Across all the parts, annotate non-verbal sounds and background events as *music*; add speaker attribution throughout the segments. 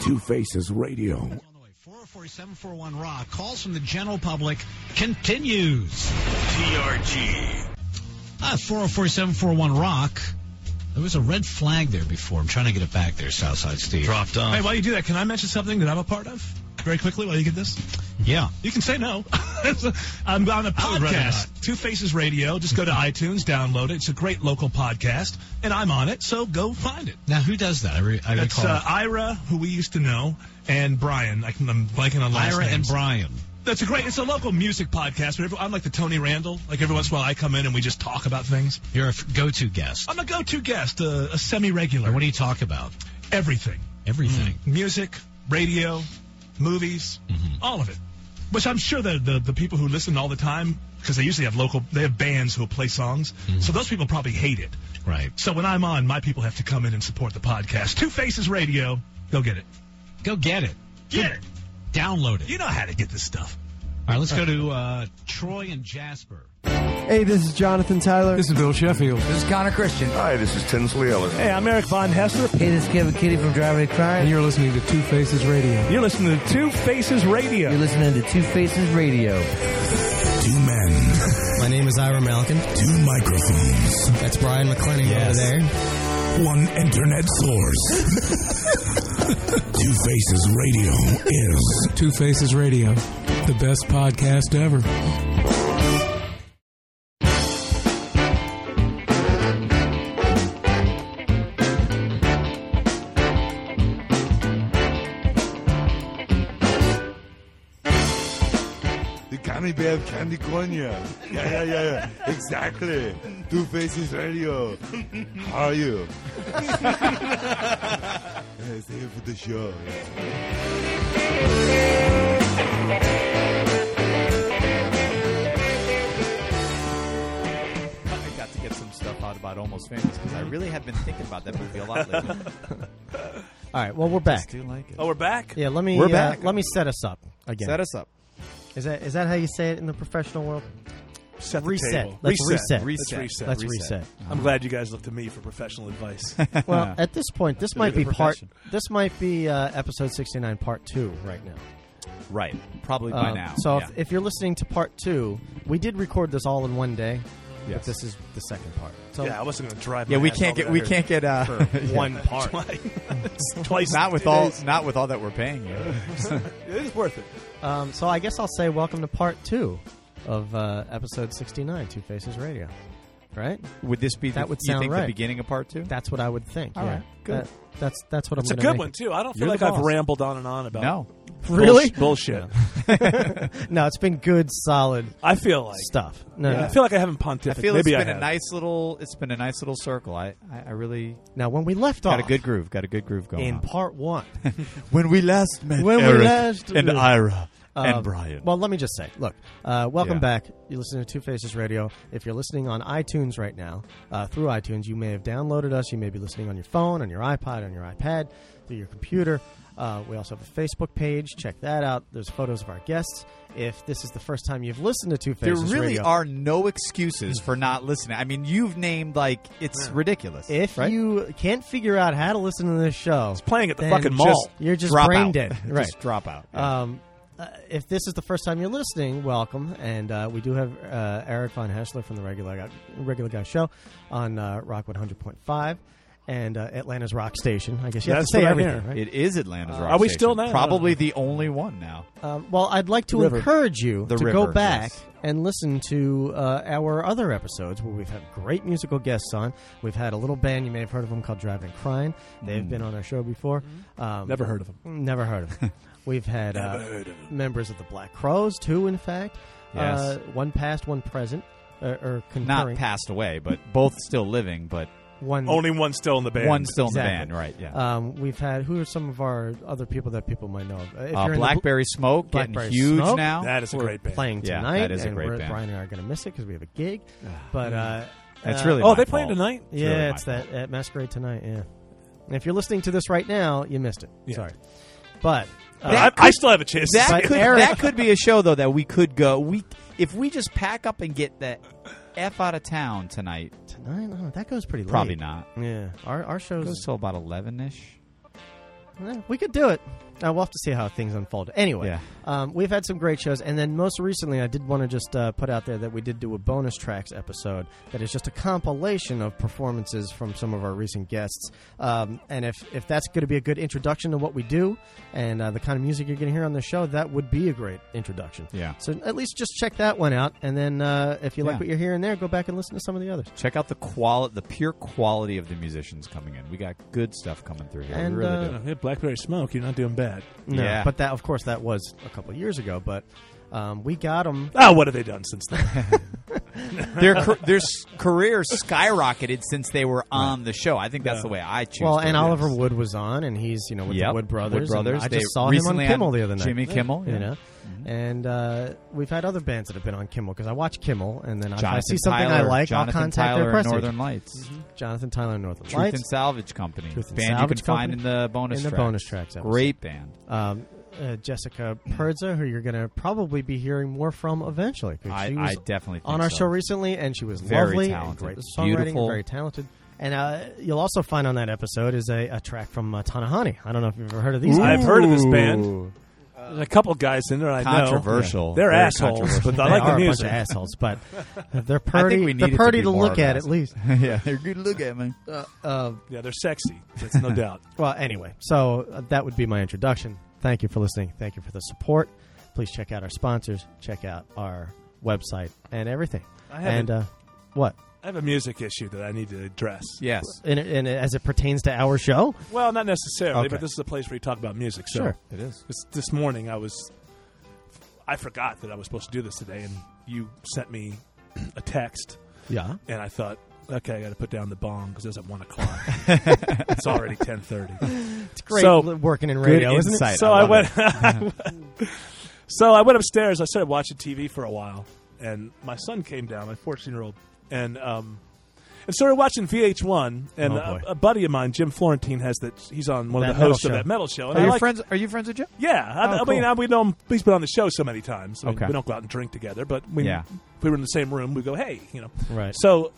Speaker 1: Two Faces Radio.
Speaker 2: 44741 Raw. Calls from the general public continues.
Speaker 3: TRG.
Speaker 2: Uh, 404-741 Rock. There was a red flag there before. I'm trying to get it back there, Southside Steve.
Speaker 3: Dropped off.
Speaker 4: Hey, while you do that, can I mention something that I'm a part of? Very quickly, while you get this,
Speaker 2: Yeah.
Speaker 4: you can say no. *laughs* I'm on a
Speaker 2: would rather
Speaker 4: podcast, Two Faces Radio. Just
Speaker 2: *laughs*
Speaker 4: go to iTunes, download it. It's a great local podcast, and I'm on it, so go find it.
Speaker 2: Now, who does that? I, re- I
Speaker 4: That's
Speaker 2: recall.
Speaker 4: uh, Ira, who we used to know, and Brian. I can, I'm blanking on last
Speaker 2: Ira and
Speaker 4: names.
Speaker 2: Brian.
Speaker 4: That's a great. It's a local music podcast. But every, I'm like the Tony Randall. Like every once in a while, I come in and we just talk about things.
Speaker 2: You're a f- go-to guest.
Speaker 4: I'm a go-to guest, a, a
Speaker 2: What
Speaker 4: semi-regular.
Speaker 2: do you talk about?
Speaker 4: Everything,
Speaker 2: Everything.
Speaker 4: music, radio, movies,
Speaker 2: Mm-hmm.
Speaker 4: all of it. Which I'm sure the, the the people who listen all the time, because they usually have local, they have bands who play songs.
Speaker 2: Mm-hmm.
Speaker 4: So those people probably hate it.
Speaker 2: Right.
Speaker 4: So when I'm on, my people have to come in and support the podcast. Two Faces Radio. Go get it.
Speaker 2: Go get it.
Speaker 4: Get it.
Speaker 2: Download it.
Speaker 4: You know how to get this stuff.
Speaker 2: All right, let's go to uh, Troy and Jasper.
Speaker 5: Hey, this is Jonathan Tyler.
Speaker 6: This is Bill Sheffield.
Speaker 7: This is Connor Christian.
Speaker 3: Hi, this is Tinsley Ellis.
Speaker 5: hey, I'm Eric Von Hester.
Speaker 7: Hey, this is Kevin Kitty from Driveway
Speaker 6: And
Speaker 7: Crime.
Speaker 6: you're listening to Two Faces Radio.
Speaker 4: You're listening to Two Faces Radio.
Speaker 7: You're listening to Two Faces Radio.
Speaker 1: Two men,
Speaker 8: My name is Ira Malkin.
Speaker 1: two microphones,
Speaker 8: That's Brian McClennan
Speaker 1: Yes.
Speaker 8: over there.
Speaker 1: one internet *laughs* source. Two Faces Radio is
Speaker 6: Two Faces Radio, the best podcast ever.
Speaker 9: You can't be have candy corn here. Yeah, yeah, yeah, yeah. Exactly. Two Faces Radio. How are you? Yeah, Stay here for the show.
Speaker 10: I got to get some stuff out about Almost Famous because I really have been thinking about that movie a lot lately.
Speaker 7: All right, well, we're
Speaker 10: I
Speaker 7: back.
Speaker 10: do like it.
Speaker 4: Oh, we're back.
Speaker 7: Yeah, let me
Speaker 10: We're
Speaker 7: uh,
Speaker 10: back.
Speaker 7: let me set us up again.
Speaker 10: Set us up.
Speaker 7: Is that is that how you say it in the professional
Speaker 10: *laughs*
Speaker 7: world?
Speaker 4: Set the
Speaker 7: reset.
Speaker 4: table.
Speaker 7: Let's
Speaker 4: reset.
Speaker 7: reset.
Speaker 4: Let's
Speaker 10: Reset.
Speaker 4: reset.
Speaker 7: Let's
Speaker 10: Reset. Uh-huh.
Speaker 7: reset.
Speaker 4: I'm glad you guys looked to me for professional
Speaker 10: *laughs*
Speaker 4: advice.
Speaker 7: Well, at this point, this might
Speaker 10: the
Speaker 7: be part.
Speaker 10: profession.
Speaker 7: This might be uh, episode sixty nine, part two, right now.
Speaker 10: Right. Probably by
Speaker 7: Um,
Speaker 10: now.
Speaker 7: So
Speaker 10: Yeah.
Speaker 7: if, if you're listening to part two, we did record this all in one day,
Speaker 10: Yes.
Speaker 7: but this is the second part. So
Speaker 4: yeah, I wasn't going to drive.
Speaker 10: yeah,
Speaker 4: my
Speaker 10: we
Speaker 4: ass
Speaker 10: can't
Speaker 4: all
Speaker 10: get
Speaker 4: the
Speaker 10: we
Speaker 4: way
Speaker 10: can't get uh,
Speaker 4: one
Speaker 10: part. *laughs*
Speaker 4: Twice, twice
Speaker 10: not
Speaker 4: in
Speaker 10: with
Speaker 4: two
Speaker 10: all
Speaker 4: days.
Speaker 10: not with all that we're paying you.
Speaker 4: It is worth it.
Speaker 7: Um, so I guess I'll say welcome to part two of uh, episode 69, Two Faces Radio. Right?
Speaker 10: Would this be
Speaker 7: That
Speaker 10: the,
Speaker 7: would
Speaker 10: you
Speaker 7: sound
Speaker 10: think the
Speaker 7: right.
Speaker 10: beginning of part two?
Speaker 7: That's what I would think.
Speaker 10: All
Speaker 7: yeah.
Speaker 10: right, good.
Speaker 7: That- that's that's what
Speaker 4: It's a
Speaker 7: I'm. gonna
Speaker 4: good
Speaker 7: make
Speaker 4: one too. I don't feel
Speaker 10: You're
Speaker 4: like
Speaker 10: the
Speaker 4: I've
Speaker 10: boss.
Speaker 4: rambled on and on about
Speaker 10: no.
Speaker 7: it. Really?
Speaker 4: bullsh- bullshit.
Speaker 7: *laughs* no, it's been good, solid
Speaker 4: I feel like
Speaker 7: stuff. No,
Speaker 4: I
Speaker 7: no.
Speaker 4: feel like I haven't
Speaker 10: I
Speaker 4: pontificated.
Speaker 10: feel
Speaker 4: Maybe
Speaker 10: it's
Speaker 4: I
Speaker 10: been a
Speaker 4: have.
Speaker 10: nice little it's been a nice little circle. I, I, I really
Speaker 7: Now, when we left
Speaker 10: got
Speaker 7: off
Speaker 10: a good groove. Got a good groove going.
Speaker 7: in
Speaker 10: on.
Speaker 7: part
Speaker 10: *laughs*
Speaker 7: one,
Speaker 10: when we last met
Speaker 7: When we
Speaker 10: Eric
Speaker 7: last-
Speaker 10: and Ira
Speaker 7: um,
Speaker 10: and Brian.
Speaker 7: Well, let me just say, look, uh, welcome
Speaker 10: Yeah.
Speaker 7: back. You listen to Two Faces Radio. If you're listening on iTunes right now, uh, through iTunes, you may have downloaded us. You may be listening on your phone, on your iPod, on your iPad, through your computer. Uh, we also have a Facebook page. Check that out. There's photos of our guests. If this is the first time you've listened to Two
Speaker 10: there
Speaker 7: Faces
Speaker 10: really
Speaker 7: Radio,
Speaker 10: are no excuses for not listening. I mean, you've named like it's ridiculous.
Speaker 7: if
Speaker 10: right?
Speaker 7: you can't figure out how to listen to this show,
Speaker 4: It's playing at the
Speaker 7: then
Speaker 4: fucking mall.
Speaker 7: just- you're just
Speaker 10: drop
Speaker 7: brain
Speaker 10: out.
Speaker 7: dead. Right.
Speaker 10: *laughs* Just drop out.
Speaker 7: Um, uh, if this is the first time you're listening, welcome. And uh, we do have uh, Eric von Hessler from the Regular Guy, Regular Guy Show on uh, Rock 100.5 and uh, Atlanta's Rock Station. I guess you
Speaker 4: That's
Speaker 7: have to say
Speaker 4: what I'm
Speaker 7: everything,
Speaker 4: hearing.
Speaker 7: right?
Speaker 10: It is Atlanta's rock.
Speaker 4: Are we
Speaker 10: station.
Speaker 4: still now?
Speaker 10: Probably the only one now.
Speaker 7: Um, well, I'd like to
Speaker 4: River.
Speaker 7: encourage you
Speaker 10: The
Speaker 7: to
Speaker 10: river,
Speaker 7: go back
Speaker 10: yes.
Speaker 7: and listen to uh, our other episodes where we've had great musical guests on. We've had a little band you may have heard of them called Driving Crying. They've
Speaker 10: Mm.
Speaker 7: been on our show before. Um,
Speaker 4: Never heard of them.
Speaker 7: Never heard of
Speaker 10: *laughs*
Speaker 7: them. We've had uh, members of the Black Crows too. In fact,
Speaker 10: Yes.
Speaker 7: uh, one past, one present, or, or
Speaker 10: Not
Speaker 7: concurrent.
Speaker 10: passed away, but both still living, but
Speaker 7: one.
Speaker 4: Only one still in the band.
Speaker 10: one still
Speaker 7: Exactly.
Speaker 10: in the band, right? Yeah.
Speaker 7: Um, we've had who are some of our other people that people might know? of? Uh, if
Speaker 10: Uh,
Speaker 7: you're in the bl-
Speaker 10: Blackberry Smoke
Speaker 7: Blackberry
Speaker 10: getting huge
Speaker 7: Smoke.
Speaker 10: now.
Speaker 4: That is a great band.
Speaker 7: playing
Speaker 10: Yeah,
Speaker 7: tonight,
Speaker 10: that is a
Speaker 7: and
Speaker 10: great
Speaker 7: we're,
Speaker 10: band.
Speaker 7: Brian and I are going to miss it because we have a gig. But uh,
Speaker 10: That's
Speaker 7: uh,
Speaker 10: really
Speaker 4: Oh,
Speaker 10: my
Speaker 4: they playing
Speaker 10: fault.
Speaker 4: tonight.
Speaker 7: yeah,
Speaker 10: really my
Speaker 7: it's that at Masquerade tonight. Yeah, and if you're listening to this right now, you missed it. Sorry, but uh,
Speaker 4: I, I still have a chance. to
Speaker 10: That
Speaker 7: But
Speaker 10: could
Speaker 7: Eric-
Speaker 10: that could be a show though that we could go. We if we just pack up and get that f out of town tonight.
Speaker 7: tonight, oh, that goes pretty.
Speaker 10: Probably
Speaker 7: late.
Speaker 10: not.
Speaker 7: Yeah, our our shows.
Speaker 10: Goes till about eleven ish.
Speaker 7: Eh, we could do it. Uh, we'll have to see how things unfold. Anyway,
Speaker 10: Yeah.
Speaker 7: um, we've had some great shows, and then most recently, I did want to just uh, put out there that we did do a bonus tracks episode that is just a compilation of performances from some of our recent guests. Um, and if if that's going to be a good introduction to what we do and uh, the kind of music you're going to hear on the show, that would be a great introduction.
Speaker 10: Yeah.
Speaker 7: So at least just check that one out, and then uh, if you
Speaker 10: Yeah.
Speaker 7: like what you're hearing there, go back and listen to some of the others.
Speaker 10: Check out the quali- the pure quality of the musicians coming in. We got good stuff coming through here.
Speaker 7: And,
Speaker 10: we really
Speaker 7: uh,
Speaker 10: do.
Speaker 4: Hit Oh, Blackberry Smoke. You're not doing bad.
Speaker 7: No,
Speaker 10: Yeah.
Speaker 7: but that, of course, that was a couple years ago. But um, we got them.
Speaker 4: Ah, what have they done since then? *laughs*
Speaker 10: their car- their s- career skyrocketed since they were on the show. I think that's the way I choose.
Speaker 7: Well,
Speaker 10: to
Speaker 7: and
Speaker 10: do
Speaker 7: Oliver
Speaker 10: this.
Speaker 7: Wood was on, and he's you know with
Speaker 10: Yep,
Speaker 7: the Wood Brothers.
Speaker 10: Wood
Speaker 7: and
Speaker 10: Brothers.
Speaker 7: I
Speaker 10: They
Speaker 7: just saw him on
Speaker 10: recently
Speaker 7: Kimmel
Speaker 10: had
Speaker 7: the other night.
Speaker 10: Jimmy Kimmel, yeah. Mm-hmm.
Speaker 7: you know. And uh, we've had other bands that have been on Kimmel because I watch Kimmel, and then if I
Speaker 10: Jonathan
Speaker 7: see something I
Speaker 10: Tyler-
Speaker 7: like,
Speaker 10: Jonathan
Speaker 7: I'll contact
Speaker 10: Tyler
Speaker 7: their
Speaker 10: and
Speaker 7: press
Speaker 10: Northern
Speaker 7: agent.
Speaker 10: Lights,
Speaker 7: Jonathan Tyler and Northern
Speaker 10: Truth and
Speaker 7: Lights.
Speaker 10: Salvage Company,
Speaker 7: Truth and
Speaker 10: band
Speaker 7: Salvage
Speaker 10: you can find
Speaker 7: Company.
Speaker 10: in the bonus
Speaker 7: In the
Speaker 10: tracks.
Speaker 7: bonus tracks episode.
Speaker 10: Great band.
Speaker 7: um, uh, Jessica Perza, who you're going to probably be hearing more from eventually. 'cause
Speaker 10: I-
Speaker 7: she was
Speaker 10: I definitely think
Speaker 7: on our
Speaker 10: so.
Speaker 7: show recently, and she was
Speaker 10: Very
Speaker 7: lovely, and
Speaker 10: talented.
Speaker 7: great songwriting,
Speaker 10: Beautiful.
Speaker 7: very talented. And uh, you'll also find on that episode is a, a track from uh, Tanahani. I don't know if you've ever heard of these.
Speaker 4: I've
Speaker 7: guys.
Speaker 4: heard of this band. There's Uh, a couple guys in there I
Speaker 10: Controversial.
Speaker 4: know. They're
Speaker 10: Very
Speaker 4: assholes, but I
Speaker 7: They
Speaker 4: like
Speaker 7: are
Speaker 4: the
Speaker 7: a
Speaker 4: music.
Speaker 7: bunch of assholes,
Speaker 4: *laughs*
Speaker 7: but they're
Speaker 10: I
Speaker 7: pretty.
Speaker 10: think we need
Speaker 7: they're pretty
Speaker 10: it to, be more
Speaker 7: look
Speaker 10: of
Speaker 7: at
Speaker 10: us.
Speaker 7: at least.
Speaker 10: *laughs* yeah, they're good to look at, man.
Speaker 4: Yeah, they're sexy. That's no doubt.
Speaker 7: Well, anyway, so uh, that would be my introduction. Thank you for listening. Thank you for the support. Please check out our sponsors. Check out our website and everything.
Speaker 4: I
Speaker 7: and
Speaker 4: haven't-
Speaker 7: uh, what?
Speaker 4: I have a music issue that I need to address.
Speaker 10: Yes.
Speaker 7: And, and as it pertains to our show,
Speaker 4: Well, not necessarily,
Speaker 7: Okay.
Speaker 4: but this is a place where you talk about music. So
Speaker 7: Sure.
Speaker 10: It is.
Speaker 4: This, this morning, I was I forgot that I was supposed to do this today, and you sent me a text,
Speaker 7: yeah.
Speaker 4: and I thought, okay, I got to put down the bong because it's at one
Speaker 10: *laughs*
Speaker 4: o'clock. it's already ten thirty.
Speaker 7: It's great
Speaker 4: So,
Speaker 7: li- working in radio, isn't it?
Speaker 4: So I, went. *laughs* so I went upstairs. I started watching TV for a while, and my son came down, my fourteen-year-old, and um, and started watching VH1. And
Speaker 7: Oh,
Speaker 4: a,
Speaker 7: boy.
Speaker 4: a buddy of mine, Jim Florentine, has that. He's on one
Speaker 7: That
Speaker 4: of the hosts
Speaker 7: metal
Speaker 4: of
Speaker 7: show.
Speaker 4: that metal show. And
Speaker 10: Are
Speaker 4: I
Speaker 10: you
Speaker 4: like-
Speaker 10: friends? Are you friends with Jim?
Speaker 4: Yeah, I,
Speaker 10: Oh,
Speaker 4: I mean,
Speaker 10: cool.
Speaker 4: I, we know him. He's been on the show so many times. I mean,
Speaker 10: Okay.
Speaker 4: we don't go out and drink together, but we,
Speaker 10: Yeah.
Speaker 4: if we were in the same room. We go, hey, you know.
Speaker 7: Right.
Speaker 4: So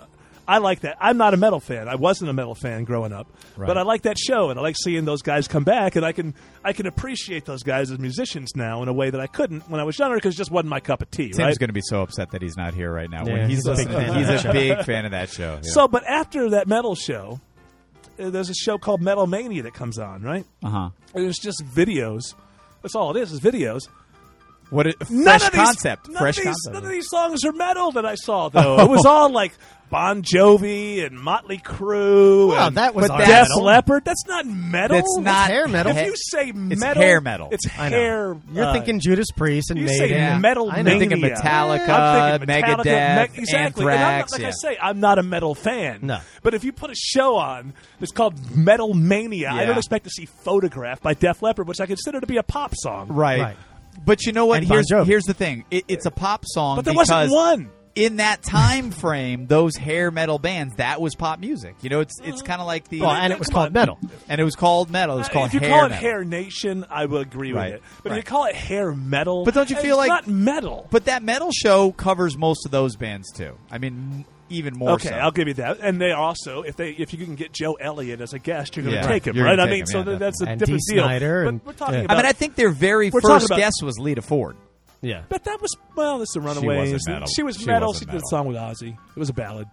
Speaker 4: I like that. I'm not a metal fan. I wasn't a metal fan growing up,
Speaker 7: Right.
Speaker 4: but I like that show, and I like seeing those guys come back, and I can I can appreciate those guys as musicians now in a way that I couldn't when I was younger because it just wasn't my cup of tea.
Speaker 10: Tim's
Speaker 4: right?
Speaker 10: going to be so upset that he's not here right now.
Speaker 7: Yeah,
Speaker 10: when he's
Speaker 4: *laughs*
Speaker 7: he's a big fan
Speaker 10: listening,
Speaker 7: of
Speaker 10: he's
Speaker 7: that
Speaker 10: a big fan of that show. yeah.
Speaker 4: So, but after that metal show, uh, there's a show called Metal Mania that comes on, right?
Speaker 10: uh-huh.
Speaker 4: And It's just videos. That's all it is. Is videos.
Speaker 10: what? It,
Speaker 4: None
Speaker 10: fresh
Speaker 4: of these-
Speaker 10: concept.
Speaker 4: none of
Speaker 10: fresh
Speaker 4: these-
Speaker 10: concept.
Speaker 4: None of these songs are metal that I saw, though.
Speaker 10: *laughs*
Speaker 4: it was all like Bon Jovi and Motley Crue
Speaker 7: Wow,
Speaker 4: and
Speaker 7: that was
Speaker 10: But
Speaker 7: our
Speaker 10: that-
Speaker 4: Def
Speaker 7: metal.
Speaker 4: Leppard. That's not metal.
Speaker 10: That's not
Speaker 7: hair metal.
Speaker 4: If you say metal,
Speaker 10: hair metal.
Speaker 4: It's
Speaker 7: I know.
Speaker 4: hair.
Speaker 7: You're
Speaker 4: uh,
Speaker 7: thinking Judas Priest and
Speaker 4: You
Speaker 7: Maiden.
Speaker 4: say metal
Speaker 7: I
Speaker 10: I'm
Speaker 7: know.
Speaker 4: mania.
Speaker 10: thinking Metallica,
Speaker 4: I'm thinking Metallica,
Speaker 10: Megadeth,
Speaker 4: Me- exactly. And I'm not-
Speaker 10: Anthrax,
Speaker 4: like
Speaker 10: yeah.
Speaker 4: I say, I'm not a metal fan.
Speaker 7: No.
Speaker 4: But if you put a show on that's called Metal Mania, I
Speaker 10: Yeah.
Speaker 4: don't expect to see Photograph by Def Leppard, which I consider to be a pop song.
Speaker 10: Right.
Speaker 7: Right.
Speaker 10: But you know what?
Speaker 7: And Bon
Speaker 10: Here's
Speaker 7: Jovi.
Speaker 10: here's the thing. It, it's a pop song,
Speaker 4: But there
Speaker 10: because
Speaker 4: wasn't one.
Speaker 10: in that
Speaker 4: *laughs*
Speaker 10: time frame. Those hair metal bands that was pop music. You know, it's it's kind of like the
Speaker 7: Well, and it was
Speaker 4: Come on.
Speaker 7: called metal.
Speaker 10: and it was called metal. It was
Speaker 4: Uh,
Speaker 10: called
Speaker 4: if you
Speaker 10: hair
Speaker 4: call it
Speaker 10: metal.
Speaker 4: hair nation, I will agree
Speaker 10: Right.
Speaker 4: with it. But if
Speaker 10: Right.
Speaker 4: you call it hair metal,
Speaker 10: But don't you feel
Speaker 4: it's not
Speaker 10: like-
Speaker 4: metal?
Speaker 10: But that metal show covers most of those bands too. I mean, m- even more.
Speaker 4: okay,
Speaker 10: so.
Speaker 4: I'll give you that. And they also, if they if you can get Joe Elliott as a guest, you're going to
Speaker 10: Yeah.
Speaker 4: take
Speaker 10: Right.
Speaker 4: him,
Speaker 10: You're
Speaker 4: right?
Speaker 10: gonna
Speaker 4: I
Speaker 10: take
Speaker 4: mean,
Speaker 10: him,
Speaker 4: so
Speaker 10: yeah,
Speaker 4: th- that's a
Speaker 7: definitely.
Speaker 4: different
Speaker 7: And Dee
Speaker 4: deal.
Speaker 7: Snyder
Speaker 4: but
Speaker 7: and-
Speaker 4: we're talking
Speaker 7: yeah.
Speaker 4: about.
Speaker 10: I mean, I think their very
Speaker 4: We're talking
Speaker 10: first
Speaker 4: about-
Speaker 10: guest was Lita Ford.
Speaker 7: Yeah.
Speaker 4: But that was well, this is Runaways.
Speaker 10: wasn't metal.
Speaker 4: She was
Speaker 10: She
Speaker 4: metal.
Speaker 10: wasn't
Speaker 4: She did
Speaker 10: metal.
Speaker 4: a song with Ozzy. It was a ballad.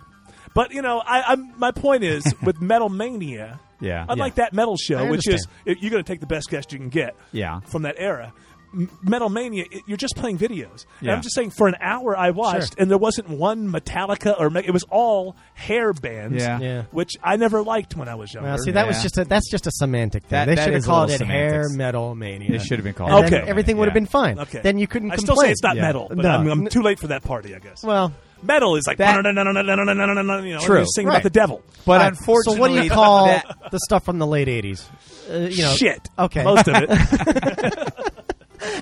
Speaker 4: But you know, I, I'm my point
Speaker 10: *laughs*
Speaker 4: is with Metal Mania.
Speaker 10: Yeah.
Speaker 4: Unlike that metal show,
Speaker 7: I
Speaker 4: which is
Speaker 7: understand.
Speaker 4: it- you're going to take the best guest you can get.
Speaker 10: Yeah.
Speaker 4: From that era. M- Metal Mania, it- you're just playing videos. And
Speaker 10: Yeah.
Speaker 4: I'm just saying, for an hour I watched, and there wasn't one Metallica or Me- it was all hair bands,
Speaker 10: Yeah.
Speaker 7: Yeah.
Speaker 4: which I never liked when I was younger.
Speaker 7: Well, see, that was
Speaker 10: Yeah.
Speaker 7: just a, that's just a semantic thing.
Speaker 10: That-
Speaker 7: they
Speaker 10: that
Speaker 7: should have
Speaker 10: is a
Speaker 7: called it
Speaker 10: little
Speaker 7: hair
Speaker 10: semantics.
Speaker 7: metal mania.
Speaker 10: It should have been called
Speaker 7: And
Speaker 4: Okay.
Speaker 7: then everything would have
Speaker 10: Yeah.
Speaker 7: been fine.
Speaker 4: okay,
Speaker 7: Then you couldn't
Speaker 4: I
Speaker 7: complain.
Speaker 4: still say it's not
Speaker 10: Yeah.
Speaker 4: metal, but
Speaker 7: No.
Speaker 4: I'm, I'm
Speaker 7: N-
Speaker 4: too late for that party, I guess.
Speaker 7: Well,
Speaker 4: metal is like
Speaker 10: That-
Speaker 4: you know,
Speaker 10: True.
Speaker 4: you sing
Speaker 7: Right.
Speaker 4: about the devil.
Speaker 10: But
Speaker 7: Right.
Speaker 10: unfortunately,
Speaker 7: so
Speaker 4: *laughs*
Speaker 7: what do you call
Speaker 10: that-
Speaker 7: the stuff from the late '80s? Uh, you know,
Speaker 4: Shit.
Speaker 7: Okay,
Speaker 4: Most of
Speaker 7: *laughs*
Speaker 4: it.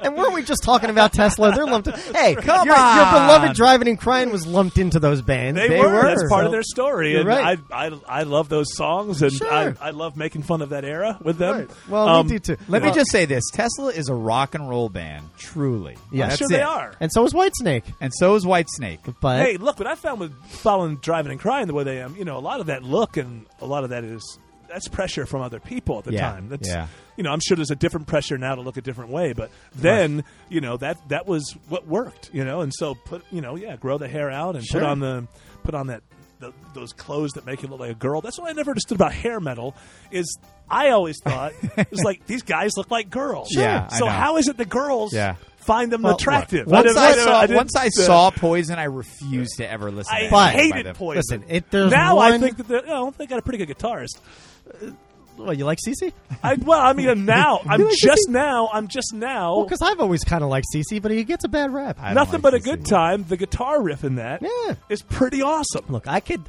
Speaker 7: and weren't we just talking about Tesla? They're lumped.
Speaker 4: *laughs*
Speaker 7: Hey,
Speaker 10: Come
Speaker 7: your, your
Speaker 10: on.
Speaker 7: beloved driving and crying was lumped into those bands.
Speaker 4: They, were. That's part
Speaker 7: So-
Speaker 4: of their story.
Speaker 7: You're
Speaker 4: and
Speaker 7: right.
Speaker 4: I, I, I love those songs, and
Speaker 7: Sure.
Speaker 4: I, I love making fun of that era with them.
Speaker 7: Well,
Speaker 4: Um,
Speaker 7: we do too.
Speaker 10: Let me
Speaker 7: Well,
Speaker 10: just say this: Tesla is a rock and roll band, truly.
Speaker 7: Yeah.
Speaker 10: That's
Speaker 4: Sure, they
Speaker 10: it.
Speaker 4: are.
Speaker 7: And so was Whitesnake.
Speaker 10: and so is Whitesnake.
Speaker 7: But
Speaker 4: Hey, look, what I found with following driving and crying the way they am, you know, a lot of that look and a lot of that is. that's pressure from other people at the
Speaker 10: Yeah,
Speaker 4: time. That's
Speaker 10: yeah.
Speaker 4: you know, I'm sure there's a different pressure now to look a different way, but then you know that that was what worked. You know, and so put you know yeah, grow the hair out and
Speaker 5: Sure.
Speaker 4: put on the put on that. The, those clothes that make you look like a girl. That's what I never understood about hair metal. Is I always
Speaker 10: *laughs*
Speaker 4: thought it was like these guys look like girls.
Speaker 10: Sure. Yeah, I
Speaker 4: So
Speaker 10: know.
Speaker 4: how is it the girls
Speaker 10: Yeah.
Speaker 4: find them
Speaker 10: Well, look,
Speaker 4: attractive?
Speaker 10: Once
Speaker 4: didn't-
Speaker 10: I,
Speaker 4: didn't-
Speaker 10: saw,
Speaker 4: didn't-
Speaker 10: once I
Speaker 4: uh,
Speaker 10: saw Poison, I refused to ever listen. to
Speaker 4: I
Speaker 10: anything by
Speaker 4: hated
Speaker 10: them.
Speaker 4: Poison.
Speaker 7: Listen, if there's
Speaker 4: now I
Speaker 7: one-
Speaker 4: think that they're- I don't think I got a pretty good guitarist.
Speaker 7: Well, you like Cece? *laughs*
Speaker 4: I, well, I mean, now
Speaker 7: You
Speaker 4: I'm
Speaker 7: like
Speaker 4: just
Speaker 7: Cece?
Speaker 4: now I'm just now
Speaker 7: Well, because I've always kind of liked Cece, but he gets a bad rap.
Speaker 4: nothing but a good time. The guitar riff in that is pretty awesome.
Speaker 7: Look, I could.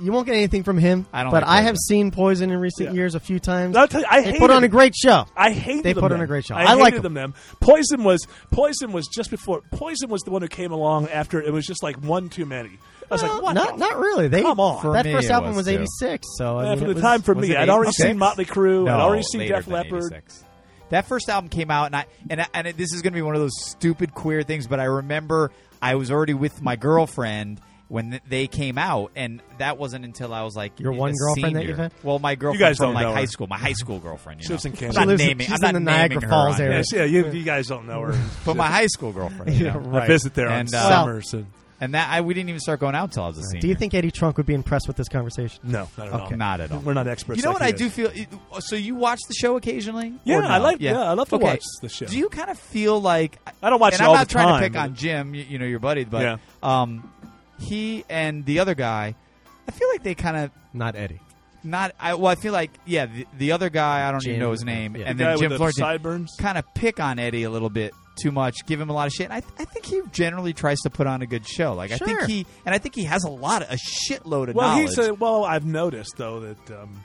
Speaker 7: You won't get anything from him.
Speaker 4: I don't
Speaker 7: But
Speaker 4: like
Speaker 7: I have seen Poison in recent years a few times.
Speaker 4: I'll tell you, I
Speaker 7: they
Speaker 4: hated
Speaker 7: put on a
Speaker 4: it.
Speaker 7: great show.
Speaker 4: I hated
Speaker 7: They
Speaker 4: them
Speaker 7: put on
Speaker 4: then.
Speaker 7: a great show.
Speaker 4: I,
Speaker 7: I,
Speaker 4: hated
Speaker 7: like 'em.
Speaker 4: them then. Poison was Poison was just before Poison was the one who came along after it was just like one too many. I was like, what?
Speaker 7: Not, not really. They
Speaker 4: Come on.
Speaker 7: that first album was '86, so I
Speaker 4: Yeah,
Speaker 7: mean,
Speaker 4: for
Speaker 7: it
Speaker 4: the
Speaker 7: was-
Speaker 4: time for me,
Speaker 7: it
Speaker 4: I'd already
Speaker 7: 86?
Speaker 4: seen Motley Crue.
Speaker 10: No,
Speaker 4: I'd already seen
Speaker 10: later
Speaker 4: Def
Speaker 10: than
Speaker 4: Leppard.
Speaker 10: 86. That first album came out, and I and I, and it, this is going to be one of those stupid queer things. But I remember I was already with my girlfriend when th- they came out, and that wasn't until I was like
Speaker 7: Your
Speaker 10: a
Speaker 7: one girlfriend that
Speaker 10: senior.
Speaker 7: you've had?
Speaker 10: Well, my girlfriend
Speaker 4: guys
Speaker 10: from
Speaker 4: don't
Speaker 10: like
Speaker 4: know
Speaker 10: high
Speaker 4: her.
Speaker 10: school, my high school girlfriend. You
Speaker 4: She lives
Speaker 10: know?
Speaker 4: in Kansas.
Speaker 10: I'm
Speaker 4: She
Speaker 10: not
Speaker 4: lives in-
Speaker 10: naming.
Speaker 4: she's
Speaker 10: I'm not
Speaker 4: in the
Speaker 10: naming
Speaker 4: Niagara
Speaker 10: her
Speaker 4: Falls
Speaker 10: on
Speaker 4: area.
Speaker 10: this.
Speaker 4: Yeah, yeah, you- you guys don't know
Speaker 7: *laughs*
Speaker 4: her.
Speaker 10: but my high school girlfriend. you
Speaker 7: Yeah,
Speaker 10: know?
Speaker 7: right. I visit
Speaker 4: there on
Speaker 10: and, uh,
Speaker 4: summers and-
Speaker 10: and that I we didn't even start going out till I was a senior.
Speaker 7: Do you think Eddie Trunk would be impressed with this conversation?
Speaker 4: No, not at all.
Speaker 7: Okay.
Speaker 10: Not at all.
Speaker 4: We're not experts.
Speaker 10: You know
Speaker 4: like
Speaker 10: what I
Speaker 4: he is.
Speaker 10: do feel. So you watch the show occasionally?
Speaker 4: Yeah,
Speaker 10: Or no?
Speaker 4: I like- yeah, I love to
Speaker 10: Okay.
Speaker 4: watch the show.
Speaker 10: Do you kind of feel like
Speaker 4: I don't watch
Speaker 10: And
Speaker 4: it
Speaker 10: I'm
Speaker 4: all
Speaker 10: not
Speaker 4: the
Speaker 10: trying
Speaker 4: time,
Speaker 10: to pick
Speaker 4: but-
Speaker 10: on Jim, you, you know your buddy, but
Speaker 4: Yeah.
Speaker 10: um, he and the other guy, I feel like they kind of
Speaker 7: Not Eddie.
Speaker 10: not. I, well, I feel like yeah, the, the other guy I don't
Speaker 7: Jim.
Speaker 10: even know his name,
Speaker 7: Yeah.
Speaker 10: and
Speaker 7: The
Speaker 10: then
Speaker 7: guy
Speaker 10: Jim
Speaker 7: with the
Speaker 10: Florentine kind of pick on Eddie a little bit too much, give him a lot of shit. And I, I think he generally tries to put on a good show. Like I
Speaker 4: Sure.
Speaker 10: think he and I think he has a lot, of, a shitload of
Speaker 4: well,
Speaker 10: knowledge.
Speaker 4: he's a, well. I've noticed though that um,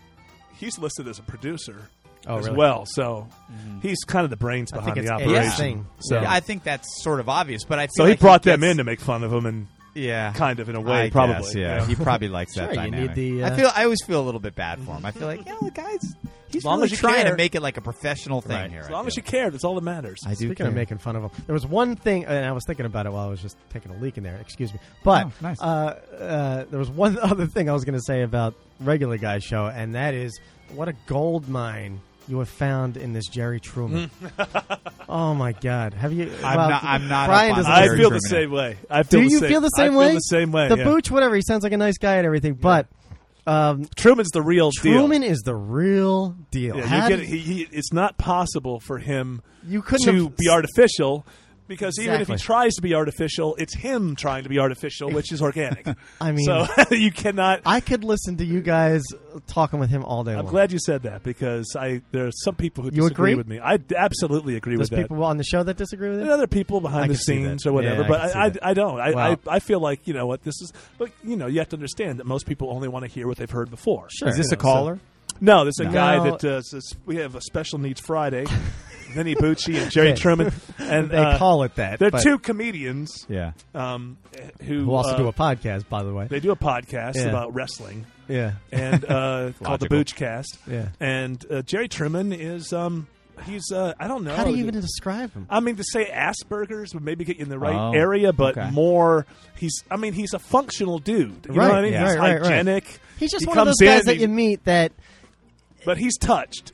Speaker 4: he's listed as a producer
Speaker 10: Oh,
Speaker 4: as
Speaker 10: really?
Speaker 4: well, so
Speaker 7: Mm-hmm.
Speaker 4: he's kind of the brains
Speaker 10: I
Speaker 4: behind
Speaker 10: think
Speaker 4: the
Speaker 10: it's Eddie's
Speaker 4: operation.
Speaker 10: thing.
Speaker 4: So,
Speaker 10: Yeah, I think that's sort of obvious, but I feel
Speaker 4: so he
Speaker 10: like
Speaker 4: brought
Speaker 10: gets-
Speaker 4: them in to make fun of him and
Speaker 10: yeah,
Speaker 4: kind of in a way,
Speaker 10: I
Speaker 4: probably.
Speaker 10: guess, yeah. he probably likes that.
Speaker 7: Sure, you need
Speaker 10: dynamic.
Speaker 7: the, uh,
Speaker 10: I feel. I always feel a little bit bad for him. I feel like you know, the guy's he's
Speaker 4: As long
Speaker 10: really
Speaker 4: as you
Speaker 10: trying
Speaker 4: care.
Speaker 10: to make it like a professional thing here.
Speaker 4: As
Speaker 10: I
Speaker 4: long as
Speaker 10: feel.
Speaker 4: you care, that's all that matters.
Speaker 10: I do
Speaker 7: Speaking of
Speaker 10: care.
Speaker 7: making fun of him, there was one thing, and I was thinking about it while I was just taking a leak in there. Excuse me, but
Speaker 10: Oh, nice.
Speaker 7: uh, uh, there was one *laughs* other thing I was going to say about regular guy show, and that is what a gold mine you have found in this Jerry
Speaker 10: *laughs*
Speaker 7: Truman. oh my God, have you?
Speaker 10: I'm
Speaker 7: well,
Speaker 10: not- I'm not
Speaker 7: Brian
Speaker 10: up on
Speaker 7: doesn't
Speaker 4: I
Speaker 7: listen.
Speaker 4: feel the same way. I feel
Speaker 7: Do
Speaker 4: the
Speaker 7: you
Speaker 4: same,
Speaker 7: feel the
Speaker 4: I
Speaker 7: same
Speaker 4: feel
Speaker 7: way?
Speaker 4: the same way.
Speaker 7: The
Speaker 4: yeah.
Speaker 7: Booch, whatever, he sounds like a nice guy and everything, but um,
Speaker 4: Truman's the real deal.
Speaker 7: Truman is the real deal.
Speaker 4: Yeah,
Speaker 7: How
Speaker 4: you get,
Speaker 7: did-
Speaker 4: he, he, it's not possible for him
Speaker 7: You couldn't
Speaker 4: to
Speaker 7: have-
Speaker 4: be artificial because even if he
Speaker 7: Exactly.
Speaker 4: tries to be artificial, it's him trying to be
Speaker 7: *laughs*
Speaker 4: artificial, which is organic.
Speaker 7: I mean-
Speaker 4: so *laughs* you cannot.
Speaker 7: I could listen to you guys talking with him all day
Speaker 4: I'm
Speaker 7: long.
Speaker 4: glad you said that because I there are some people who
Speaker 7: You
Speaker 4: disagree
Speaker 7: agree?
Speaker 4: with me. I d- absolutely agree
Speaker 7: There's
Speaker 4: with that.
Speaker 7: people on the show that disagree with it.
Speaker 4: And other people behind
Speaker 7: I
Speaker 4: the
Speaker 7: can see that.
Speaker 4: scenes or whatever,
Speaker 7: Yeah, I
Speaker 4: but
Speaker 7: can see
Speaker 4: I, I,
Speaker 7: that.
Speaker 4: I don't. I,
Speaker 7: Wow.
Speaker 4: I I feel like you know what this is, but you know you have to understand that most people only want to hear what they've heard before.
Speaker 7: Sure. Is
Speaker 4: You
Speaker 7: this a
Speaker 4: know, so-
Speaker 7: caller?
Speaker 4: no, this is a
Speaker 7: No.
Speaker 4: guy
Speaker 7: No.
Speaker 4: that uh, says we have a special needs
Speaker 7: *laughs*
Speaker 4: Friday. Vinny Bucci and Jerry Truman, and
Speaker 7: They
Speaker 4: uh,
Speaker 7: call it that,
Speaker 4: They're
Speaker 7: but-
Speaker 4: two comedians.
Speaker 7: Yeah.
Speaker 4: um, who
Speaker 7: Who also
Speaker 4: uh,
Speaker 7: do a podcast, by the way.
Speaker 4: They do a podcast
Speaker 7: Yeah.
Speaker 4: about wrestling.
Speaker 7: Yeah.
Speaker 4: and
Speaker 7: *laughs*
Speaker 4: uh, called the
Speaker 7: Logical.
Speaker 4: Boochcast.
Speaker 7: Yeah.
Speaker 4: and uh, Jerry Truman is um, he's uh, I don't know
Speaker 7: How do you even describe him?
Speaker 4: I mean, to say Asperger's would maybe get you in the right
Speaker 7: Oh,
Speaker 4: area, but
Speaker 7: okay.
Speaker 4: more he's I mean he's a functional dude. You know
Speaker 7: right,
Speaker 4: what I mean?
Speaker 7: yeah.
Speaker 4: he's
Speaker 7: right, right, right.
Speaker 4: hygienic.
Speaker 7: He's just
Speaker 4: He
Speaker 7: one of those
Speaker 4: comes in,
Speaker 7: guys that
Speaker 4: he-
Speaker 7: you meet that
Speaker 4: but he's touched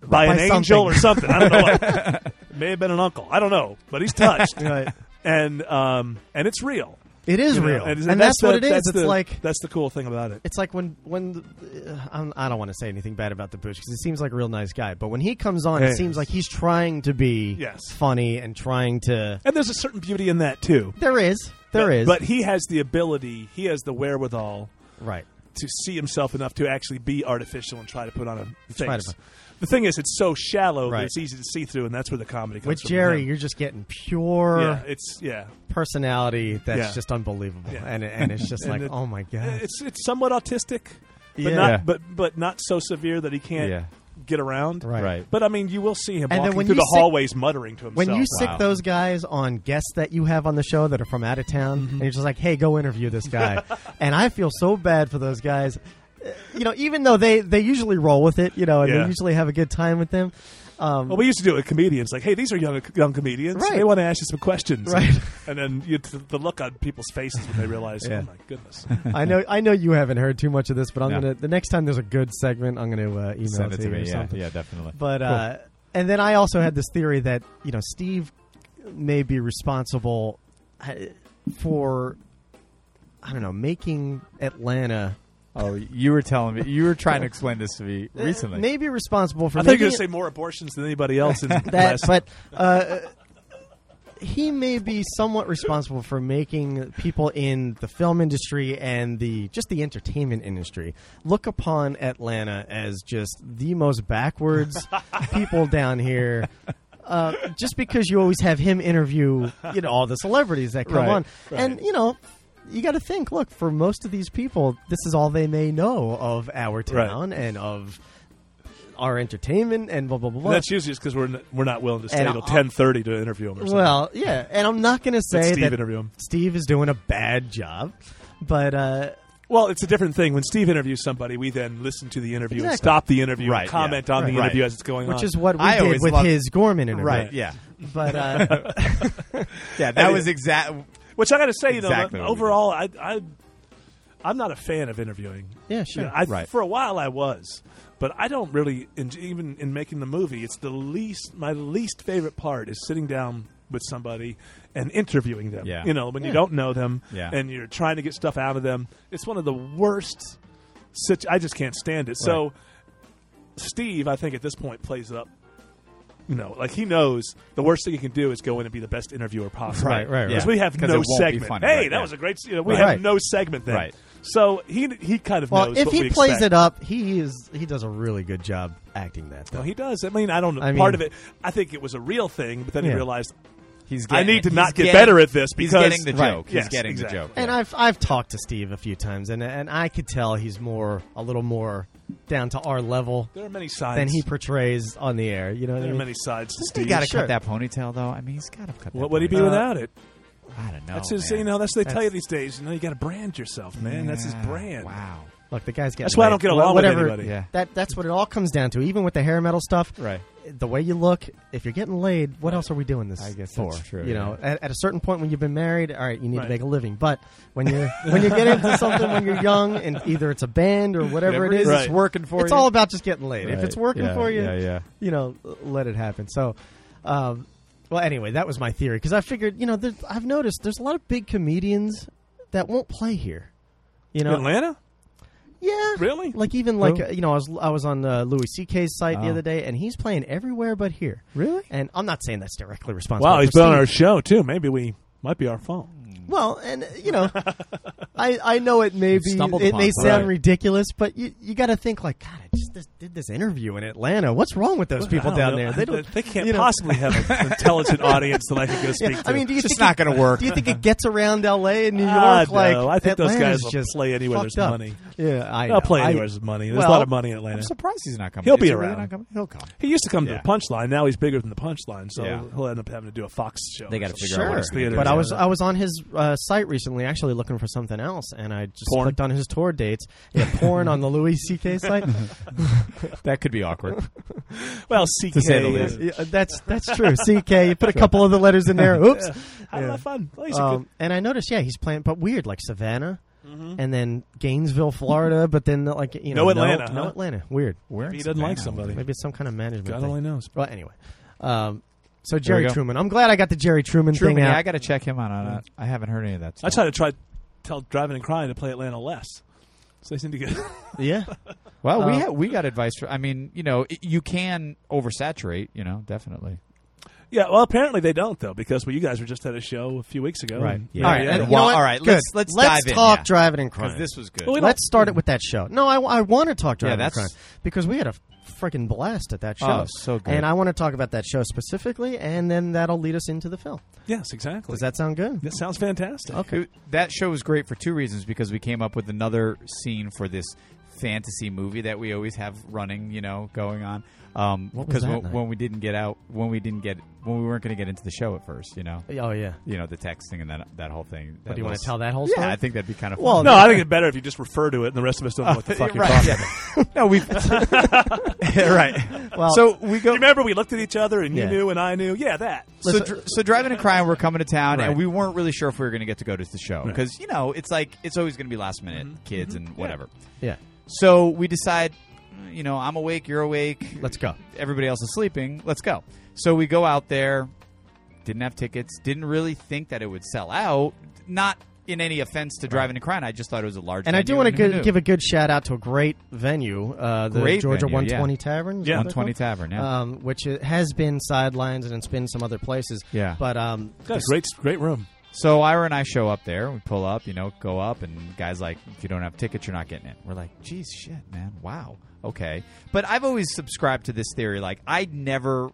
Speaker 4: by,
Speaker 7: By
Speaker 4: an angel or
Speaker 7: something.
Speaker 4: something. I don't know. What.
Speaker 7: *laughs*
Speaker 4: It may have been an uncle. I don't know, but he's touched,
Speaker 7: Right.
Speaker 4: and um, and it's real.
Speaker 7: It is
Speaker 4: You know,
Speaker 7: real. And that's what it is.
Speaker 4: that's
Speaker 7: It's
Speaker 4: the-
Speaker 7: like-
Speaker 4: that's the cool thing about it.
Speaker 7: it's like when when uh, I'm- I don't want to say anything bad about the Bush because he seems like a real nice guy, but when he comes on, it
Speaker 4: Yes.
Speaker 7: seems like he's trying to be
Speaker 4: Yes.
Speaker 7: funny and trying to.
Speaker 4: And there's a certain beauty in that too.
Speaker 7: There is, there
Speaker 4: but,
Speaker 7: is.
Speaker 4: But he has the ability. He has the wherewithal.
Speaker 7: Right.
Speaker 4: To see himself enough to actually be artificial and try to put on a face.
Speaker 7: Try to-
Speaker 4: the thing is, it's so shallow
Speaker 7: Right.
Speaker 4: that it's easy to see through, and that's where the comedy comes
Speaker 7: with
Speaker 4: from.
Speaker 7: Jerry,
Speaker 4: him.
Speaker 7: you're just getting pure.
Speaker 4: Yeah, it's- yeah.
Speaker 7: personality that's
Speaker 4: Yeah.
Speaker 7: just unbelievable,
Speaker 4: Yeah.
Speaker 7: and and it's
Speaker 4: *laughs*
Speaker 7: just
Speaker 4: And
Speaker 7: like
Speaker 4: it-
Speaker 7: oh my god.
Speaker 4: It's it's somewhat autistic, but
Speaker 7: Yeah.
Speaker 4: not
Speaker 7: Yeah.
Speaker 4: but but not so severe that he can't
Speaker 7: Yeah.
Speaker 4: get around.
Speaker 7: Right. Right.
Speaker 4: But I mean, you will see him
Speaker 7: And
Speaker 4: walking
Speaker 7: then when
Speaker 4: through
Speaker 7: you
Speaker 4: the
Speaker 7: sick-
Speaker 4: hallways muttering to himself.
Speaker 7: When you sick those guys on guests that you have on the show that are
Speaker 4: Mm-hmm. *laughs*
Speaker 7: from out of town, and you're just like, "Hey, go interview this guy," and I feel so bad for those guys. you know, even though they they usually roll with it, you know, and
Speaker 4: Yeah.
Speaker 7: they usually have a good time with them. Um,
Speaker 4: Well, we used to do it with comedians. Like, hey, these are young young comedians.
Speaker 7: Right.
Speaker 4: They want to ask you some questions.
Speaker 7: *laughs* Right.
Speaker 4: And then you, the look on people's faces when they realize, oh
Speaker 7: Yeah.
Speaker 4: my goodness.
Speaker 7: I
Speaker 4: *laughs*
Speaker 7: know I know you haven't heard too much of this, but I'm
Speaker 4: No.
Speaker 7: gonna the next time there's a good segment, I'm gonna uh, email
Speaker 10: Send it to
Speaker 7: you
Speaker 10: me,
Speaker 7: or
Speaker 10: yeah.
Speaker 7: something.
Speaker 10: Yeah, definitely.
Speaker 7: But
Speaker 10: Cool.
Speaker 7: uh, and then I also had this theory that you know Steve may be responsible uh, for I don't know making Atlanta.
Speaker 10: Oh, you were telling me you were trying to explain this to me recently.
Speaker 7: Eh, Maybe responsible
Speaker 4: I
Speaker 7: for.
Speaker 4: think
Speaker 7: making
Speaker 4: you're going
Speaker 7: it-
Speaker 4: to say more abortions than anybody else
Speaker 7: *laughs*
Speaker 4: in the
Speaker 7: that,
Speaker 4: last.
Speaker 7: but uh, he may be somewhat responsible for making people in the film industry and the just the entertainment industry look upon Atlanta as just the most
Speaker 10: *laughs*
Speaker 7: backwards people down here. Uh, just because you always have him interview, you know, all the celebrities that come
Speaker 10: Right,
Speaker 7: on,
Speaker 10: right.
Speaker 7: and you know, you got to think. Look, for most of these people, this is all they may know of our town and of our entertainment and blah blah blah. blah.
Speaker 4: that's usually just because we're, n- we're not willing to stay
Speaker 7: And
Speaker 4: until
Speaker 7: I'll-
Speaker 4: 10.30 to interview them or something.
Speaker 7: Well, yeah, and I'm not going to say
Speaker 4: Steve
Speaker 7: that
Speaker 4: interview him.
Speaker 7: Steve is doing a bad job, but uh,
Speaker 4: Well, it's a different thing. When Steve interviews somebody, we then listen to the interview and
Speaker 7: Exactly.
Speaker 4: stop the interview
Speaker 7: Right,
Speaker 4: and comment
Speaker 7: yeah.
Speaker 4: on the
Speaker 7: Right.
Speaker 4: interview as it's going on.
Speaker 7: Which is what we I did always with loved- his Gorman interview.
Speaker 10: Right, yeah.
Speaker 7: But, uh,
Speaker 10: *laughs* yeah, that
Speaker 4: And-
Speaker 10: was exact.
Speaker 4: Which I got to say,
Speaker 10: Exactly
Speaker 4: though,
Speaker 10: what we
Speaker 4: overall, I, I, I'm not a fan of interviewing.
Speaker 7: Yeah, sure.
Speaker 4: You know, I,
Speaker 10: Right.
Speaker 4: For a while, I was, but I don't really, en- even in making the movie, it's the least. My least favorite part is sitting down with somebody and interviewing them.
Speaker 10: Yeah.
Speaker 4: You know, when you
Speaker 10: Yeah.
Speaker 4: don't know them
Speaker 10: Yeah.
Speaker 4: and you're trying to get stuff out of them, it's one of the worst. Such I just can't stand it. So, Steve, I think at this point plays up. You know, like he knows the worst thing he can do is go in and be the best interviewer possible.
Speaker 10: Right, right, right.
Speaker 4: Because we have
Speaker 10: 'Cause
Speaker 4: no
Speaker 10: it won't be
Speaker 4: segment.
Speaker 10: funny,
Speaker 4: hey,
Speaker 10: right,
Speaker 4: that
Speaker 10: yeah.
Speaker 4: was a great. You know, we
Speaker 10: Right.
Speaker 4: have no segment then.
Speaker 10: Right.
Speaker 4: So he he kind of
Speaker 7: well,
Speaker 4: knows.
Speaker 7: if
Speaker 4: what
Speaker 7: he
Speaker 4: we
Speaker 7: plays
Speaker 4: expect.
Speaker 7: it up, he is he does a really good job acting that. Though.
Speaker 4: No, he does. I mean, I don't know.
Speaker 7: I mean-
Speaker 4: part of it, I think it was a real thing, but then he
Speaker 7: Yeah.
Speaker 4: realized
Speaker 10: he's.
Speaker 4: I
Speaker 10: getting
Speaker 4: need
Speaker 10: it.
Speaker 4: to
Speaker 10: He's
Speaker 4: not get
Speaker 10: getting-
Speaker 4: better at this
Speaker 10: he's
Speaker 4: because
Speaker 10: getting the joke. He's
Speaker 4: Yes,
Speaker 10: getting the
Speaker 4: exactly.
Speaker 10: joke.
Speaker 7: And I've I've talked to Steve a few times, and and I could tell he's more a little more down to our level.
Speaker 4: There are many sides.
Speaker 7: than he portrays on the air. You know, what I
Speaker 4: There are
Speaker 7: mean?
Speaker 4: many sides to
Speaker 10: He
Speaker 4: Steve.
Speaker 10: got to cut that ponytail, though. I mean, he's got to cut. that
Speaker 4: What would he be
Speaker 10: ponytail.
Speaker 4: without it?
Speaker 10: I don't know.
Speaker 4: That's his.
Speaker 10: man.
Speaker 4: You know, that's what they tell you
Speaker 7: Uh, That's-
Speaker 4: these days. You know, you got to brand yourself, man. That's his
Speaker 10: Yeah,
Speaker 4: brand.
Speaker 10: Ah, Wow.
Speaker 7: Look, the guy's getting.
Speaker 4: That's why I don't get
Speaker 7: laid.
Speaker 4: along with
Speaker 7: whatever,
Speaker 4: anybody.
Speaker 10: Yeah.
Speaker 7: That that's what it all comes down to. Even with the hair metal stuff,
Speaker 10: Right.
Speaker 7: The way you look, if you're getting laid, what else are we doing this
Speaker 10: I guess
Speaker 7: for?
Speaker 10: that's true,
Speaker 7: You know, at, at a certain point when you've been married, all right, you need
Speaker 4: Right.
Speaker 7: to make a living. But when you're *laughs* when you get into something when you're young, and either it's a band or whatever,
Speaker 10: Whatever
Speaker 7: it is,
Speaker 10: it's
Speaker 7: it's,
Speaker 10: working for
Speaker 7: it's
Speaker 10: you.
Speaker 7: all about just getting laid. If
Speaker 10: Right.
Speaker 7: it's working
Speaker 10: Yeah,
Speaker 7: for you,
Speaker 10: yeah, yeah.
Speaker 7: you know, let it happen. So, um, well, anyway, that was my theory because I figured, you know, there's, I've noticed there's a lot of big comedians that won't play here. You know,
Speaker 4: Atlanta.
Speaker 7: yeah,
Speaker 4: Really?
Speaker 7: Like even like
Speaker 10: Who?
Speaker 7: uh, you know, I was I was on uh, Louis C.K.'s site
Speaker 10: Oh.
Speaker 7: the other day, and he's playing everywhere but here.
Speaker 10: Really?
Speaker 7: And I'm not saying that's directly responsible.
Speaker 4: Wow, he's
Speaker 7: for
Speaker 4: been on
Speaker 7: Steve.
Speaker 4: our show too. Maybe we might be our fault.
Speaker 7: Well, and uh,
Speaker 4: *laughs*
Speaker 7: you know, I I know it may be
Speaker 10: stumbled
Speaker 7: it
Speaker 10: upon
Speaker 7: may
Speaker 10: something.
Speaker 7: sound
Speaker 10: Right.
Speaker 7: ridiculous, but you you got to think like God, I just this, did this interview in Atlanta. What's wrong with those people
Speaker 4: I don't
Speaker 7: down
Speaker 4: know.
Speaker 7: there? They don't.
Speaker 4: They can't
Speaker 7: you know.
Speaker 4: possibly have an intelligent audience that I could go speak
Speaker 7: *laughs* Yeah,
Speaker 4: to.
Speaker 7: I mean, do you
Speaker 10: It's just
Speaker 7: think
Speaker 10: not
Speaker 7: it-
Speaker 10: gonna work.
Speaker 7: Do you think it gets around L.A. and New York?
Speaker 4: Ah,
Speaker 7: like
Speaker 4: no. *laughs* I think those
Speaker 7: Atlanta's
Speaker 4: guys will
Speaker 7: just
Speaker 4: play anywhere there's
Speaker 7: fucked up.
Speaker 4: money.
Speaker 7: Yeah, I
Speaker 4: They'll
Speaker 7: know.
Speaker 4: play
Speaker 7: I-
Speaker 4: anywhere there's money. There's
Speaker 7: well,
Speaker 4: a lot of money in Atlanta.
Speaker 10: I'm surprised he's not coming.
Speaker 4: He'll be
Speaker 10: Is he really
Speaker 4: around.
Speaker 10: not coming? He'll come.
Speaker 4: He used to come
Speaker 10: Yeah.
Speaker 4: to the punchline. Now he's bigger than the punchline, so
Speaker 10: Yeah.
Speaker 4: he'll end up having to do a Fox show.
Speaker 10: They
Speaker 4: got to
Speaker 10: figure out
Speaker 7: Sure,
Speaker 10: what it's gonna
Speaker 4: Theater.
Speaker 10: be.
Speaker 7: but I was
Speaker 4: Yeah.
Speaker 7: I was on his uh, site recently, actually looking for something else, and I just
Speaker 4: Porn?
Speaker 7: clicked on his tour dates. Yeah, porn on the Louis
Speaker 10: *laughs*
Speaker 7: C.K. site.
Speaker 10: That could be *laughs* awkward.
Speaker 7: *laughs*
Speaker 4: Well, CK.
Speaker 10: say the
Speaker 4: is-
Speaker 10: least.
Speaker 7: Yeah, that's that's true. C.K. You put a couple of the letters in
Speaker 10: *laughs*
Speaker 7: there. Oops.
Speaker 4: Have a lot of fun. Well, he's a
Speaker 7: Um, and I noticed, yeah, he's playing, but weird, like Savannah,
Speaker 10: Mm-hmm.
Speaker 7: and then Gainesville, Florida, but then like you know,
Speaker 4: No Atlanta,
Speaker 7: no,
Speaker 4: huh?
Speaker 7: Atlanta, weird.
Speaker 10: Where
Speaker 4: good- he
Speaker 10: in
Speaker 4: doesn't like
Speaker 10: Savannah?
Speaker 4: somebody.
Speaker 7: Maybe it's some kind of management.
Speaker 4: God
Speaker 7: thing.
Speaker 4: only knows.
Speaker 7: Well, anyway, um, so
Speaker 10: There we
Speaker 7: Jerry
Speaker 10: go.
Speaker 7: Truman. I'm glad I got the Jerry Truman,
Speaker 10: Truman,
Speaker 7: thing out.
Speaker 10: yeah, I got to check him out on it. I haven't heard any of that.
Speaker 4: I
Speaker 10: Stuff.
Speaker 4: try to try tell driving and crying to play Atlanta less. So they seem to get. *laughs*
Speaker 7: yeah,
Speaker 10: Well, we
Speaker 7: Uh,
Speaker 10: ha- we got advice for. I mean, you know, i- you can oversaturate. You know, definitely.
Speaker 4: yeah. Well, apparently they don't though, because well, you guys were just at a show a few weeks ago.
Speaker 7: Right.
Speaker 4: and-
Speaker 10: Yeah.
Speaker 7: All right.
Speaker 10: Yeah.
Speaker 7: and
Speaker 10: Yeah.
Speaker 7: you know
Speaker 10: Well,
Speaker 7: what?
Speaker 10: all right,
Speaker 7: Good.
Speaker 10: let's- let's dive in,
Speaker 7: talk
Speaker 10: yeah.
Speaker 7: driving and crime.
Speaker 10: was good.
Speaker 4: Well, we don't-
Speaker 7: let's start it with that show. No, I, I want to talk driving
Speaker 10: Yeah,
Speaker 7: and crime
Speaker 10: that's-
Speaker 7: because we had a freaking blast at that show.
Speaker 10: Oh, so good.
Speaker 7: And I want to talk about that show specifically, and then that'll lead us into the film.
Speaker 4: Yes, exactly.
Speaker 7: Does that sound good?
Speaker 4: That sounds fantastic.
Speaker 10: It- that show was great for two reasons because we came up with another scene for this fantasy movie that we always have running, you know, going on. Um,
Speaker 7: What was
Speaker 10: because
Speaker 7: that
Speaker 10: when,
Speaker 7: night?
Speaker 10: when we didn't get out, when we didn't get, when we weren't going to get into the show at first, you know.
Speaker 7: Oh, yeah.
Speaker 10: You know the texting and that that whole thing.
Speaker 7: But do you wanna
Speaker 10: was-
Speaker 7: tell that whole
Speaker 10: Yeah,
Speaker 7: story?
Speaker 10: I think that'd be kind of.
Speaker 7: Well,
Speaker 10: fun.
Speaker 4: no, I think it's better if you just refer to it, and the rest of us don't know what
Speaker 7: *laughs*
Speaker 4: the
Speaker 10: Uh,
Speaker 4: fuck you're
Speaker 10: right,
Speaker 4: talking
Speaker 10: yeah.
Speaker 4: about.
Speaker 10: *laughs* no, we *laughs* right.
Speaker 7: Well-
Speaker 10: so we go.
Speaker 4: You remember we looked at each other, and you
Speaker 10: Yeah.
Speaker 4: knew, and I knew. Yeah, that.
Speaker 10: So, dr- so driving and crying, we're coming to town,
Speaker 7: Right.
Speaker 10: and we weren't really sure if we were going to get to go to the show because you know it's like it's always going to be last minute kids and whatever.
Speaker 7: Mm-hmm. Yeah.
Speaker 10: So we decide, you know, I'm awake, you're awake.
Speaker 7: Let's go.
Speaker 10: Everybody else is sleeping. Let's go. So we go out there. Didn't have tickets. Didn't really think that it would sell out. Not in any offense to driving and crying. I just thought it was a large.
Speaker 7: And I do want to give
Speaker 10: a
Speaker 7: a good shout out to a great venue, uh, the
Speaker 10: Great
Speaker 7: Georgia
Speaker 10: venue,
Speaker 7: 120
Speaker 10: yeah.
Speaker 7: Tavern. is
Speaker 10: Yeah.
Speaker 7: that what they're
Speaker 10: 120
Speaker 7: called?
Speaker 10: Tavern, yeah.
Speaker 7: Um, which it has been sidelined and it's been some other places.
Speaker 10: Yeah.
Speaker 7: But um,
Speaker 4: Got a
Speaker 7: this-
Speaker 4: great, great room.
Speaker 10: So Ira and I show up there. We pull up, you know, go up, and guys like, if you don't have tickets, you're not getting in. We're like, geez, shit, man, wow, okay. But I've always subscribed to this theory. Like, I never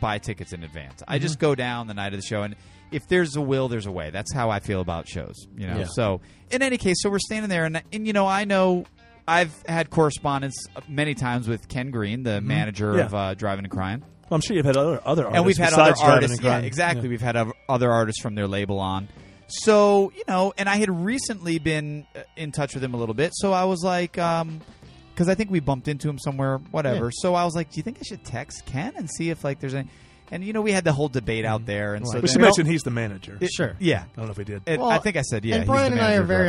Speaker 10: buy tickets in advance. I just go down the night of the show, and if there's a will, there's a way. That's how I feel about shows, you know.
Speaker 7: Yeah.
Speaker 10: So in any case, so we're standing there, and and you know, I know. I've had correspondence many times with Ken Green, the manager
Speaker 4: Yeah.
Speaker 10: of uh, Driving and Crying,
Speaker 4: Well, I'm sure you've had other other artists
Speaker 10: and we've had other
Speaker 4: besides Driving
Speaker 10: artists.
Speaker 4: and
Speaker 10: Yeah,
Speaker 4: Crying.
Speaker 10: exactly. We've had oth- other artists from their label on. So you know, and I had recently been uh, in touch with him a little bit. So I was like, um 'cause because I think we bumped into him somewhere, whatever.
Speaker 7: Yeah.
Speaker 10: So I was like, do you think I should text Ken and see if like there's any? And you know, we had the whole debate
Speaker 7: Mm-hmm.
Speaker 10: out there, and so
Speaker 7: Right.
Speaker 4: We should
Speaker 10: then-
Speaker 4: mention he's the manager. I
Speaker 7: Sure.
Speaker 10: yeah.
Speaker 4: don't know if we did.
Speaker 10: And I think I said yeah.
Speaker 7: And
Speaker 10: he's
Speaker 7: Brian
Speaker 10: the
Speaker 7: and I
Speaker 10: manager
Speaker 7: are
Speaker 10: of
Speaker 7: very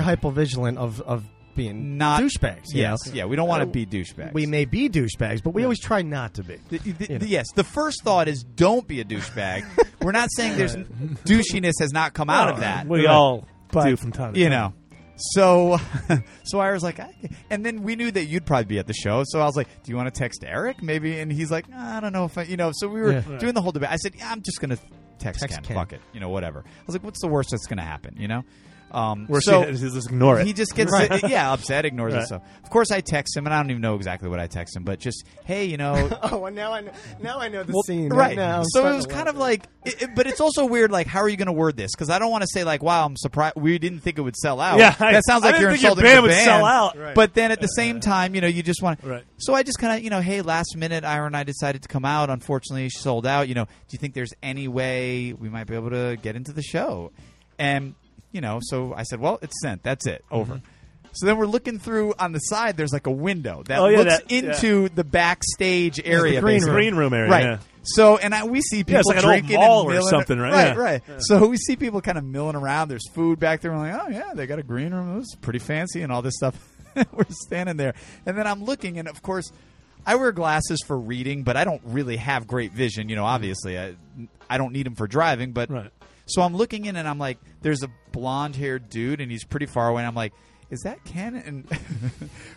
Speaker 7: hypervigilant
Speaker 10: Drive-In.
Speaker 7: of, of being
Speaker 10: Not
Speaker 7: douchebags. you
Speaker 10: Yes,
Speaker 7: know?
Speaker 10: yeah. We don't want
Speaker 7: Uh,
Speaker 10: to be douchebags.
Speaker 7: We may be douchebags, but we always try not to be.
Speaker 10: The- the-
Speaker 7: You know.
Speaker 10: Yes, the first thought is don't be a douchebag. We're not
Speaker 7: *laughs*
Speaker 10: saying there's douchiness has not come out of that.
Speaker 4: we all do from time to
Speaker 10: you
Speaker 4: time.
Speaker 10: know. So, *laughs* so I was like, I, and then we knew that you'd probably be at the show. So I was like, "Do you want to text Eric, maybe?" And he's like, "I don't know if I, you know." So we were
Speaker 7: Yeah.
Speaker 10: doing the whole debate. I said, yeah, "I'm just gonna text,
Speaker 7: Text
Speaker 10: Ken,
Speaker 7: Ken.
Speaker 10: fuck it, you know, whatever." I was like, "What's the worst that's gonna happen?" You know. Um,
Speaker 4: We're
Speaker 10: so
Speaker 4: saying is just ignore it.
Speaker 10: he just gets yeah upset, ignores
Speaker 4: Right.
Speaker 10: us. So of course I text him, and I don't even know exactly what I text him, but just hey, you know,
Speaker 7: Oh, and now I know, now I know the
Speaker 10: well,
Speaker 7: scene.
Speaker 10: Right.
Speaker 7: Now I'm
Speaker 10: so it
Speaker 7: starting
Speaker 10: was
Speaker 7: to
Speaker 10: kind
Speaker 7: laugh.
Speaker 10: of like, it, it- but it's also weird. Like, how are you going to word this? Because I don't want to say like, "Wow, I'm surprised. We didn't think it would sell out."
Speaker 4: Yeah, I-
Speaker 10: that sounds
Speaker 4: I
Speaker 10: like
Speaker 4: didn't
Speaker 10: you're
Speaker 4: think your
Speaker 10: insulting
Speaker 4: band
Speaker 10: the
Speaker 4: would sell out.
Speaker 7: Right.
Speaker 10: But then at the same time, you know, you just want.
Speaker 4: Right.
Speaker 10: So I just kind of, you know, hey, last minute, Ira and I decided to come out. Unfortunately, she sold out. You know, do you think there's any way we might be able to get into the show? And you know, so I said, well, it's sent. That's it. Over.
Speaker 4: Mm-hmm.
Speaker 10: So then we're looking through on the side. There's like a window that
Speaker 4: Oh, yeah,
Speaker 10: looks
Speaker 4: that- yeah.
Speaker 10: into the backstage area,
Speaker 4: green room.
Speaker 10: basically.
Speaker 4: Green room area,
Speaker 10: right?
Speaker 4: yeah.
Speaker 10: So and I, we see people
Speaker 4: Yeah, it's like an old
Speaker 10: drinking
Speaker 4: mall
Speaker 10: and
Speaker 4: or
Speaker 10: milling-
Speaker 4: something, right?
Speaker 10: Right,
Speaker 4: Yeah.
Speaker 10: right. So we see people kind of milling around. There's food back there. We're like, oh yeah, they got a green room. It's pretty fancy and all this stuff. *laughs* We're standing there, and then I'm looking, and of course, I wear glasses for reading, but I don't really have great vision. You know, obviously, I I don't need them for driving, but
Speaker 4: Right.
Speaker 10: so I'm looking in, and I'm like, there's a blonde haired dude, and he's pretty far away. And I'm like. Is that Ken? And *laughs*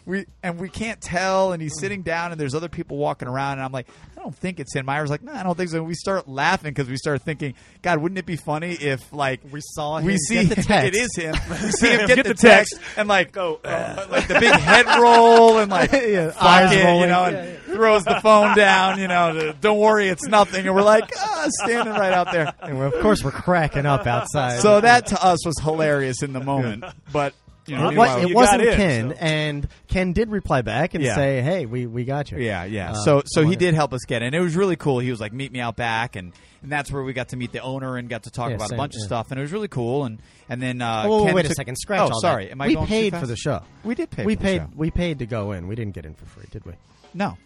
Speaker 10: we and we can't tell. And he's sitting down, and there's other people walking around. And I'm like, I don't think it's him. Myra's like, No, I don't think so. And we start laughing because we start thinking, God, wouldn't it be funny if like
Speaker 7: We saw
Speaker 10: we
Speaker 7: him
Speaker 10: see
Speaker 7: get the
Speaker 10: it
Speaker 7: text. *laughs*
Speaker 10: is him. *laughs* We see him
Speaker 4: Get
Speaker 10: get,
Speaker 4: the
Speaker 10: the, text, and like go like the big head roll and like
Speaker 7: uh. *laughs* Yeah,
Speaker 10: fuck
Speaker 7: eyes
Speaker 10: it, you
Speaker 7: rolling.
Speaker 10: know, and
Speaker 7: Yeah,
Speaker 10: throws the phone down. You know, the, don't worry, it's nothing. And
Speaker 7: *laughs*
Speaker 10: we're like ah, standing right out there.
Speaker 7: And we're, of course, we're cracking up outside.
Speaker 10: So that to us was hilarious in the moment, but you know,
Speaker 7: It,
Speaker 10: meanwhile-
Speaker 7: was,
Speaker 4: you
Speaker 7: not
Speaker 4: got in,
Speaker 7: Ken,
Speaker 4: so.
Speaker 7: and Ken did reply back and
Speaker 10: Yeah.
Speaker 7: say, "Hey, we, we got you."
Speaker 10: Yeah, yeah.
Speaker 7: Uh,
Speaker 10: so so he
Speaker 7: whatever.
Speaker 10: did help us get in. It was really cool. He was like, "Meet me out back," and, and that's where we got to meet the owner and got to talk
Speaker 7: Yeah,
Speaker 10: about
Speaker 7: same,
Speaker 10: a bunch of
Speaker 7: yeah.
Speaker 10: stuff. And it was really cool. And and then uh,
Speaker 7: Oh,
Speaker 10: Ken
Speaker 7: wait a
Speaker 10: took-
Speaker 7: second. Scratch.
Speaker 10: Oh,
Speaker 7: all that.
Speaker 10: sorry. Am I
Speaker 7: we
Speaker 10: going too
Speaker 7: paid
Speaker 10: fast?
Speaker 7: for the show.
Speaker 10: We did pay.
Speaker 7: We
Speaker 10: for
Speaker 7: paid.
Speaker 10: The show.
Speaker 7: We paid to go in. We didn't get in for free, did we,
Speaker 10: No.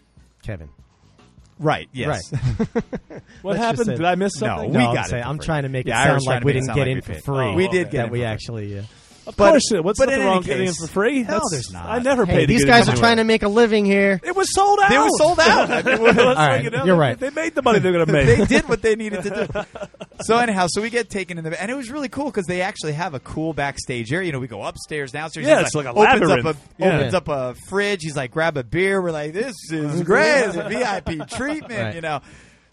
Speaker 7: Kevin?
Speaker 10: Right. Yes.
Speaker 7: Right.
Speaker 4: What
Speaker 7: Let's just
Speaker 4: happened?
Speaker 7: say-
Speaker 4: Did I miss
Speaker 10: *laughs* No,
Speaker 4: something?
Speaker 10: we
Speaker 7: No, I'm
Speaker 10: got it.
Speaker 7: saying-
Speaker 10: for
Speaker 7: I'm
Speaker 10: free.
Speaker 7: trying to make it
Speaker 10: Yeah, I
Speaker 7: sound
Speaker 10: was trying
Speaker 7: like
Speaker 10: to
Speaker 7: we
Speaker 10: make it
Speaker 7: didn't
Speaker 10: sound
Speaker 7: get
Speaker 10: like
Speaker 7: in
Speaker 10: we
Speaker 7: for
Speaker 10: paid.
Speaker 7: free.
Speaker 10: Oh, We did get
Speaker 7: that
Speaker 10: in
Speaker 7: we
Speaker 10: for free.
Speaker 7: actually. uh, Yeah.
Speaker 4: Of
Speaker 10: But-
Speaker 4: course, it- what's
Speaker 10: but
Speaker 4: nothing
Speaker 10: in any
Speaker 4: wrong with getting in
Speaker 10: case-
Speaker 4: for free?
Speaker 10: No, there's not.
Speaker 4: I never
Speaker 7: Hey,
Speaker 4: paid.
Speaker 7: these
Speaker 4: to get
Speaker 7: guys
Speaker 4: in
Speaker 7: are trying to make a living here.
Speaker 4: It was sold out.
Speaker 10: They were
Speaker 7: *laughs*
Speaker 10: sold out. I mean,
Speaker 4: Let's
Speaker 7: All right,
Speaker 4: make it up.
Speaker 7: you're right.
Speaker 4: They made the money they're going to
Speaker 10: *laughs*
Speaker 4: make.
Speaker 10: they did what they needed to
Speaker 7: *laughs*
Speaker 10: do. So anyhow, so we get taken in the and it was really cool because they actually have a cool backstage area. You know, we go upstairs, downstairs.
Speaker 4: Yeah,
Speaker 10: he's
Speaker 4: it's like a
Speaker 10: opens up
Speaker 4: labyrinth.
Speaker 10: a
Speaker 4: Yeah.
Speaker 10: opens up a fridge. He's like, grab a beer. We're like, this
Speaker 7: *laughs*
Speaker 10: is great. It's a VIP treatment.
Speaker 7: Right.
Speaker 10: You know.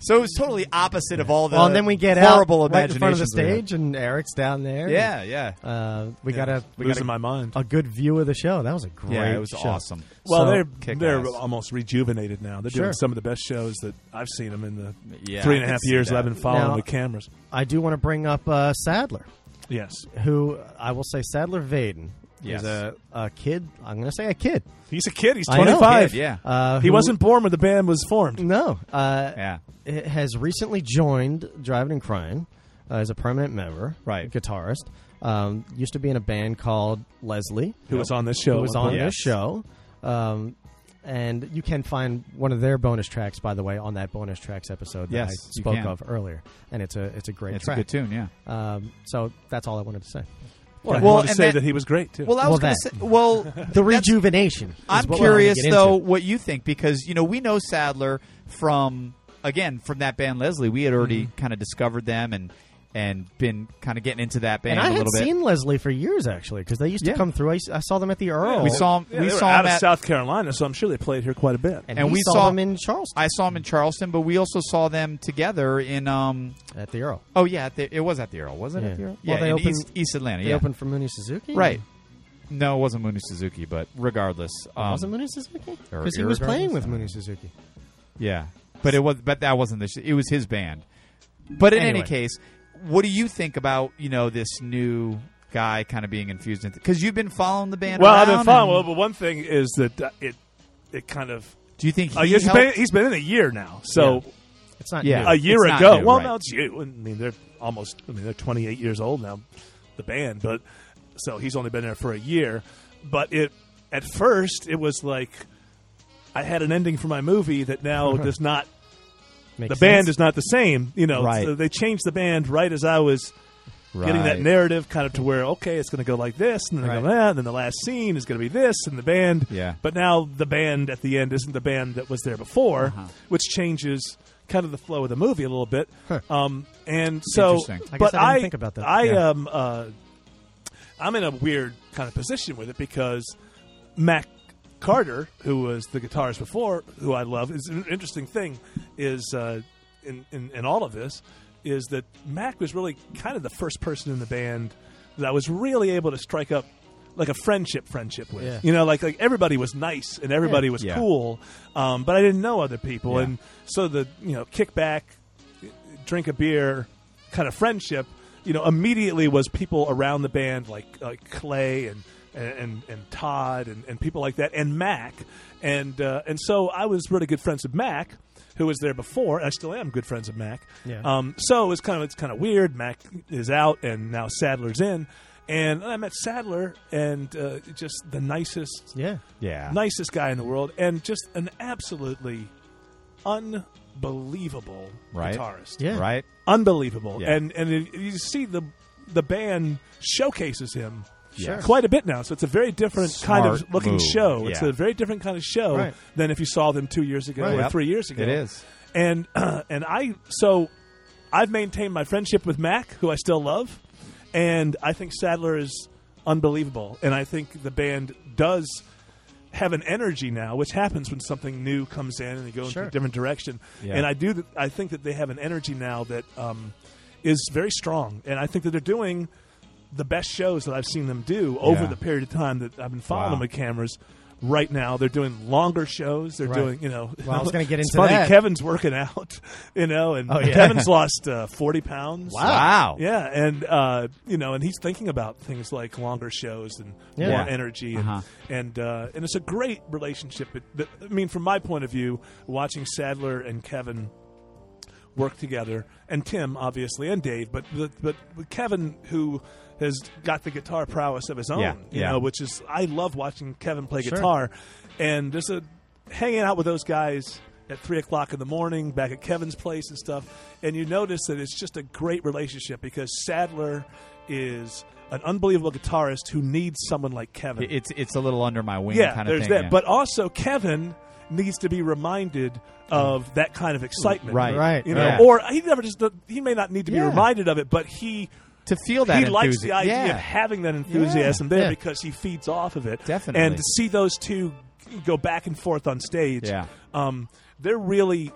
Speaker 10: So it was totally opposite of all the
Speaker 7: well, and then we get
Speaker 10: horrible
Speaker 7: out right in front of the
Speaker 10: imaginations we had.
Speaker 7: stage, and Eric's down there.
Speaker 10: Yeah, yeah.
Speaker 7: Uh, we got a we got
Speaker 4: Losing
Speaker 7: a,
Speaker 4: my mind.
Speaker 7: a good view of the show. That was a great.
Speaker 10: Yeah, it was
Speaker 7: show.
Speaker 10: awesome.
Speaker 4: Well,
Speaker 7: So-
Speaker 4: they're
Speaker 10: kick
Speaker 4: they're
Speaker 10: ass.
Speaker 4: almost rejuvenated now. They're
Speaker 7: Sure.
Speaker 4: doing some of the best shows that I've seen them in the
Speaker 10: Yeah,
Speaker 4: three and a
Speaker 10: I could
Speaker 4: half
Speaker 10: see
Speaker 4: years
Speaker 10: that.
Speaker 4: I've been following
Speaker 7: Now-
Speaker 4: with cameras.
Speaker 7: I do want to bring up uh, Sadler,
Speaker 4: Yes,
Speaker 7: who I will say Sadler Vaden There's
Speaker 10: Yes.
Speaker 7: a, a kid. I'm going to say a kid.
Speaker 4: He's a kid. He's
Speaker 7: I know.
Speaker 4: 25.
Speaker 7: Kid, yeah. Uh,
Speaker 4: he
Speaker 7: who-
Speaker 4: wasn't born when the band was formed.
Speaker 7: No. Uh, it Has recently joined Driving and Crying uh, as a permanent member, right? Guitarist. Um, used to be in a band called Leslie,
Speaker 4: Who was on this show
Speaker 7: Who
Speaker 4: at
Speaker 7: was
Speaker 4: one
Speaker 7: on
Speaker 4: point.
Speaker 7: this
Speaker 4: Yes.
Speaker 7: show. Um, and you can find one of their bonus tracks, by the way, on that bonus tracks episode that
Speaker 10: Yes,
Speaker 7: I
Speaker 10: you
Speaker 7: spoke
Speaker 10: can.
Speaker 7: of earlier. And it's a it's a great
Speaker 10: It's a
Speaker 7: track.
Speaker 10: good tune, yeah.
Speaker 7: Um, so that's all I wanted to say.
Speaker 4: Well, I
Speaker 7: Yeah.
Speaker 4: wanted to say that, he was great too.
Speaker 10: Well, I was going
Speaker 7: that.
Speaker 10: to say. Well,
Speaker 7: *laughs* the rejuvenation. is
Speaker 10: I'm
Speaker 7: what we're gonna
Speaker 10: curious
Speaker 7: get into.
Speaker 10: though what you think because you know we know Sadler from again from that band Leslie. We had already
Speaker 7: Mm-hmm.
Speaker 10: kind of discovered them and and been kind of getting into that
Speaker 7: and
Speaker 10: band
Speaker 7: I
Speaker 10: a
Speaker 7: had
Speaker 10: little bit.
Speaker 7: seen Leslie for years actually because they used to
Speaker 10: Yeah.
Speaker 7: come through. I, s- I saw them at the Earl.
Speaker 10: We saw 'em-
Speaker 4: Yeah,
Speaker 10: we
Speaker 4: they were
Speaker 10: saw
Speaker 4: out
Speaker 10: him
Speaker 4: of
Speaker 10: at-
Speaker 4: South Carolina, so I'm sure they played here quite a bit.
Speaker 7: and, we saw, them in Charleston.
Speaker 10: I saw him in Charleston, but we also saw them together in um
Speaker 7: at the Earl.
Speaker 10: Oh yeah, at the, it was at the Earl, was it?
Speaker 7: Yeah.
Speaker 10: At the Earl?
Speaker 7: Well,
Speaker 10: yeah,
Speaker 7: they
Speaker 10: in
Speaker 7: opened-
Speaker 10: East, East Atlanta.
Speaker 7: they
Speaker 10: yeah,
Speaker 7: opened for Mooney Suzuki?
Speaker 10: Right. No, it wasn't Mooney Suzuki, but regardless, um,
Speaker 7: was it Mooney Suzuki?
Speaker 10: or
Speaker 7: Because he was
Speaker 10: irregardless?
Speaker 7: playing with Mooney Suzuki.
Speaker 10: Yeah, but it was but that wasn't the sh- it was his band. But in any
Speaker 7: Anyway.
Speaker 10: case, what do you think about you know this new guy kind of being infused into? Because you've been following the band.
Speaker 4: Well, I've been
Speaker 10: around
Speaker 4: following.
Speaker 10: and-
Speaker 4: Well, but one thing is that uh, it it kind of.
Speaker 10: Do you think
Speaker 4: Uh,
Speaker 10: he
Speaker 4: he's
Speaker 10: helped?
Speaker 4: been, he's been in a year now, so
Speaker 7: It's not
Speaker 10: Yeah.
Speaker 7: new.
Speaker 4: a year
Speaker 10: It's not
Speaker 4: ago.
Speaker 10: new,
Speaker 4: well,
Speaker 10: right.
Speaker 4: no, it's you. I mean, they're almost. I mean, they're 28 years old now, the band. But so he's only been there for a year. But it at first it was like I had an ending for my movie that now does not.
Speaker 7: Makes
Speaker 4: the band
Speaker 7: sense.
Speaker 4: is not the same. You know,
Speaker 10: Right.
Speaker 4: so they changed the band right as I was. Getting that
Speaker 10: Right.
Speaker 4: narrative kind of to where okay, it's going to go like this, and then
Speaker 10: Right.
Speaker 4: go that, and then the last scene is going to be this, and the band.
Speaker 10: Yeah.
Speaker 4: But now the band at the end isn't the band that was there before,
Speaker 10: Uh-huh.
Speaker 4: which changes kind of the flow of the movie a little bit. Um, and so,
Speaker 10: Interesting.
Speaker 7: I guess
Speaker 4: but
Speaker 7: I didn't think about that.
Speaker 4: I
Speaker 7: Yeah.
Speaker 4: am. Uh, I'm in a weird kind of position with it because Mac Carter, who was the guitarist before, who I love, is an interesting thing. Is uh, in, in in all of this is that Mac was really kind of the first person in the band that I was really able to strike up like a friendship friendship with.
Speaker 7: Yeah.
Speaker 4: You know, like like everybody was nice and everybody was
Speaker 10: Yeah.
Speaker 4: cool, um, but I didn't know other people,
Speaker 10: Yeah.
Speaker 4: and so the you know kick back drink a beer kind of friendship, you know, immediately was people around the band like like Clay and and and Todd and, and people like that and Mac and uh, and so I was really good friends with Mac. Who was there before? I still am good friends with Mac.
Speaker 7: Yeah.
Speaker 4: Um, so it's kind of it's kind of weird. Mac is out, and now Sadler's in, and I met Sadler, and uh, just the nicest,
Speaker 7: *laughs* Yeah.
Speaker 10: Yeah,
Speaker 4: nicest guy in the world, and just an absolutely unbelievable
Speaker 10: Right.
Speaker 4: guitarist
Speaker 7: Yeah.
Speaker 10: right.
Speaker 4: unbelievable.
Speaker 10: Yeah.
Speaker 4: And and it- you see the the band showcases him
Speaker 10: Sure.
Speaker 4: quite a bit now. So it's a very different kind of
Speaker 10: Smart
Speaker 4: looking
Speaker 10: move.
Speaker 4: show. It's
Speaker 10: Yeah.
Speaker 4: a very different kind of show
Speaker 7: Right.
Speaker 4: than if you saw them two years ago
Speaker 10: Right.
Speaker 4: or
Speaker 10: Yep.
Speaker 4: three years ago.
Speaker 10: It is.
Speaker 4: And *clears throat* and I so I've maintained my friendship with Mac, who I still love, and I think Sadler is unbelievable. And I think the band does have an energy now, which happens when something new comes in and they go into
Speaker 7: Sure.
Speaker 4: a different direction.
Speaker 10: Yeah.
Speaker 4: And I do, th- I think that they have an energy now that um, is very strong, and I think that they're doing the best shows that I've seen them do over
Speaker 10: Yeah.
Speaker 4: the period of time that I've been following
Speaker 10: Wow.
Speaker 4: them with cameras. Right now, they're doing longer shows. They're
Speaker 7: Right.
Speaker 4: doing, you know,
Speaker 7: Well, I was gonna get
Speaker 4: *laughs* it's
Speaker 7: into
Speaker 4: funny,
Speaker 7: that.
Speaker 4: Kevin's working out, *laughs* you know, and
Speaker 7: Oh, yeah.
Speaker 4: Kevin's lost uh, forty pounds.
Speaker 10: Wow.
Speaker 4: Yeah, and uh, you know, and he's thinking about things like longer shows and
Speaker 7: Yeah.
Speaker 4: more
Speaker 10: Yeah.
Speaker 4: energy, and
Speaker 10: Uh-huh.
Speaker 4: and, uh, and it's a great relationship. It, that, I mean, from my point of view, watching Sadler and Kevin work together, and Tim obviously, and Dave, but the, but Kevin who has got the guitar prowess of his own,
Speaker 10: Yeah,
Speaker 4: you
Speaker 10: yeah.
Speaker 4: know, which is I love watching Kevin play
Speaker 7: Sure.
Speaker 4: guitar, and just a, hanging out with those guys at three o'clock in the morning back at Kevin's place and stuff, and you notice that it's just a great relationship because Sadler is an unbelievable guitarist who needs someone like Kevin.
Speaker 10: It's it's a little under my wing.
Speaker 4: yeah,
Speaker 10: kind of
Speaker 4: there's
Speaker 10: thing,
Speaker 4: that,
Speaker 10: yeah.
Speaker 4: but also Kevin needs to be reminded of that kind of excitement,
Speaker 10: Right.
Speaker 7: Right,
Speaker 4: You know,
Speaker 10: right.
Speaker 4: or he never just he may not need to be
Speaker 10: Yeah.
Speaker 4: reminded of it, but he
Speaker 10: to feel that
Speaker 4: he likes the
Speaker 10: enthusi-
Speaker 4: idea of
Speaker 10: yeah.
Speaker 4: having that enthusiasm there
Speaker 7: Yeah.
Speaker 4: because he feeds off of it.
Speaker 10: Definitely.
Speaker 4: And to see those two go back and forth on stage,
Speaker 10: Yeah.
Speaker 4: um, they're really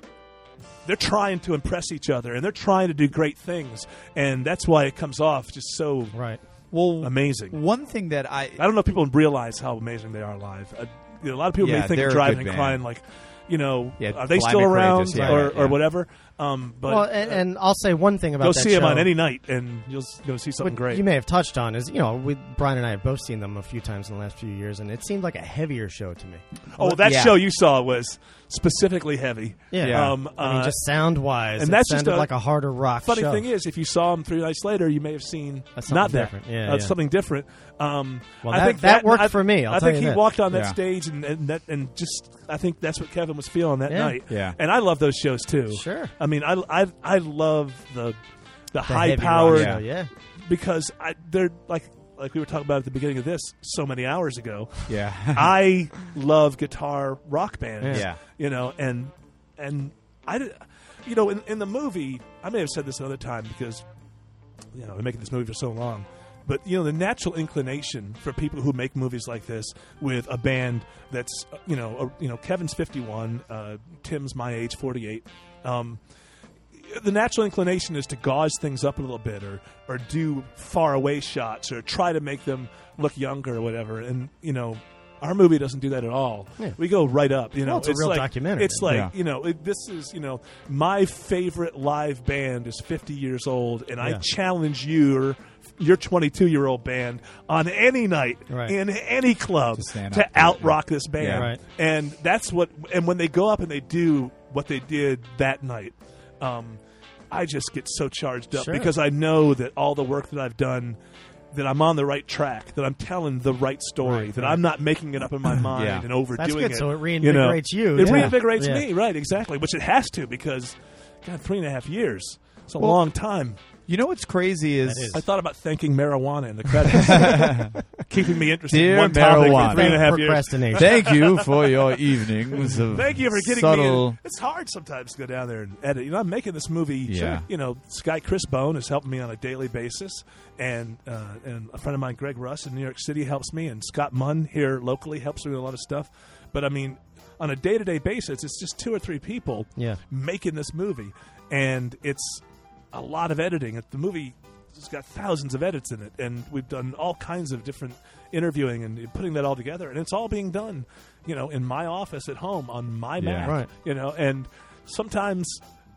Speaker 4: they're trying to impress each other and they're trying to do great things, and that's why it comes off just so
Speaker 7: Right.
Speaker 10: well,
Speaker 4: amazing.
Speaker 10: One thing that I
Speaker 4: I don't know if people realize how amazing they are live. Uh, you know, a lot of people
Speaker 10: Yeah,
Speaker 4: may think
Speaker 10: they're
Speaker 4: of
Speaker 10: a
Speaker 4: driving
Speaker 10: good
Speaker 4: and
Speaker 10: band.
Speaker 4: crying like you know,
Speaker 10: Yeah,
Speaker 4: are they
Speaker 10: Fly
Speaker 4: still
Speaker 10: McRae
Speaker 4: around
Speaker 10: just- yeah,
Speaker 4: or,
Speaker 10: yeah.
Speaker 4: or whatever? Um, but
Speaker 7: well, and, and I'll say one thing about
Speaker 4: go
Speaker 7: that
Speaker 4: see him
Speaker 7: show.
Speaker 4: on any night, and you'll s- go see something
Speaker 7: what
Speaker 4: great.
Speaker 7: You may have touched on is you know we Brian and I have both seen them a few times in the last few years, and it seemed like a heavier show to me.
Speaker 4: oh, that show you saw was specifically heavy.
Speaker 7: Yeah.
Speaker 4: Um,
Speaker 7: I mean,
Speaker 4: uh,
Speaker 7: just sound wise,
Speaker 4: and
Speaker 7: it
Speaker 4: that's
Speaker 7: sounded
Speaker 4: just a,
Speaker 7: like a harder rock.
Speaker 4: Funny
Speaker 7: show.
Speaker 4: thing is, if you saw him three nights later, you may have seen
Speaker 7: That's something
Speaker 4: not that,
Speaker 7: different. Yeah,
Speaker 4: uh,
Speaker 7: yeah.
Speaker 4: something different. Um,
Speaker 7: Well,
Speaker 4: I
Speaker 7: that-
Speaker 4: think
Speaker 7: that worked
Speaker 4: I-
Speaker 7: for me, I'll
Speaker 4: I
Speaker 7: tell
Speaker 4: think
Speaker 7: you
Speaker 4: he
Speaker 7: that.
Speaker 4: walked on that
Speaker 7: Yeah.
Speaker 4: stage and and, that, and just I think that's what Kevin was feeling that
Speaker 7: Yeah.
Speaker 4: night.
Speaker 7: Yeah.
Speaker 4: and I love those shows too.
Speaker 7: Sure.
Speaker 4: I mean, I I, I love the the, high
Speaker 7: heavy rock
Speaker 4: powered
Speaker 7: show, yeah.
Speaker 4: because I, they're like like we were talking about at the beginning of this so many hours ago.
Speaker 10: Yeah. *laughs*
Speaker 4: I love guitar rock bands.
Speaker 10: Yeah.
Speaker 4: you know, and and I, did- you know, in, in the movie, I may have said this another time because you know, they're making this movie for so long. But you know, the natural inclination for people who make movies like this with a band that's uh, you know, a, you know, Kevin's fifty one, uh, Tim's my age, forty eight. Um, the natural inclination is to gauze things up a little bit, or or do far away shots, or try to make them look younger, or whatever. And you know, our movie doesn't do that at all.
Speaker 7: Yeah.
Speaker 4: We go right up. You know,
Speaker 7: Well, it's a real
Speaker 4: like,
Speaker 7: documentary.
Speaker 4: It's like
Speaker 7: Yeah.
Speaker 4: you know, it, this is you know, my favorite live band is fifty years old, and I
Speaker 7: Yeah.
Speaker 4: challenge you. Your 22 year old band on any night
Speaker 7: Right.
Speaker 4: in any club to,
Speaker 10: stand up to it,
Speaker 4: out
Speaker 10: yeah.
Speaker 4: rock this band,
Speaker 10: Yeah.
Speaker 7: Right.
Speaker 4: and that's what. And when they go up and they do what they did that night, um, I just get so charged up
Speaker 7: Sure.
Speaker 4: because I know that all the work that I've done, that I'm on the right track, that I'm telling the right story,
Speaker 7: Right,
Speaker 4: that
Speaker 7: right.
Speaker 4: I'm not making it up in my mind
Speaker 10: Yeah.
Speaker 4: and overdoing
Speaker 7: That's good,
Speaker 4: it.
Speaker 7: so it
Speaker 4: you know?
Speaker 7: reinvigorates you,
Speaker 4: It
Speaker 7: yeah.
Speaker 4: reinvigorates
Speaker 7: Yeah.
Speaker 4: me, right? Exactly, which it has to because, God, three and a half years. It's a
Speaker 10: Well,
Speaker 4: long time.
Speaker 10: You know what's crazy is,
Speaker 7: That is.
Speaker 4: I thought about thanking marijuana in the
Speaker 10: *laughs*
Speaker 4: credits, keeping me interested. in
Speaker 10: Dear
Speaker 4: one topic
Speaker 10: marijuana.
Speaker 4: for three and a half years. *laughs*
Speaker 7: Procrastination.
Speaker 10: thank you for your evenings. of
Speaker 4: Thank you for getting
Speaker 10: subtle.
Speaker 4: me. It's hard sometimes to go down there and edit. You know, I'm making this movie.
Speaker 10: Yeah.
Speaker 4: You know, this guy Chris Bone is helping me on a daily basis, and uh, and a friend of mine, Greg Russ in New York City, helps me, and Scott Munn here locally helps me with a lot of stuff. But I mean, on a day to day basis, it's just two or three people
Speaker 7: Yeah.
Speaker 4: making this movie, and it's a lot of editing. The movie has got thousands of edits in it, and we've done all kinds of different interviewing and putting that all together, and it's all being done, you know, in my office at home on my Mac,
Speaker 7: Right.
Speaker 4: you know, and sometimes.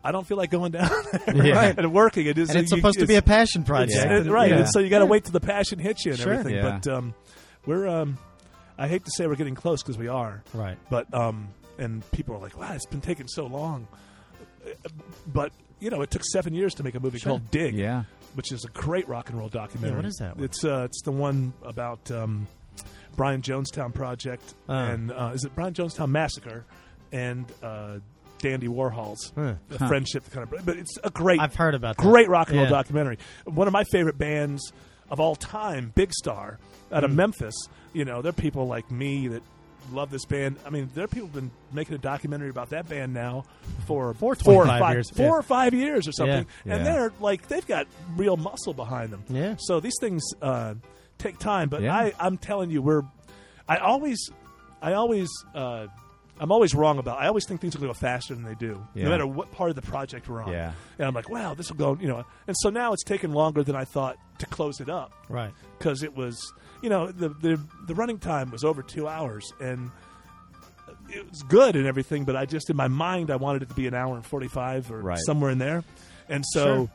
Speaker 4: I don't feel like going down *laughs* there
Speaker 10: Yeah.
Speaker 4: right, and working. It is
Speaker 7: And it's
Speaker 4: you-
Speaker 7: supposed to be a passion project,
Speaker 4: it's-
Speaker 10: Yeah.
Speaker 4: it- right?
Speaker 10: Yeah.
Speaker 4: And so you got to wait till the passion hits you and
Speaker 7: Sure.
Speaker 4: everything.
Speaker 10: Yeah.
Speaker 4: But um, we're, um, I hate to say we're getting close because we are,
Speaker 7: right?
Speaker 4: but um, and people are like, "Wow, it's been taking so long." Uh, But you know, it took seven years to make a movie called Dig,
Speaker 10: Yeah.
Speaker 4: which is a great rock and roll documentary.
Speaker 7: Yeah, what is that one?
Speaker 4: It's uh, it's the one about um, Brian Jonestown Project
Speaker 7: Ah.
Speaker 4: and uh, is it Brian Jonestown Massacre and uh, Dandy Warhol's
Speaker 7: Huh.
Speaker 4: the friendship kind of. But it's a great
Speaker 7: I've heard about that.
Speaker 4: great rock and roll
Speaker 7: Yeah.
Speaker 4: documentary. One of my favorite bands of all time, Big Star, out
Speaker 7: Hmm.
Speaker 4: of Memphis. You know, there are people like me that love this band. I mean, there are people who've been making a documentary about that band now for
Speaker 7: For
Speaker 4: four or
Speaker 7: 25
Speaker 4: five
Speaker 7: years,
Speaker 4: four
Speaker 7: yeah.
Speaker 4: or five years or something,
Speaker 10: Yeah.
Speaker 4: and
Speaker 10: Yeah.
Speaker 4: they're like they've got real muscle behind them.
Speaker 7: Yeah.
Speaker 4: So these things uh, take time, but
Speaker 10: Yeah.
Speaker 4: I, I'm telling you, we're I always I always. Uh, I'm always wrong about. I always think things will go faster than they do,
Speaker 10: Yeah.
Speaker 4: no matter what part of the project we're on.
Speaker 10: Yeah.
Speaker 4: And I'm like, wow, this will go, you know. And so now it's taken longer than I thought to close it up
Speaker 7: Right.
Speaker 4: because it was, you know, the, the the running time was over two hours, and it was good and everything, but I just in my mind I wanted it to be an hour and forty five or
Speaker 10: Right.
Speaker 4: somewhere in there, and so,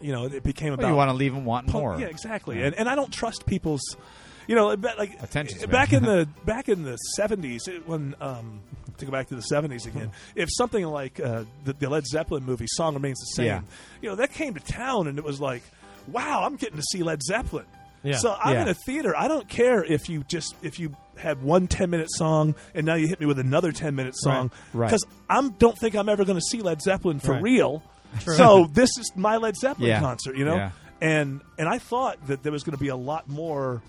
Speaker 4: you know, it became about
Speaker 10: Well, Oh, you want to leave them wanting
Speaker 4: Pol-
Speaker 10: more.
Speaker 4: Yeah, exactly. And and I don't trust people's, you know, ba- like
Speaker 10: Attention span.
Speaker 4: back in
Speaker 10: *laughs*
Speaker 4: the back in the seventies when um to go back to the seventies again.
Speaker 10: Hmm.
Speaker 4: if something like uh, the, the Led Zeppelin movie "Song Remains the Same,"
Speaker 10: Yeah.
Speaker 4: you know, that came to town and it was like, wow, I'm getting to see Led Zeppelin.
Speaker 7: Yeah.
Speaker 4: So I'm
Speaker 10: Yeah.
Speaker 4: in a theater. I don't care if you just if you have one 10 minute song and now you hit me with another 10 minute song
Speaker 10: Right.
Speaker 4: because I don't think I'm ever going to see Led Zeppelin for
Speaker 7: Right.
Speaker 4: real.
Speaker 10: *laughs*
Speaker 4: So this is my Led Zeppelin
Speaker 10: Yeah.
Speaker 4: concert, you know
Speaker 10: Yeah.
Speaker 4: and and I thought that there was going to be a lot more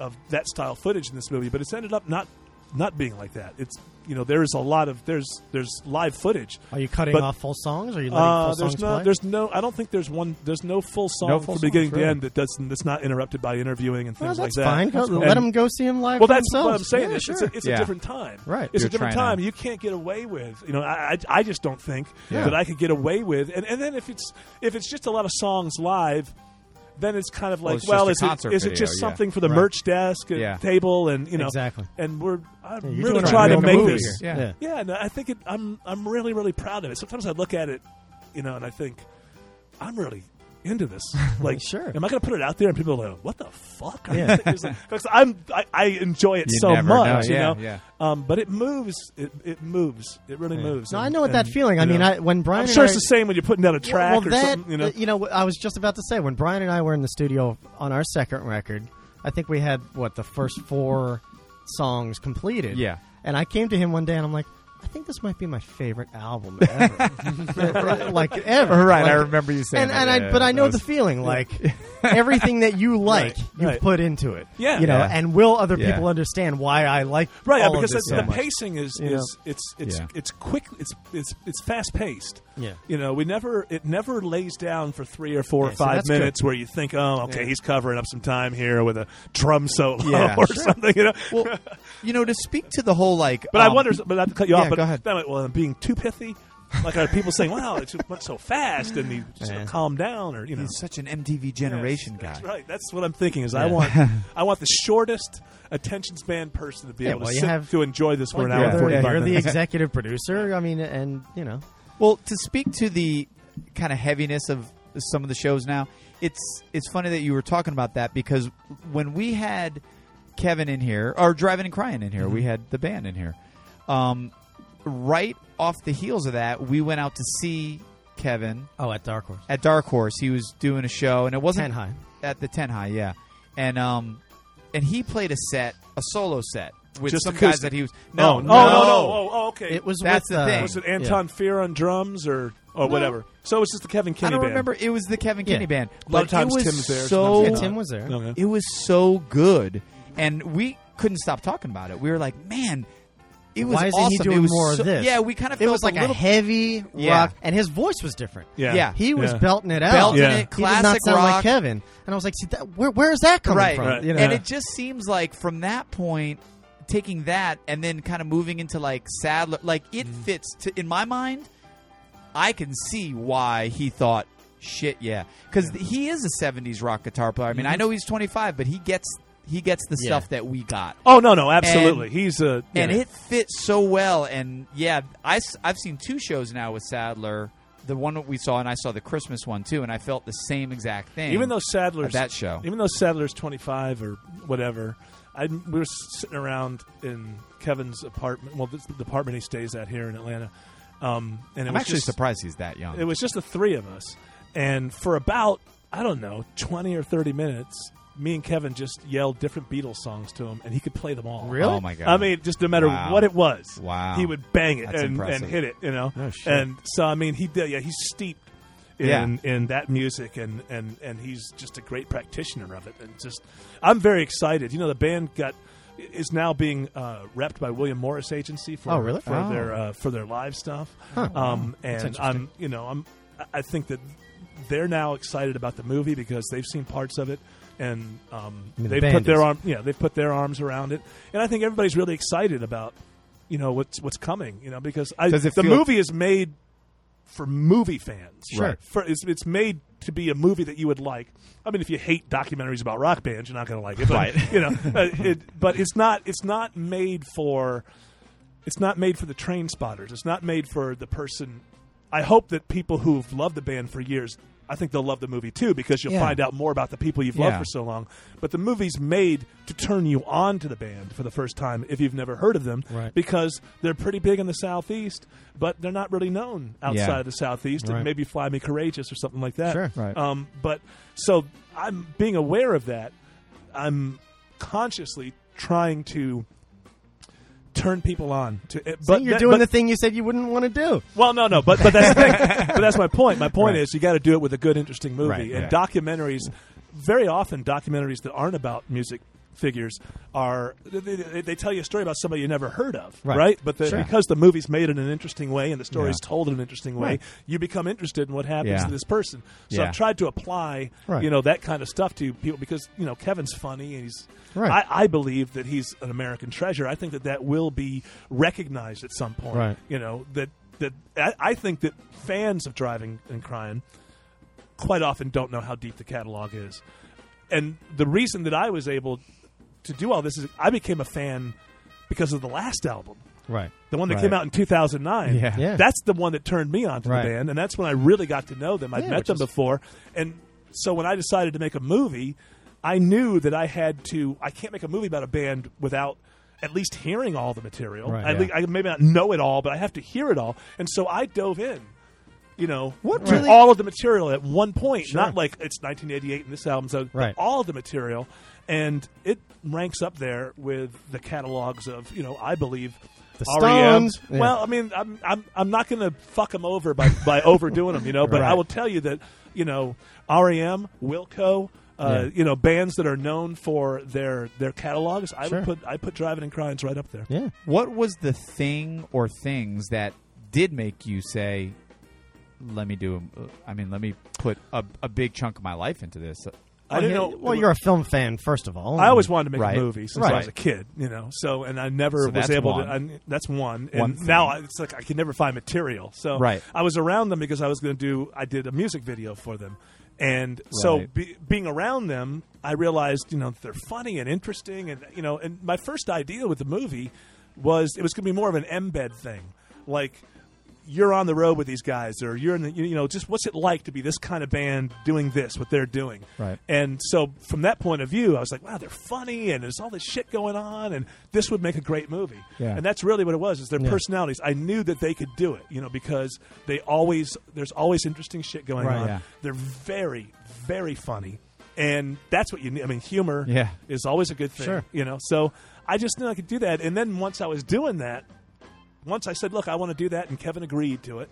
Speaker 4: of that style footage in this movie, but it's ended up not not being like that. It's you know there is a lot of there's there's live footage.
Speaker 7: Are you cutting
Speaker 4: But-
Speaker 7: off full songs? Or are you letting
Speaker 4: Uh,
Speaker 7: full
Speaker 4: there's
Speaker 7: songs
Speaker 4: no,
Speaker 7: play?
Speaker 4: there's no. I don't think there's one. There's no full song
Speaker 10: No full
Speaker 4: from beginning
Speaker 10: songs,
Speaker 4: to
Speaker 10: really.
Speaker 4: end that doesn't. That's not interrupted by interviewing and
Speaker 7: Well,
Speaker 4: things
Speaker 7: that's
Speaker 4: like that.
Speaker 7: fine. Go,
Speaker 4: And-
Speaker 7: let them go see him live.
Speaker 4: well,
Speaker 7: for
Speaker 4: that's what
Speaker 7: themselves.
Speaker 4: I'm saying.
Speaker 7: Yeah,
Speaker 4: It's-
Speaker 7: sure.
Speaker 4: It's, a, it's a
Speaker 10: Yeah.
Speaker 4: different time.
Speaker 7: Right.
Speaker 4: It's
Speaker 10: You're
Speaker 4: a different
Speaker 10: trying
Speaker 4: time.
Speaker 10: to-
Speaker 4: You can't get away with. You know, I, I, I just don't think
Speaker 10: Yeah.
Speaker 4: that I could get away with. And, and then if it's if it's just a lot of songs live, then it's kind of
Speaker 10: Well,
Speaker 4: like,
Speaker 10: it's
Speaker 4: well,
Speaker 10: just a
Speaker 4: is it
Speaker 10: concert
Speaker 4: is it
Speaker 10: video,
Speaker 4: just
Speaker 10: yeah.
Speaker 4: something for the
Speaker 10: Right.
Speaker 4: merch desk and
Speaker 10: Yeah.
Speaker 4: table and you know
Speaker 7: Exactly.
Speaker 4: And we're I'm
Speaker 7: Yeah, you're
Speaker 4: really
Speaker 7: doing a
Speaker 4: trying to
Speaker 7: real
Speaker 4: make
Speaker 7: movie
Speaker 4: this.
Speaker 7: here. Yeah.
Speaker 4: yeah. No, I think it, I'm I'm really really proud of it. Sometimes I look at it, you know, and I think I'm really into
Speaker 7: *laughs*
Speaker 4: this. Like,
Speaker 7: Sure.
Speaker 4: Am I going to put it out there and people are like, what the fuck? Are you *laughs*
Speaker 7: Yeah.
Speaker 4: thinking?" Because I'm I, I enjoy it
Speaker 10: You
Speaker 4: so
Speaker 10: never
Speaker 4: much,
Speaker 10: know.
Speaker 4: you
Speaker 10: Yeah,
Speaker 4: know.
Speaker 10: yeah.
Speaker 4: Um, but it moves. It, it moves. It really moves.
Speaker 7: No, I
Speaker 4: And-
Speaker 7: know what that
Speaker 4: and,
Speaker 7: feeling. I
Speaker 4: you
Speaker 7: mean,
Speaker 4: know,
Speaker 7: I when Brian
Speaker 4: I'm
Speaker 7: and
Speaker 4: sure
Speaker 7: I-
Speaker 4: it's the same when you're putting out a track
Speaker 7: well,
Speaker 4: or
Speaker 7: that, uh,
Speaker 4: something. You know,
Speaker 7: I was just about to say when Brian and I were in the studio on our second record, I think we had what the first four songs completed.
Speaker 10: Yeah.
Speaker 7: and I came to him one day and I'm like. I think this might be my favorite album ever, *laughs* like ever.
Speaker 10: Right,
Speaker 7: Like-
Speaker 10: I remember you saying
Speaker 7: and,
Speaker 10: that.
Speaker 7: and I,
Speaker 10: Yeah,
Speaker 7: but I know
Speaker 10: that was-
Speaker 7: the feeling, like everything that
Speaker 10: *laughs*
Speaker 7: you like, you
Speaker 4: right.
Speaker 7: put into it.
Speaker 4: Yeah.
Speaker 7: you know,
Speaker 10: Yeah.
Speaker 7: and will other
Speaker 10: Yeah.
Speaker 7: people understand why I like
Speaker 4: right? yeah,
Speaker 7: all of
Speaker 4: because
Speaker 7: this
Speaker 4: the,
Speaker 7: so
Speaker 4: the
Speaker 7: much.
Speaker 4: pacing is,
Speaker 7: You know?
Speaker 4: is it's it's
Speaker 10: Yeah.
Speaker 4: it's quick. It's it's it's fast paced.
Speaker 7: Yeah.
Speaker 4: you know, we never it never lays down for three or four or
Speaker 7: Yeah, so
Speaker 4: five
Speaker 7: that's good.
Speaker 4: minutes where you think, oh, okay, he's covering up some time here with a drum solo
Speaker 10: Yeah,
Speaker 4: *laughs* or
Speaker 10: sure.
Speaker 4: something. You know,
Speaker 10: well, you know, to speak to the whole like.
Speaker 4: *laughs* But I
Speaker 10: um,
Speaker 4: wonder. But not to cut you
Speaker 10: yeah,
Speaker 4: off. But
Speaker 10: go ahead.
Speaker 4: then, like, well, I'm being too pithy. Like are people saying, "Wow, it just went so fast," and he just
Speaker 7: Yeah.
Speaker 4: calm down, or you know,
Speaker 10: He's such an MTV generation
Speaker 4: That's
Speaker 10: guy.
Speaker 4: right. That's what I'm thinking. Is I
Speaker 7: *laughs*
Speaker 4: want, I want the shortest attention span person to be
Speaker 7: Yeah,
Speaker 4: able
Speaker 7: well,
Speaker 4: to
Speaker 7: you
Speaker 4: sit
Speaker 7: have-
Speaker 4: to enjoy this for
Speaker 7: Well,
Speaker 4: an
Speaker 7: you're
Speaker 4: hour. and
Speaker 7: the-
Speaker 10: *laughs*
Speaker 4: Forty-five
Speaker 7: you're the
Speaker 4: minutes.
Speaker 7: executive producer. I mean, and you know,
Speaker 10: Well, to speak to the kind of heaviness of some of the shows now, it's it's funny that you were talking about that because when we had Kevin in here or driving and crying in here, we
Speaker 7: Mm-hmm.
Speaker 10: had the band in here. Um, right off the heels of that, we went out to see Kevin
Speaker 7: oh, at Dark Horse,
Speaker 10: at Dark Horse. He was doing a show, and it wasn't
Speaker 7: Ten High.
Speaker 10: at the Ten High, yeah. And um, and he played a set, a solo set with
Speaker 4: Just
Speaker 10: some guys
Speaker 4: acoustic.
Speaker 10: that he was.
Speaker 4: No, no, no, no. Oh, oh, okay.
Speaker 7: It was
Speaker 10: That's
Speaker 7: with,
Speaker 10: the
Speaker 7: uh,
Speaker 10: thing.
Speaker 4: was it Anton Fear on drums or or whatever. So it's just the Kevin
Speaker 10: I
Speaker 4: Kenny
Speaker 10: don't
Speaker 4: band.
Speaker 10: remember. It was the Kevin Kenny
Speaker 7: Yeah.
Speaker 10: band.
Speaker 4: A lot of
Speaker 10: But
Speaker 4: times
Speaker 10: it was
Speaker 4: Tim's there.
Speaker 10: So
Speaker 7: Yeah, Tim was there.
Speaker 4: Okay.
Speaker 10: it was so good, and we couldn't stop talking about it. We were like, man. It was
Speaker 7: Why isn't
Speaker 10: awesome.
Speaker 7: he
Speaker 10: It
Speaker 7: doing
Speaker 10: was
Speaker 7: more of
Speaker 10: so-
Speaker 7: this?
Speaker 10: Yeah, we kind of
Speaker 7: It
Speaker 10: felt
Speaker 7: was like a
Speaker 10: a little
Speaker 7: heavy
Speaker 10: Yeah.
Speaker 7: rock, and his voice was different.
Speaker 4: Yeah.
Speaker 10: Yeah.
Speaker 7: He was
Speaker 4: Yeah.
Speaker 7: belting it out.
Speaker 10: belting
Speaker 4: Yeah.
Speaker 10: it,
Speaker 7: He did not
Speaker 10: classic
Speaker 7: sound
Speaker 10: rock.
Speaker 7: like Kevin. And I was like, See, that, where, where is that coming
Speaker 10: right.
Speaker 7: from?
Speaker 4: Right.
Speaker 7: You know?
Speaker 10: And it just seems like from that point, taking that and then kind of moving into like Sadler, like it
Speaker 4: Mm-hmm.
Speaker 10: fits to in my mind. I can see why he thought shit, yeah, because he is a '70s rock guitar player. I mean,
Speaker 4: Mm-hmm.
Speaker 10: I know he's 25, but he gets he gets the
Speaker 7: Yeah.
Speaker 10: stuff that we got.
Speaker 4: Oh no, no, absolutely.
Speaker 10: And-
Speaker 4: He's a
Speaker 10: And it fits so well, and yeah, I, have seen two shows now with Sadler. The one that we saw, and I saw the Christmas one too, and I felt the same exact thing.
Speaker 4: even though Sadler's
Speaker 10: at that show,
Speaker 4: even though Sadler's 25 or whatever, I, we were sitting around in Kevin's apartment. Well, the apartment he stays at here in Atlanta. Um, and it
Speaker 10: I'm
Speaker 4: was
Speaker 10: actually
Speaker 4: just,
Speaker 10: surprised he's that young.
Speaker 4: It was just the three of us, and for about I don't know twenty or thirty minutes, me and Kevin just yelled different Beatles songs to him, and he could play them all.
Speaker 7: Really?
Speaker 10: Oh my god!
Speaker 4: I mean, just no matter
Speaker 10: Wow.
Speaker 4: what it was,
Speaker 10: Wow.
Speaker 4: he would bang it
Speaker 10: That's
Speaker 4: and, and
Speaker 10: impressive.
Speaker 4: hit it, you know.
Speaker 7: No shit.
Speaker 4: and so I mean, he did. Yeah, he's steeped in
Speaker 10: Yeah.
Speaker 4: in that music, and and and he's just a great practitioner of it. And just, I'm very excited. You know, the band got is now being uh, repped by William Morris Agency for
Speaker 7: Oh, really?
Speaker 4: for
Speaker 7: Oh.
Speaker 4: their uh, for their live stuff.
Speaker 7: Huh.
Speaker 4: Um, and
Speaker 7: interesting.
Speaker 4: I'm you know I'm I- I think that they're now excited about the movie because they've seen parts of it. And um,
Speaker 7: mean, the
Speaker 4: they've
Speaker 7: band
Speaker 4: put their
Speaker 7: is.
Speaker 4: arm, yeah, they've put their arms around it, and I think everybody's really excited about you know what's what's coming you know because I,
Speaker 10: Does it
Speaker 4: the
Speaker 10: feel-
Speaker 4: movie is made for movie fans
Speaker 7: Sure. Right.
Speaker 4: for, it's, it's made to be a movie that you would like i mean if you hate documentaries about rock bands you're not going to like it but,
Speaker 10: Right.
Speaker 4: you know uh, it, but it's not it's not made for it's not made for the train spotters it's not made for the person i hope that people who've loved the band for years i think they'll love the movie too because you'll
Speaker 10: Yeah.
Speaker 4: find out more about the people you've
Speaker 10: Yeah.
Speaker 4: loved for so long but the movie's made to turn you on to the band for the first time if you've never heard of them
Speaker 7: Right.
Speaker 4: because they're pretty big in the southeast but they're not really known outside
Speaker 10: Yeah.
Speaker 4: of the southeast
Speaker 7: Right.
Speaker 4: and maybe fly me courageous or something like that
Speaker 7: Sure.
Speaker 10: Right.
Speaker 4: um, but so i'm being aware of that i'm consciously trying to turn people on to it
Speaker 7: but
Speaker 4: but
Speaker 7: you're
Speaker 4: that-
Speaker 7: doing
Speaker 4: but-
Speaker 7: the thing you said you wouldn't want to do.
Speaker 4: well, no, no, but but that's the
Speaker 10: *laughs*
Speaker 4: thing. but that's my point. My point is you got to do it with a good, interesting movie
Speaker 10: Right,
Speaker 4: and
Speaker 10: right.
Speaker 4: documentaries. Very often, documentaries that aren't about music figures are they, they, they tell you a story about somebody you never heard of,
Speaker 7: Right.
Speaker 4: right? But the,
Speaker 7: Sure.
Speaker 4: because the movie's made in an interesting way and the story's
Speaker 10: Yeah.
Speaker 4: told in an interesting way,
Speaker 10: Right.
Speaker 4: you become interested in what happens
Speaker 10: Yeah.
Speaker 4: to this person. So
Speaker 10: Yeah.
Speaker 4: I've tried to apply,
Speaker 7: Right.
Speaker 4: you know, that kind of stuff to people because you know Kevin's funny and he's.
Speaker 7: Right.
Speaker 4: I, I believe that he's an American treasure. I think that that will be recognized at some point
Speaker 7: Right.
Speaker 4: you know that that I, I think that fans of driving and crying quite often don't know how deep the catalog is. And the reason that I was able to do all this is I became a fan because of the last album.
Speaker 7: Right.
Speaker 4: The one that
Speaker 7: Right.
Speaker 4: came out in 2009.
Speaker 7: Yeah. Yeah.
Speaker 4: That's the one that turned me on to
Speaker 7: Right.
Speaker 4: the band, and that's when I really got to know them. I'd
Speaker 7: Yeah,
Speaker 4: met
Speaker 7: which
Speaker 4: them
Speaker 7: is-
Speaker 4: before. And so when I decided to make a movie, I knew that I had to, I can't make a movie about a band without at least hearing all the material.
Speaker 5: Right,
Speaker 4: I,
Speaker 5: yeah.
Speaker 4: le- I maybe not know it all, but I have to hear it all. And so I dove in. You know, what to
Speaker 5: really-
Speaker 4: all of the material at one point,
Speaker 5: Sure.
Speaker 4: not like it's 1988 and this album's out, but
Speaker 5: Right.
Speaker 4: all of the material, and it ranks up there with the catalogs of you know I believe
Speaker 7: The
Speaker 4: REM.
Speaker 7: Stones. E Yeah.
Speaker 4: Well, I mean, I'm I'm, I'm not going to fuck them over by, by overdoing them, you know. But I
Speaker 7: Right.
Speaker 4: will tell you that you know REM, Wilco. Uh,
Speaker 7: Yeah.
Speaker 4: You know bands that are known for their their catalogs. I
Speaker 10: Sure.
Speaker 4: would put I put Driving and Crying's right up there.
Speaker 7: Yeah.
Speaker 10: What was the thing or things that did make you say, "Let me do"? a- uh, I mean, let me put a, a big chunk of my life into this.
Speaker 4: I didn't know.
Speaker 7: Well, you're a film fan, first of all.
Speaker 4: I always wanted to make
Speaker 10: Right.
Speaker 4: a movie since I was
Speaker 10: Right.
Speaker 4: a kid, you know. So, and I never
Speaker 10: So
Speaker 4: was
Speaker 10: that's
Speaker 4: able
Speaker 10: one.
Speaker 4: to. I, that's one.
Speaker 10: One
Speaker 4: And
Speaker 10: thing.
Speaker 4: now I, it's like I can never find material. So,
Speaker 10: Right.
Speaker 4: I was around them because I was going to do. I did a music video for them, and so
Speaker 10: Right.
Speaker 4: be, being around them, I realized you know they're funny and interesting, and you know. And my first idea with the movie was it was going to be more of an embed thing, like. You're on the road with these guys, or you're in the, you you know, just what's it like to be this kind of band doing this, what they're doing?
Speaker 10: Right.
Speaker 4: And so from that point of view, I was like, wow, they're funny and there's all this shit going on and this would make a great movie.
Speaker 5: Yeah.
Speaker 4: And that's really what it was, is their
Speaker 5: Yeah.
Speaker 4: personalities. I knew that they could do it, you know, because they always there's always interesting shit going
Speaker 5: Right,
Speaker 4: on.
Speaker 5: yeah.
Speaker 4: They're very, very funny. And that's what you need. I mean, humor
Speaker 5: Yeah.
Speaker 4: is always a good thing.
Speaker 5: Sure.
Speaker 4: You know, so I just knew I could do that. And then once I was doing that, once I said, "Look, I want to do that," and Kevin agreed to it,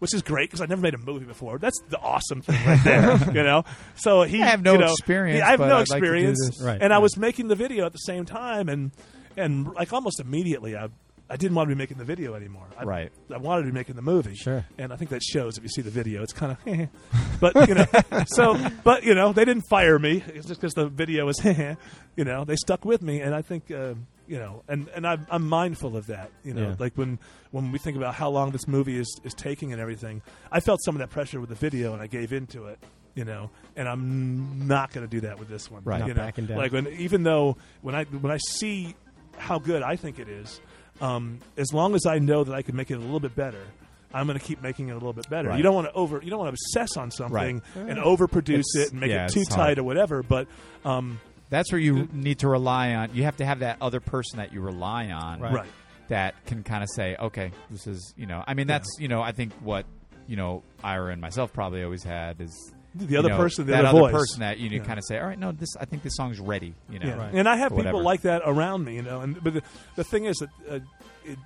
Speaker 4: which is great because I never made a movie before. That's the awesome thing right
Speaker 10: *laughs*
Speaker 4: there, you know. So he,
Speaker 10: I have no
Speaker 4: you know,
Speaker 10: experience,
Speaker 4: I have
Speaker 10: but
Speaker 4: no
Speaker 10: I'd like to do
Speaker 4: experience,
Speaker 10: this. Right,
Speaker 4: and I was making the video at the same time, and and like almost immediately, I I didn't want to be making the video anymore. I,
Speaker 10: Right.
Speaker 4: I wanted to be making the movie.
Speaker 10: Sure.
Speaker 4: And I think that shows if you see the video. It's kind *laughs* of, but you know, so but you know, they didn't fire me it's just because the video was, *laughs* you know, they stuck with me, and I think. Uh, you know, and and I'm, I'm mindful of that. You know,
Speaker 5: Yeah.
Speaker 4: like when when we think about how long this movie is is taking and everything, I felt some of that pressure with the video, and I gave into it. You know, and I'm not going to do that with this one.
Speaker 7: Right.
Speaker 4: You
Speaker 7: Not
Speaker 4: know,
Speaker 7: backing down.
Speaker 4: like when even though when I when I see how good I think it is, um, as long as I know that I can make it a little bit better, I'm going to keep making it a little bit better.
Speaker 5: Right.
Speaker 4: You don't want to over you don't want to obsess on something
Speaker 5: Right.
Speaker 4: and overproduce
Speaker 10: It's-
Speaker 4: it and make
Speaker 10: yeah,
Speaker 4: it too
Speaker 10: it's
Speaker 4: tight
Speaker 10: hard.
Speaker 4: or whatever. But um,
Speaker 10: That's where you need to rely on. You have to have that other person that you rely on,
Speaker 4: Right. Right.
Speaker 10: That can kind of say, okay, this is you know. I mean, that's you know. I think what you know, Ira and myself probably always had is
Speaker 4: The
Speaker 10: you
Speaker 4: other
Speaker 10: know,
Speaker 4: person, the
Speaker 10: that
Speaker 4: other voice.
Speaker 10: person that you
Speaker 4: Yeah.
Speaker 10: kind of say, all right, no, this. I think this song's ready. You know,
Speaker 4: Yeah. And I have
Speaker 10: or
Speaker 4: people
Speaker 10: whatever.
Speaker 4: like that around me, you know. And but the, the thing is that uh, it,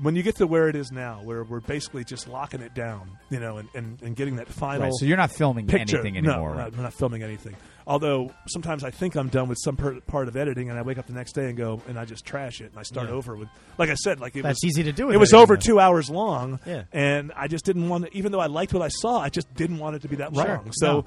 Speaker 4: when you get to where it is now, where we're basically just locking it down, you know, and, and, and getting that final.
Speaker 10: Right, so you're not filming
Speaker 4: picture.
Speaker 10: anything
Speaker 4: No,
Speaker 10: anymore,
Speaker 4: we're
Speaker 10: right?
Speaker 4: not- we're not filming anything. Although sometimes I think I'm done with some per- part of editing, and I wake up the next day and go and I just trash it and I start
Speaker 7: Yeah.
Speaker 4: over with. Like I said, like it
Speaker 7: That's
Speaker 4: was
Speaker 7: easy to do
Speaker 4: It
Speaker 7: with
Speaker 4: was
Speaker 7: editing,
Speaker 4: over
Speaker 7: though.
Speaker 4: two hours long,
Speaker 7: Yeah.
Speaker 4: and I just didn't want. to, Even though I liked what I saw, I just didn't want it to be that
Speaker 5: Sure.
Speaker 4: long. So.
Speaker 5: No.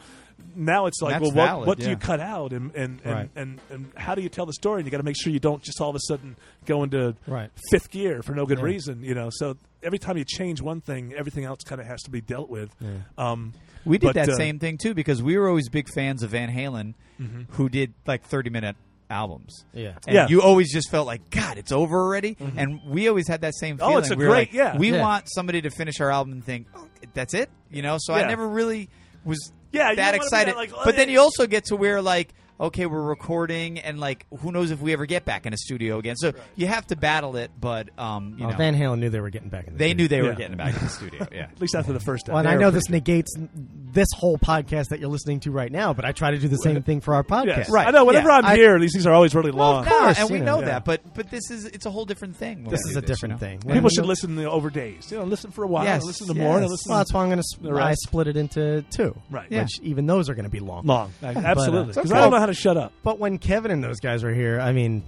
Speaker 4: Now it's like,
Speaker 5: That's
Speaker 4: well, what,
Speaker 5: valid,
Speaker 4: what do
Speaker 5: yeah.
Speaker 4: you cut out, and and, and,
Speaker 5: Right.
Speaker 4: and, and how do you tell the story? And you got to make sure you don't just all of a sudden go into
Speaker 7: Right.
Speaker 4: fifth gear for no good
Speaker 7: Yeah.
Speaker 4: reason, you know. So every time you change one thing, everything else kind of has to be dealt with.
Speaker 10: Yeah.
Speaker 4: Um,
Speaker 10: We did
Speaker 4: but,
Speaker 10: that
Speaker 4: uh,
Speaker 10: same thing too because we were always big fans of Van Halen,
Speaker 4: Mhm.
Speaker 10: who did like thirty minute albums.
Speaker 5: Yeah.
Speaker 10: and
Speaker 5: Mm-hmm. Yeah.
Speaker 10: you always just felt like God, it's over already. And we always had that same.
Speaker 5: Oh,
Speaker 10: Feeling.
Speaker 5: it's a
Speaker 10: we were
Speaker 5: great-
Speaker 10: like,
Speaker 5: yeah.
Speaker 10: We
Speaker 5: Yeah.
Speaker 10: want somebody to finish our album and think "Oh, that's it. You know, so I
Speaker 5: Yeah.
Speaker 10: never really was
Speaker 5: Yeah, you
Speaker 10: that
Speaker 5: don't wanna be
Speaker 10: excited.
Speaker 5: that, like, "Oh,
Speaker 10: but then you also get to where like. Okay, we're recording, and like, who knows if we ever get back in a studio again? So you have to battle it, but um, you
Speaker 7: Oh,
Speaker 10: know,
Speaker 7: Van Halen knew they were getting back in the
Speaker 10: they
Speaker 7: studio.
Speaker 10: knew they were
Speaker 7: Yeah.
Speaker 10: getting back in the studio.
Speaker 5: *laughs*
Speaker 10: Yeah,
Speaker 4: At least after the first.
Speaker 7: Well, and
Speaker 4: hour.
Speaker 7: I know this negates n- this whole podcast that you're listening to right now, but I try to do the same thing for our podcast.
Speaker 4: *laughs* Yes. I know. Whenever I'm
Speaker 7: I-
Speaker 4: here, these things are always really long.
Speaker 10: No, and we know that, but but this is it's a whole different thing. when
Speaker 7: This
Speaker 10: we
Speaker 7: is
Speaker 10: do
Speaker 7: a different
Speaker 10: you know?
Speaker 7: thing.
Speaker 4: People should listen to over days. You know, listen for a while.
Speaker 7: Yes,
Speaker 4: listen to more. And
Speaker 7: yes.
Speaker 4: listen.
Speaker 7: Well, that's why I'm going
Speaker 4: the
Speaker 7: to. I
Speaker 4: rest.
Speaker 7: split it into two.
Speaker 4: Right. Yeah.
Speaker 7: Which even those are going to be long.
Speaker 4: Long.
Speaker 7: *laughs* But, uh,
Speaker 4: Absolutely. 'Cause I don't know how to shut up.
Speaker 7: But when Kevin and those guys were here, I mean,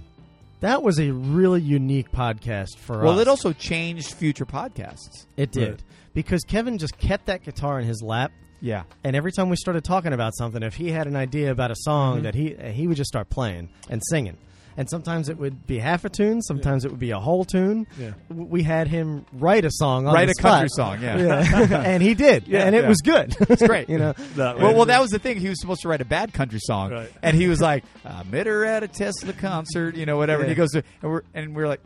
Speaker 7: that was a really unique podcast for us.
Speaker 10: Well, it also changed
Speaker 7: *laughs*
Speaker 10: future podcasts.
Speaker 7: It did
Speaker 10: Right.
Speaker 7: because Kevin just kept that guitar in his lap.
Speaker 10: Yeah.
Speaker 7: And every time we started talking about something, if he had an idea about a song
Speaker 10: Mhm.
Speaker 7: that he uh, he would just start playing and singing. and sometimes it would be half a tune, sometimes it would be a whole tune.
Speaker 10: Yeah.
Speaker 7: W- We had him write a song, on
Speaker 10: Write
Speaker 7: the
Speaker 10: a country
Speaker 7: spot.
Speaker 10: song, yeah.
Speaker 7: *laughs*
Speaker 10: *laughs*
Speaker 7: and he did,
Speaker 10: Yeah,
Speaker 7: and it
Speaker 10: yeah.
Speaker 7: was good.
Speaker 10: It's great.
Speaker 4: *laughs*
Speaker 7: you know.
Speaker 10: well, well, that was the thing. He was supposed to write a bad country song,
Speaker 7: Right.
Speaker 10: and he was like, "I met her at a Tesla concert," you know, whatever. And he
Speaker 7: Yeah.
Speaker 10: goes, to, and we're and we're like,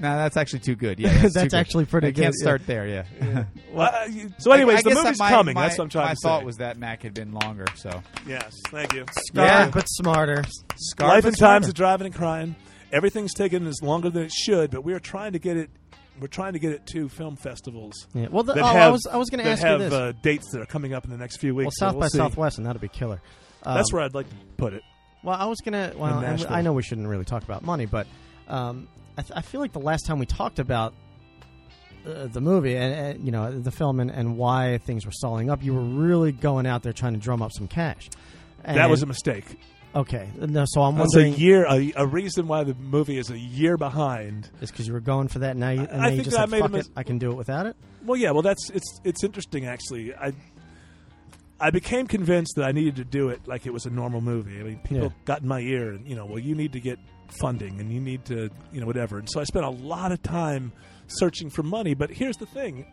Speaker 10: "No, that's actually too good."
Speaker 7: *laughs*
Speaker 10: Yeah, that's,
Speaker 7: That's
Speaker 10: too
Speaker 7: actually
Speaker 10: good.
Speaker 7: pretty
Speaker 10: I can't
Speaker 7: good, yeah.
Speaker 10: start there. Yeah. *laughs*
Speaker 4: Well, uh, you- so anyways,
Speaker 10: I- I
Speaker 4: the
Speaker 10: guess that
Speaker 4: movie's
Speaker 10: my-
Speaker 4: coming.
Speaker 10: my-
Speaker 4: That's what I'm trying
Speaker 10: My
Speaker 4: to
Speaker 10: thought
Speaker 4: say.
Speaker 10: was that Mac had been longer, so
Speaker 4: Yes, thank you.
Speaker 7: Scarred but smarter.
Speaker 10: Scarred
Speaker 4: Life
Speaker 10: but
Speaker 4: and times
Speaker 10: smarter.
Speaker 4: of driving and crying. Everything's taken as longer than it should, but we are trying to get it. We're trying to get it to film festivals.
Speaker 7: Yeah, well, the-
Speaker 4: that
Speaker 7: oh, I
Speaker 4: have-
Speaker 7: was- I was gonna
Speaker 4: that
Speaker 7: ask you
Speaker 4: have,
Speaker 7: this.
Speaker 4: uh, dates that are coming up in the next few
Speaker 7: Well,
Speaker 4: weeks. so
Speaker 7: South
Speaker 4: we'll
Speaker 7: by
Speaker 4: see.
Speaker 7: Southwest, and that'd be killer.
Speaker 4: That's
Speaker 7: Um,
Speaker 4: where I'd like to put it.
Speaker 7: Well, I was gonna. Well,
Speaker 4: In
Speaker 7: and
Speaker 4: Nashville.
Speaker 7: I know we shouldn't really talk about money, but um, I, th- I feel like the last time we talked about uh, the movie and uh, you know the film and, and why things were stalling up, you were really going out there trying to drum up some cash.
Speaker 4: that was a mistake.
Speaker 7: Okay, no, so I'm
Speaker 4: That's
Speaker 7: wondering
Speaker 4: a year. A, a reason why the movie is a year behind.
Speaker 7: is because you were going for that now, you, and
Speaker 4: I
Speaker 7: then you
Speaker 4: think
Speaker 7: just
Speaker 4: that
Speaker 7: said,
Speaker 4: made a
Speaker 7: "Fuck
Speaker 4: mis-
Speaker 7: it, I can do it without it."
Speaker 4: Well, yeah. Well, that's it's it's interesting actually. I I became convinced that I needed to do it like it was a normal movie. I mean, people
Speaker 7: Yeah.
Speaker 4: got in my ear, and you know, well, you need to get funding, and you need to, you know, whatever. And so I spent a lot of time searching for money. But here's the thing: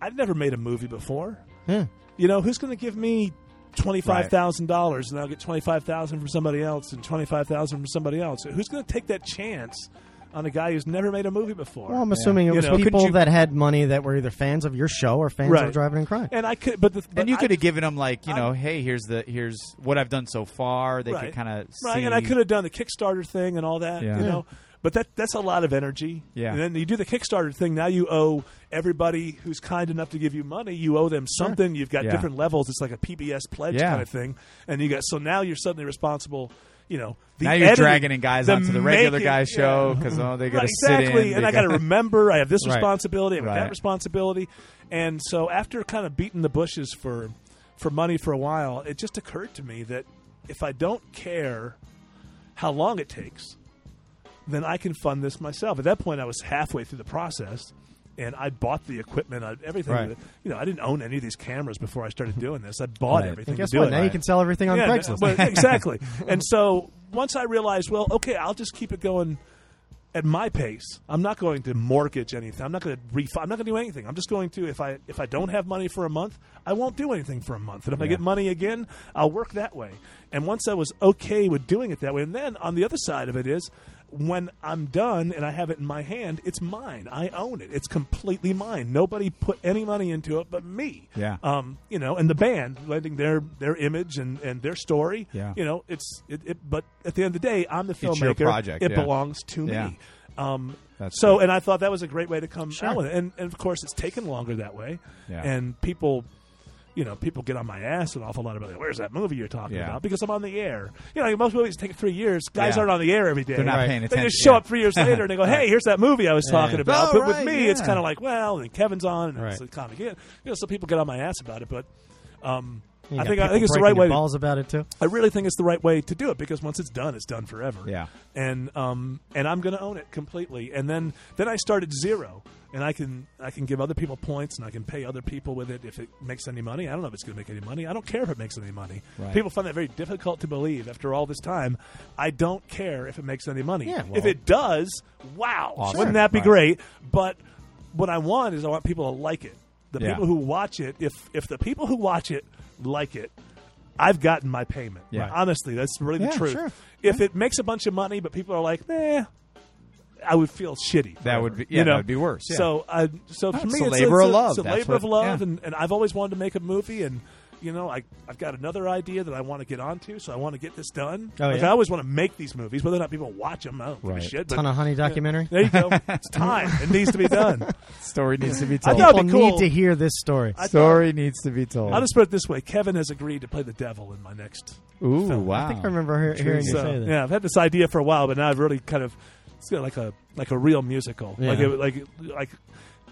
Speaker 4: I've never made a movie before.
Speaker 7: Yeah.
Speaker 4: You know, who's going to give me twenty five thousand dollars, and I'll get twenty five thousand from somebody else, and twenty five thousand from somebody else? Who's going to take that chance on a guy who's never made a movie before?
Speaker 7: Well, I'm assuming it
Speaker 4: You
Speaker 7: was
Speaker 4: know,
Speaker 7: people
Speaker 4: couldn't you-
Speaker 7: that had money that were either fans of your show or fans
Speaker 4: Right.
Speaker 7: of Driving and Crying.
Speaker 4: And I could, but, the, but
Speaker 10: and you
Speaker 4: I-
Speaker 10: could have given them like, you know, hey, here's the here's what I've done so far. They could
Speaker 4: right.
Speaker 10: kind of
Speaker 4: right,
Speaker 10: see.
Speaker 4: and I could have done the Kickstarter thing and all that,
Speaker 10: Yeah.
Speaker 4: you
Speaker 10: Yeah.
Speaker 4: know. But that that's a lot of energy.
Speaker 10: Yeah.
Speaker 4: And then you do the Kickstarter thing. Now you owe everybody who's kind enough to give you money. You owe them something. You've got
Speaker 10: Yeah.
Speaker 4: different levels. It's like a PBS pledge
Speaker 10: Yeah.
Speaker 4: kind of thing. And you got so now you're suddenly responsible. You know, the
Speaker 10: now you're
Speaker 4: editing,
Speaker 10: dragging in guys
Speaker 4: the
Speaker 10: onto the regular
Speaker 4: making-
Speaker 10: guy
Speaker 4: yeah.
Speaker 10: show because oh they got to
Speaker 4: Right,
Speaker 10: sit in
Speaker 4: exactly.
Speaker 10: they
Speaker 4: and I got to
Speaker 10: gotta-
Speaker 4: remember I have this
Speaker 10: *laughs* Right.
Speaker 4: responsibility, I have
Speaker 10: Right.
Speaker 4: that responsibility, and so after kind of beating the bushes for for money for a while, it just occurred to me that if I don't care how long it takes, then I can fund this myself. At that point, I was halfway through the process. And I bought the equipment, I, everything.
Speaker 10: Right.
Speaker 4: that- You know, I didn't own any of these cameras before I started doing this. I bought
Speaker 10: Right.
Speaker 4: everything.
Speaker 7: And guess
Speaker 4: to do
Speaker 7: what?
Speaker 4: it.
Speaker 7: Now you can sell everything on
Speaker 4: Yeah,
Speaker 7: Craigslist. *laughs*
Speaker 4: well, exactly. and so once I realized, well, okay, I'll just keep it going at my pace. I'm not going to mortgage anything. I'm not going to refi. I'm not going to do anything. I'm just going to if I if I don't have money for a month, I won't do anything for a month. And if I
Speaker 10: Yeah.
Speaker 4: get money again, I'll work that way. And once I was okay with doing it that way, and then on the other side of it is when I'm done and I have it in my hand, it's mine. I own it. It's completely mine. Nobody put any money into it but me.
Speaker 10: Yeah.
Speaker 4: Um, you know, and the band lending their their image and, and their story.
Speaker 10: Yeah.
Speaker 4: You know, it's it, it but at the end of the day, I'm the filmmaker.
Speaker 10: It's your project,
Speaker 4: It
Speaker 10: yeah.
Speaker 4: belongs to
Speaker 10: Yeah.
Speaker 4: me. Um,
Speaker 10: That's
Speaker 4: so,
Speaker 10: good.
Speaker 4: and I thought that was a great way to come out with it. And, and of course, it's taken longer that way.
Speaker 10: Yeah.
Speaker 4: And people, you know, people get on my ass an awful lot about like, where's that movie you're talking
Speaker 10: Yeah.
Speaker 4: about? Because I'm on the air. You know, most movies take three years. Guys
Speaker 10: Yeah.
Speaker 4: aren't on the air every day.
Speaker 10: They're not Right. paying
Speaker 4: They
Speaker 10: attention,
Speaker 4: just show
Speaker 10: yeah.
Speaker 4: up
Speaker 10: *laughs*
Speaker 4: three years later and they go, hey, here's that movie I was
Speaker 10: Yeah.
Speaker 4: talking about.
Speaker 10: Oh,
Speaker 4: but with
Speaker 10: right,
Speaker 4: me, it's
Speaker 10: yeah.
Speaker 4: kind of like, well, and Kevin's on, and
Speaker 7: Right.
Speaker 4: it's kind of again. You know, so people get on my ass about it, but. Um,
Speaker 7: You
Speaker 4: I
Speaker 7: got
Speaker 4: think I
Speaker 7: people
Speaker 4: think it's the
Speaker 7: breaking
Speaker 4: right
Speaker 7: your
Speaker 4: way. to-
Speaker 7: Balls about it too.
Speaker 4: I really think it's the right way to do it because once it's done, it's done forever.
Speaker 10: Yeah.
Speaker 4: And um and I'm going to own it completely. And then then I start at zero, and I can I can give other people points, and I can pay other people with it if it makes any money. I don't know if it's going to make any money. I don't care if it makes any money.
Speaker 10: Right.
Speaker 4: People find that very difficult to believe after all this time. I don't care if it makes any money.
Speaker 7: Yeah, well-
Speaker 4: if it does, wow,
Speaker 10: Awesome.
Speaker 4: wouldn't that be
Speaker 10: Right.
Speaker 4: great? But what I want is I want people to like it. The
Speaker 10: Yeah.
Speaker 4: people who watch it, if if the people who watch it like it, I've gotten my payment.
Speaker 10: Yeah.
Speaker 4: Right. Honestly, that's really
Speaker 10: Yeah,
Speaker 4: the truth.
Speaker 10: sure.
Speaker 4: If it makes a bunch of money, but people are like, eh, I would feel shitty.
Speaker 10: That
Speaker 4: forever,"
Speaker 10: would be- yeah,
Speaker 4: you know?
Speaker 10: that would be worse, yeah.
Speaker 4: So, I, so
Speaker 10: No,
Speaker 4: for
Speaker 10: it's
Speaker 4: me,
Speaker 10: a
Speaker 4: it's
Speaker 10: labor
Speaker 4: it's
Speaker 10: of love.
Speaker 4: It's a
Speaker 10: That's
Speaker 4: labor
Speaker 10: what-
Speaker 4: of love,
Speaker 10: yeah.
Speaker 4: and, and I've always wanted to make a movie, and you know, I I've got another idea that I want to get onto, so I want to get this done.
Speaker 7: Oh,
Speaker 4: like
Speaker 7: yeah?
Speaker 4: I always want to make these movies, whether or not people watch them, I don't give
Speaker 10: Right.
Speaker 4: a shit. but-
Speaker 7: Ton of honey documentary.
Speaker 4: there you
Speaker 7: *laughs*
Speaker 4: go. it's time. It needs
Speaker 10: *laughs*
Speaker 4: to be done.
Speaker 10: story needs to be
Speaker 4: I
Speaker 10: told.
Speaker 4: thought-
Speaker 7: People
Speaker 4: That'd be cool.
Speaker 7: need to hear this story.
Speaker 4: I
Speaker 10: Story needs to be told.
Speaker 4: I'll just put it this way: Kevin has agreed to play the devil in my next
Speaker 10: Ooh,
Speaker 4: film.
Speaker 10: wow!
Speaker 7: I think I remember hear- hearing you
Speaker 4: So,
Speaker 7: say that.
Speaker 4: yeah, I've had this idea for a while, but now I've really kind of it's got like a like a real musical.
Speaker 7: Yeah.
Speaker 4: Like it, like like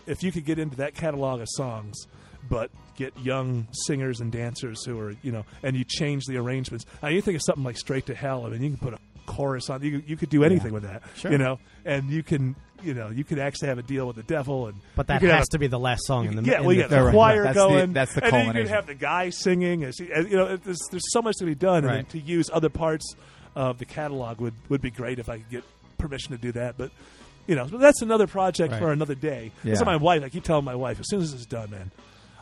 Speaker 4: if you could get into that catalog of songs, but get young singers and dancers who are you know, and you change the arrangements. Now you think of something like Straight to Hell. I mean, you can put a chorus on. You you could do anything with that.
Speaker 7: Sure.
Speaker 4: You know, and you can you know you could actually have a deal with the devil and
Speaker 7: But
Speaker 4: you
Speaker 7: that
Speaker 4: could have
Speaker 7: has
Speaker 4: a-
Speaker 7: to be the last song in the
Speaker 4: yeah,
Speaker 7: in
Speaker 4: well,
Speaker 7: the
Speaker 4: yeah,
Speaker 10: Right,
Speaker 4: the
Speaker 10: right.
Speaker 7: film.
Speaker 4: choir
Speaker 10: That's the-
Speaker 4: going.
Speaker 10: that's the
Speaker 4: and then you
Speaker 10: culmination.
Speaker 4: could have the guy singing. As he, and, you know, it- there's there's so much to be done, and
Speaker 7: Right.
Speaker 4: then to use other parts of the catalog would would be great if I could get permission to do that. But you know, but that's another project
Speaker 7: Right.
Speaker 4: for another day.
Speaker 7: Yeah.
Speaker 4: That's what my wife. I keep telling my wife as soon as this is done, man.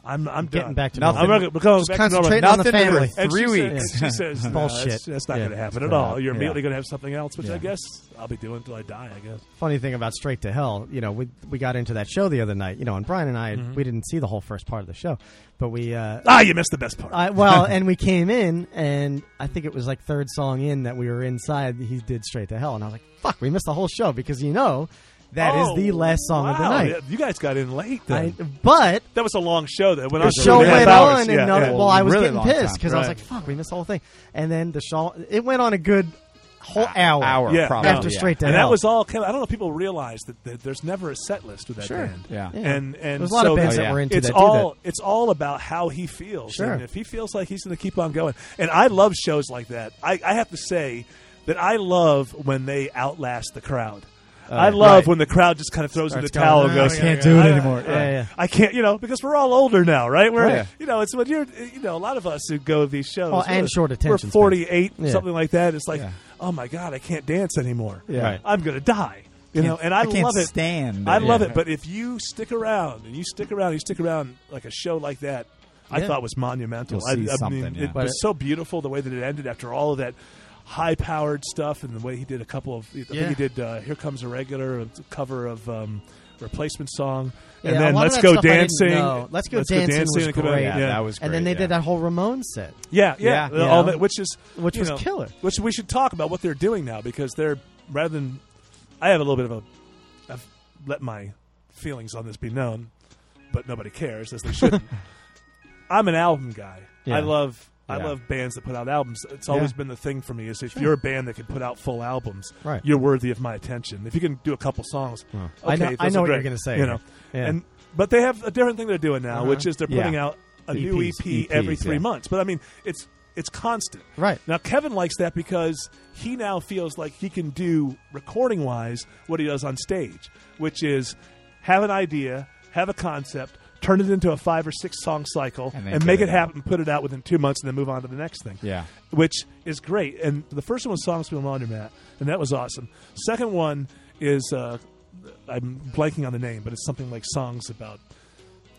Speaker 4: I'm I'm
Speaker 7: Getting
Speaker 4: done.
Speaker 7: back to
Speaker 4: I'm
Speaker 7: normal.
Speaker 4: not going
Speaker 7: Just
Speaker 4: back to normal.
Speaker 7: concentrating on the Nothing for family.
Speaker 4: And
Speaker 7: three
Speaker 4: she said-
Speaker 7: weeks.
Speaker 4: and she
Speaker 7: *laughs*
Speaker 4: says, no,
Speaker 7: Bullshit.
Speaker 4: That's, that's not
Speaker 7: Yeah,
Speaker 4: going to happen
Speaker 7: it's
Speaker 4: at
Speaker 7: not.
Speaker 4: all. You're
Speaker 7: Yeah.
Speaker 4: immediately going to have something else, which
Speaker 7: Yeah.
Speaker 4: I guess I'll be doing until I die. I guess.
Speaker 7: funny thing about Straight to Hell, you know, we we got into that show the other night, you know, and Brian and I we didn't see the whole first part of the show, but we uh,
Speaker 4: Ah, you missed the best part.
Speaker 7: I, *laughs* well, and we came in, and I think it was like third song in that we were inside. He did Straight to Hell, and I was like, "Fuck, we missed the whole show because you know that is
Speaker 4: Oh,
Speaker 7: the last song of the
Speaker 4: wow.
Speaker 7: night."
Speaker 4: Yeah, You guys got in late, then.
Speaker 7: I- but
Speaker 4: that was a long show. That went
Speaker 7: the
Speaker 4: on.
Speaker 7: show
Speaker 4: two and a half
Speaker 7: went
Speaker 4: hours.
Speaker 7: on,
Speaker 4: Yeah,
Speaker 7: and no-
Speaker 4: yeah.
Speaker 7: well, I was getting pissed because I was
Speaker 4: Right.
Speaker 7: like, "Fuck, we missed the whole thing." And then the show, it went on a good whole hour,
Speaker 4: yeah,
Speaker 7: after Straight to
Speaker 4: and
Speaker 7: Hell.
Speaker 4: that was all. Kind of, I don't know. if People realize that, that there's never a set list with that
Speaker 7: Sure.
Speaker 4: band.
Speaker 7: Yeah. Yeah.
Speaker 4: and and
Speaker 7: There's a lot of
Speaker 4: so
Speaker 7: bands
Speaker 4: it's-
Speaker 7: that were into
Speaker 4: it's
Speaker 7: that do
Speaker 4: all it's all about how he feels.
Speaker 7: Sure.
Speaker 4: And if he feels like he's going to keep on going, and I love shows like that. I, I have to say that I love when they outlast the crowd.
Speaker 7: Oh,
Speaker 4: I
Speaker 7: yeah.
Speaker 4: love
Speaker 7: Right.
Speaker 4: when the crowd just kind of throws in the
Speaker 7: Starts going,
Speaker 4: towel and
Speaker 7: "Oh,
Speaker 4: goes,
Speaker 7: I can't do it
Speaker 4: I-
Speaker 7: anymore."
Speaker 4: I-
Speaker 7: Yeah, yeah.
Speaker 4: I can't, you know, because we're all older now, right? We're,
Speaker 7: Right.
Speaker 4: you know, it's when you're, you know, a lot of us who go to these shows,
Speaker 7: Well, and
Speaker 4: we're-
Speaker 7: short attention
Speaker 4: we're
Speaker 7: span.
Speaker 4: 48,
Speaker 7: Yeah.
Speaker 4: something like that. It's like,
Speaker 7: Yeah.
Speaker 4: oh my god, I can't dance anymore.
Speaker 7: Yeah. Right.
Speaker 4: I'm gonna die. You
Speaker 10: Can't-
Speaker 4: know, and I,
Speaker 10: I can't
Speaker 4: love it.
Speaker 10: stand
Speaker 4: I
Speaker 10: it.
Speaker 4: love
Speaker 10: Yeah.
Speaker 4: it. But if you stick around and you stick around, you stick around like a show like that. I
Speaker 7: Yeah.
Speaker 4: thought was monumental.
Speaker 10: You'll see
Speaker 4: I, I
Speaker 10: something,
Speaker 4: mean,
Speaker 10: yeah.
Speaker 4: it was so beautiful the way that it ended after all of that high-powered stuff and the way he did a couple of. I
Speaker 7: Yeah.
Speaker 4: think he did uh, "Here Comes a Regular," a cover of um, replacement song,
Speaker 7: Yeah,
Speaker 4: and
Speaker 7: a
Speaker 4: then
Speaker 7: lot of
Speaker 4: "Let's
Speaker 7: that
Speaker 4: Go
Speaker 7: stuff I didn't
Speaker 4: Dancing."
Speaker 7: know. Let's go dancing. was
Speaker 4: and come out-
Speaker 7: great.
Speaker 4: yeah.
Speaker 7: And then they did that whole Ramones set.
Speaker 4: Yeah, yeah,
Speaker 7: You
Speaker 4: all
Speaker 7: know?
Speaker 4: that, which is
Speaker 7: which
Speaker 4: you
Speaker 7: was
Speaker 4: know,
Speaker 7: killer.
Speaker 4: Which we should talk about what they're doing now because they're rather than I have a little bit of a I've let my feelings on this be known, but nobody cares as
Speaker 11: *laughs*
Speaker 4: they shouldn't. I'm an album guy.
Speaker 11: Yeah.
Speaker 4: I love I
Speaker 11: Yeah.
Speaker 4: love bands that put out albums. It's always
Speaker 11: Yeah.
Speaker 4: been the thing for me is if
Speaker 11: Sure.
Speaker 4: you're a band that can put out full albums,
Speaker 11: Right.
Speaker 4: you're worthy of my attention. If you can do a couple songs,
Speaker 11: Yeah.
Speaker 4: okay,
Speaker 11: I know-
Speaker 4: those
Speaker 11: I know
Speaker 4: are
Speaker 11: what you're
Speaker 4: great,
Speaker 11: gonna say
Speaker 4: You
Speaker 11: here.
Speaker 4: know,
Speaker 11: Yeah.
Speaker 4: and but they have a different thing they're doing now,
Speaker 11: Uh-huh.
Speaker 4: which is they're putting
Speaker 11: Yeah. E
Speaker 4: out a new EP
Speaker 11: EPs,
Speaker 4: every
Speaker 11: yeah.
Speaker 4: three months. But I mean, it's it's constant.
Speaker 7: Right.
Speaker 4: Now Kevin likes that because he now feels like he can do recording wise what he does on stage, which is have an idea, have a concept, turn it into a five or six song cycle and,
Speaker 10: then put
Speaker 4: make
Speaker 10: it
Speaker 4: it
Speaker 10: out.
Speaker 4: happen, put it out within 2 months and then move on to the next thing.
Speaker 10: Yeah.
Speaker 4: Which is great. And the first one was Songs from the Laundromat and that was awesome. Second one is uh I'm blanking on the name, but it's something like songs about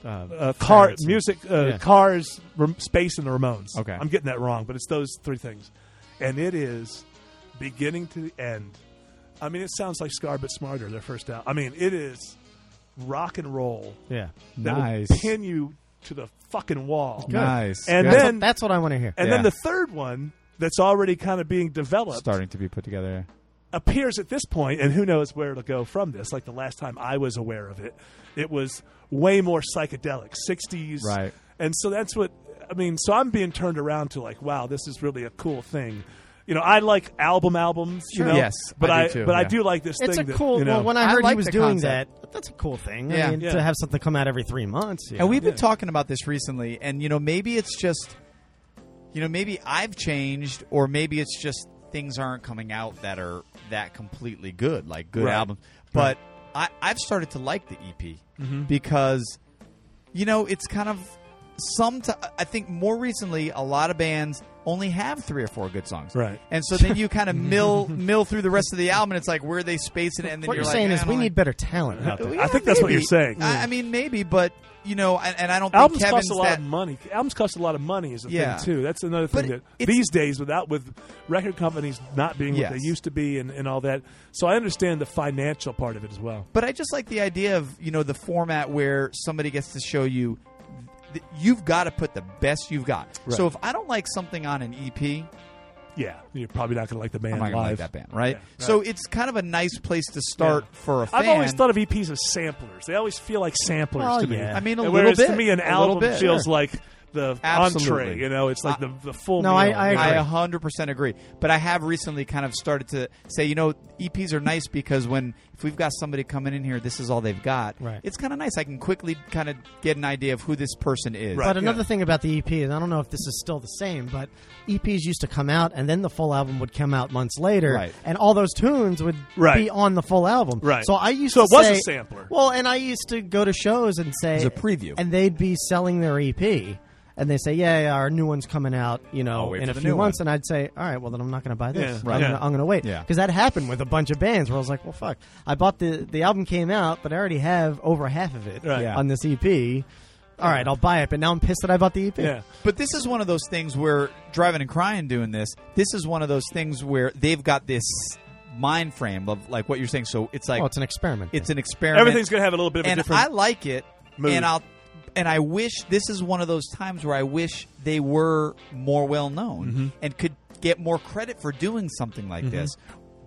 Speaker 4: uh, car
Speaker 11: Pirates and-
Speaker 4: music, uh,
Speaker 11: Yeah.
Speaker 4: cars, rem- space, and the Ramones.
Speaker 11: Okay.
Speaker 4: I'm getting that wrong, but it's those three things, and it is beginning to the end. I mean, it sounds like Scar but Smarter, their first album. I mean, it is rock and roll.
Speaker 7: Yeah.
Speaker 4: that
Speaker 10: Nice.
Speaker 4: Will pin you to the fucking wall.
Speaker 7: Good.
Speaker 10: Nice.
Speaker 4: And
Speaker 10: Good.
Speaker 4: then
Speaker 10: That's
Speaker 7: what- that's what I wanna hear.
Speaker 4: And
Speaker 10: Yeah.
Speaker 4: then the third one that's already kind of being developed
Speaker 10: starting to be put together.
Speaker 4: appears at this point, and who knows where it'll go from this. Like the last time I was aware of it, it was way more psychedelic, 60s.
Speaker 10: Right.
Speaker 4: And so that's what, I mean, so I'm being turned around to like, wow, this is really a cool thing. You know, I like album albums, you know,
Speaker 10: Yes,
Speaker 4: but
Speaker 10: I
Speaker 4: I,
Speaker 10: do too,
Speaker 4: but I
Speaker 10: yeah.
Speaker 4: do like this
Speaker 7: It's
Speaker 4: thing.
Speaker 7: a
Speaker 4: that,
Speaker 7: cool.
Speaker 4: you know-
Speaker 7: well, when I heard he was doing that, that's a cool thing. I
Speaker 10: Yeah.
Speaker 7: mean,
Speaker 10: Yeah.
Speaker 7: to have something come out every three months. you
Speaker 10: And
Speaker 7: know?
Speaker 10: we've been talking about this recently, and you know, maybe it's just, you know, maybe I've changed, or maybe it's just things aren't coming out that are that completely good, like good
Speaker 11: Right.
Speaker 10: albums.
Speaker 11: Right.
Speaker 10: But I, I've started to like the EP
Speaker 7: Mm-hmm.
Speaker 11: Mhm.
Speaker 10: because, you know, it's kind of some. I think more recently, a lot of bands only have three or four good songs,
Speaker 4: Right.
Speaker 10: And so then you
Speaker 7: *laughs*
Speaker 10: kind of mill mill through the rest of the album, and it's like where are they spacing it, and then
Speaker 7: what
Speaker 10: you're,
Speaker 7: you're
Speaker 10: like,
Speaker 7: saying
Speaker 10: "Eh, I
Speaker 7: is
Speaker 10: don't
Speaker 7: we
Speaker 10: like
Speaker 7: need better talent. out there.
Speaker 4: I think that's what you're saying.
Speaker 10: I, I mean, maybe, but you know, and, and I don't
Speaker 4: Albums
Speaker 10: think Kevin's
Speaker 4: cost a lot
Speaker 10: that.
Speaker 4: of money. Albums cost a lot of money is a
Speaker 10: Yeah.
Speaker 4: thing too. That's another thing that these days, without with record companies not being what
Speaker 10: Yes.
Speaker 4: they used to be and, and all that, so I understand the financial part of it as well.
Speaker 10: But I just like the idea of you know the format where somebody gets to show you th- you've got to put the best you've got.
Speaker 4: Right.
Speaker 10: So if I don't like something on an EP,
Speaker 4: Yeah, you're probably not going to like the band.
Speaker 10: I'm not gonna
Speaker 4: live.
Speaker 10: like that band, right?
Speaker 4: Yeah,
Speaker 10: So it's kind of a nice place to start
Speaker 4: Yeah.
Speaker 10: for a fan.
Speaker 4: I've always thought of EPs as samplers. They always feel like samplers
Speaker 10: Well,
Speaker 4: to me.
Speaker 10: yeah. I mean, a
Speaker 4: And
Speaker 10: little
Speaker 4: whereas to
Speaker 10: bit.
Speaker 4: me, an
Speaker 10: A little
Speaker 4: album
Speaker 10: bit.
Speaker 4: feels
Speaker 10: Sure.
Speaker 4: like the
Speaker 10: Absolutely.
Speaker 4: entree. You know, it's like the, the full.
Speaker 10: No,
Speaker 4: meal,
Speaker 10: I,
Speaker 4: you know?
Speaker 10: I, 100% agree. But I have recently kind of started to say, you know, EPs are nice because when if we've got somebody coming in here, this is all they've got. Right. It's kind of nice. I can quickly kind of get an idea of who this person is.
Speaker 7: But another thing about the EP, and I don't know if this is still the same, but EPs used to come out, and then the full album would come out months later,
Speaker 10: Right.
Speaker 7: and all those tunes would
Speaker 10: Right.
Speaker 7: be on the full album.
Speaker 10: Right.
Speaker 7: So I used
Speaker 10: So
Speaker 7: to
Speaker 10: it was a
Speaker 7: say-
Speaker 10: sampler.
Speaker 7: Well, and I used to go to shows and say
Speaker 10: It was a preview.
Speaker 7: and they'd be selling their EP, and they say, "Yeah, yeah, our new one's coming out, you
Speaker 10: I'll
Speaker 7: know,
Speaker 10: wait
Speaker 7: in
Speaker 10: for
Speaker 7: a
Speaker 10: the
Speaker 7: few
Speaker 10: new
Speaker 7: months," and I'd say, "All right, well then I'm not going to buy this.
Speaker 10: Yeah, right.
Speaker 7: I'm
Speaker 10: Yeah.
Speaker 7: going to wait."
Speaker 10: Yeah.
Speaker 7: Because that happened with a bunch of bands where I was like, "Well, fuck, I bought the the album came out, but I already have over half of it
Speaker 10: Right. Yeah.
Speaker 7: on this EP. All right, I'll buy it, but now I'm pissed that I bought the E EP."
Speaker 10: But this is one of those things where driving and crying doing this. This is one of those things where they've got this mind frame of like what you're saying. So it's like
Speaker 7: Oh, it's an experiment.
Speaker 10: It's an experiment.
Speaker 4: Everything's gonna have a little bit of a
Speaker 10: and
Speaker 4: different
Speaker 10: I like it.
Speaker 4: mood.
Speaker 10: And I'll and I wish this is one of those times where I wish they were more well known
Speaker 4: Mm-hmm.
Speaker 10: and could get more credit for doing something like
Speaker 5: Mhm.
Speaker 10: this.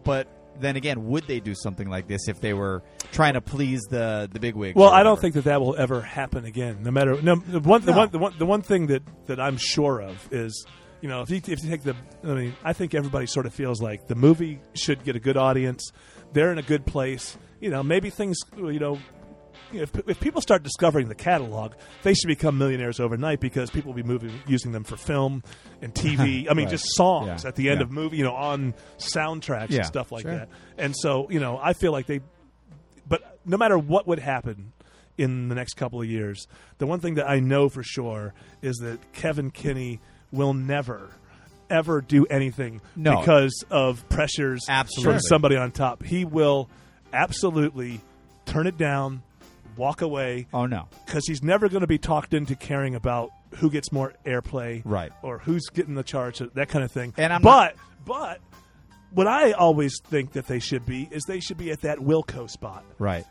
Speaker 10: But then again, would they do something like this if they were trying to please the the big wigs?
Speaker 4: Well, I don't think that that will ever happen again. No matter no the one the
Speaker 10: No.
Speaker 4: one the one the one thing that that I'm sure of is you know if you if you take the I mean I think everybody sort of feels like the movie should get a good audience. They're in a good place. You know maybe things you know. If, if people start discovering the catalog, they should become millionaires overnight because people will be moving, using them for film
Speaker 12: *laughs*
Speaker 4: and TV. I mean,
Speaker 12: Right.
Speaker 4: just songs
Speaker 12: Yeah.
Speaker 4: at the end
Speaker 12: Yeah.
Speaker 4: of movie, you know, on soundtracks
Speaker 12: Yeah.
Speaker 4: and stuff like
Speaker 12: Sure.
Speaker 4: that. And so, you know, I feel like they but no matter what would happen in the next couple of years, the one thing that I know for sure is that Kevin Kinney will never ever do anything
Speaker 10: No.
Speaker 4: because of pressures
Speaker 10: Absolutely.
Speaker 4: from somebody on top. He will absolutely turn it down, walk away.
Speaker 10: Oh no.
Speaker 4: Cuz he's never going to be talked into caring about who gets more airplay
Speaker 10: Right.
Speaker 4: or who's getting the charts that kind of thing.
Speaker 10: And I'm
Speaker 4: but but what I always think that they should be is they should be at that Wilco spot.
Speaker 10: Right.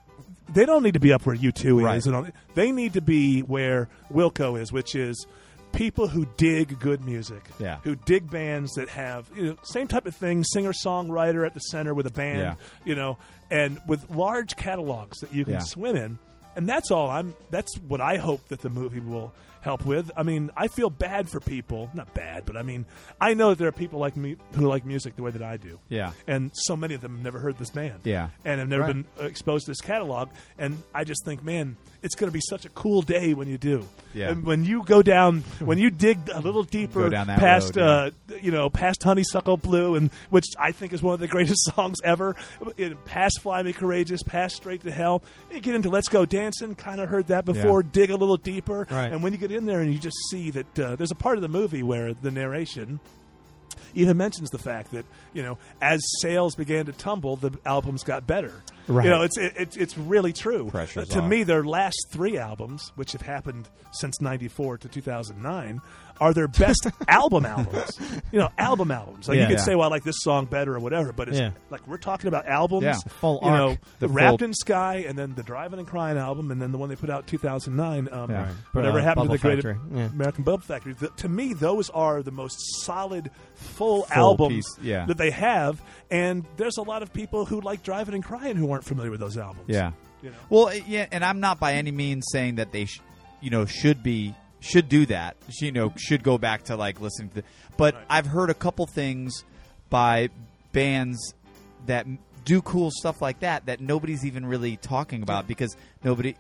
Speaker 4: They don't need to be up where U two
Speaker 10: Right.
Speaker 4: is, and all, they need to be where Wilco is, which is people who dig good music,
Speaker 10: Yeah.
Speaker 4: who dig bands that have you know, same type of thing, singer songwriter at the center with a band,
Speaker 10: Yeah.
Speaker 4: you know, and with large catalogs that you can
Speaker 10: Yeah.
Speaker 4: swim in. And that's all I'm that's what I hope that the movie will help with. I mean, I feel bad for people, not bad, but I mean, I know that there are people like me who like music the way that I do.
Speaker 10: Yeah.
Speaker 4: And so many of them have never heard this band.
Speaker 10: Yeah.
Speaker 4: And have never
Speaker 10: Right.
Speaker 4: been uh, exposed to this catalog and I just think, man, it's going to be such a cool day when you do.
Speaker 10: Yeah.
Speaker 4: And when you go
Speaker 10: *laughs*
Speaker 4: down, when you dig a little deeper
Speaker 10: Go down that
Speaker 4: past
Speaker 10: road, yeah.
Speaker 4: uh, you know, past Honeysuckle Blue, and which I think is one of the *laughs* greatest songs ever. It- Past Fly Me Courageous, past Straight to Hell. You get into Let's Go Dancing, kind of heard that before.
Speaker 12: Yeah.
Speaker 4: Dig a little deeper,
Speaker 12: Right.
Speaker 4: and when you get in there and you just see that uh, there's a part of the movie where the narration even mentions the fact that you know as sales began to tumble, the albums got better.
Speaker 12: Right.
Speaker 4: You know, it's it, it's it's really true.
Speaker 12: Pressure's
Speaker 4: to
Speaker 12: off.
Speaker 4: me, their last three albums, which have happened since '94 to 2009, are
Speaker 12: *laughs*
Speaker 4: their best album albums. You know, album albums. Like
Speaker 12: Yeah.
Speaker 4: you could
Speaker 12: Yeah.
Speaker 4: say, "Well, I like this song better" or whatever, but it's
Speaker 12: Yeah.
Speaker 4: like we're talking about albums.
Speaker 12: Yeah. The full
Speaker 4: you
Speaker 12: arc.
Speaker 4: know,
Speaker 12: The
Speaker 4: Wrapped
Speaker 12: full-
Speaker 4: in Sky, and then the Driving and Crying album, and then the one they put out in 2009. Um,
Speaker 12: Yeah.
Speaker 4: Whatever
Speaker 12: Uh,
Speaker 4: happened to
Speaker 12: Bubble
Speaker 4: the
Speaker 12: Factory.
Speaker 4: great
Speaker 12: Yeah.
Speaker 4: American Bubble Factory? Th- to me, those are the most solid full,
Speaker 12: Full
Speaker 4: albums
Speaker 10: piece, yeah.
Speaker 4: that they have, and there's a lot of people who like driving and crying who aren't familiar with those albums.
Speaker 10: Yeah.
Speaker 4: You know?
Speaker 10: Well, eh, yeah, and I'm not by any means saying that they, sh- you know, should be should do that. Sh- You know, should go back to like listening to. The- but I've heard a couple things by bands that m- do cool stuff like that that nobody's even really talking about because nobody.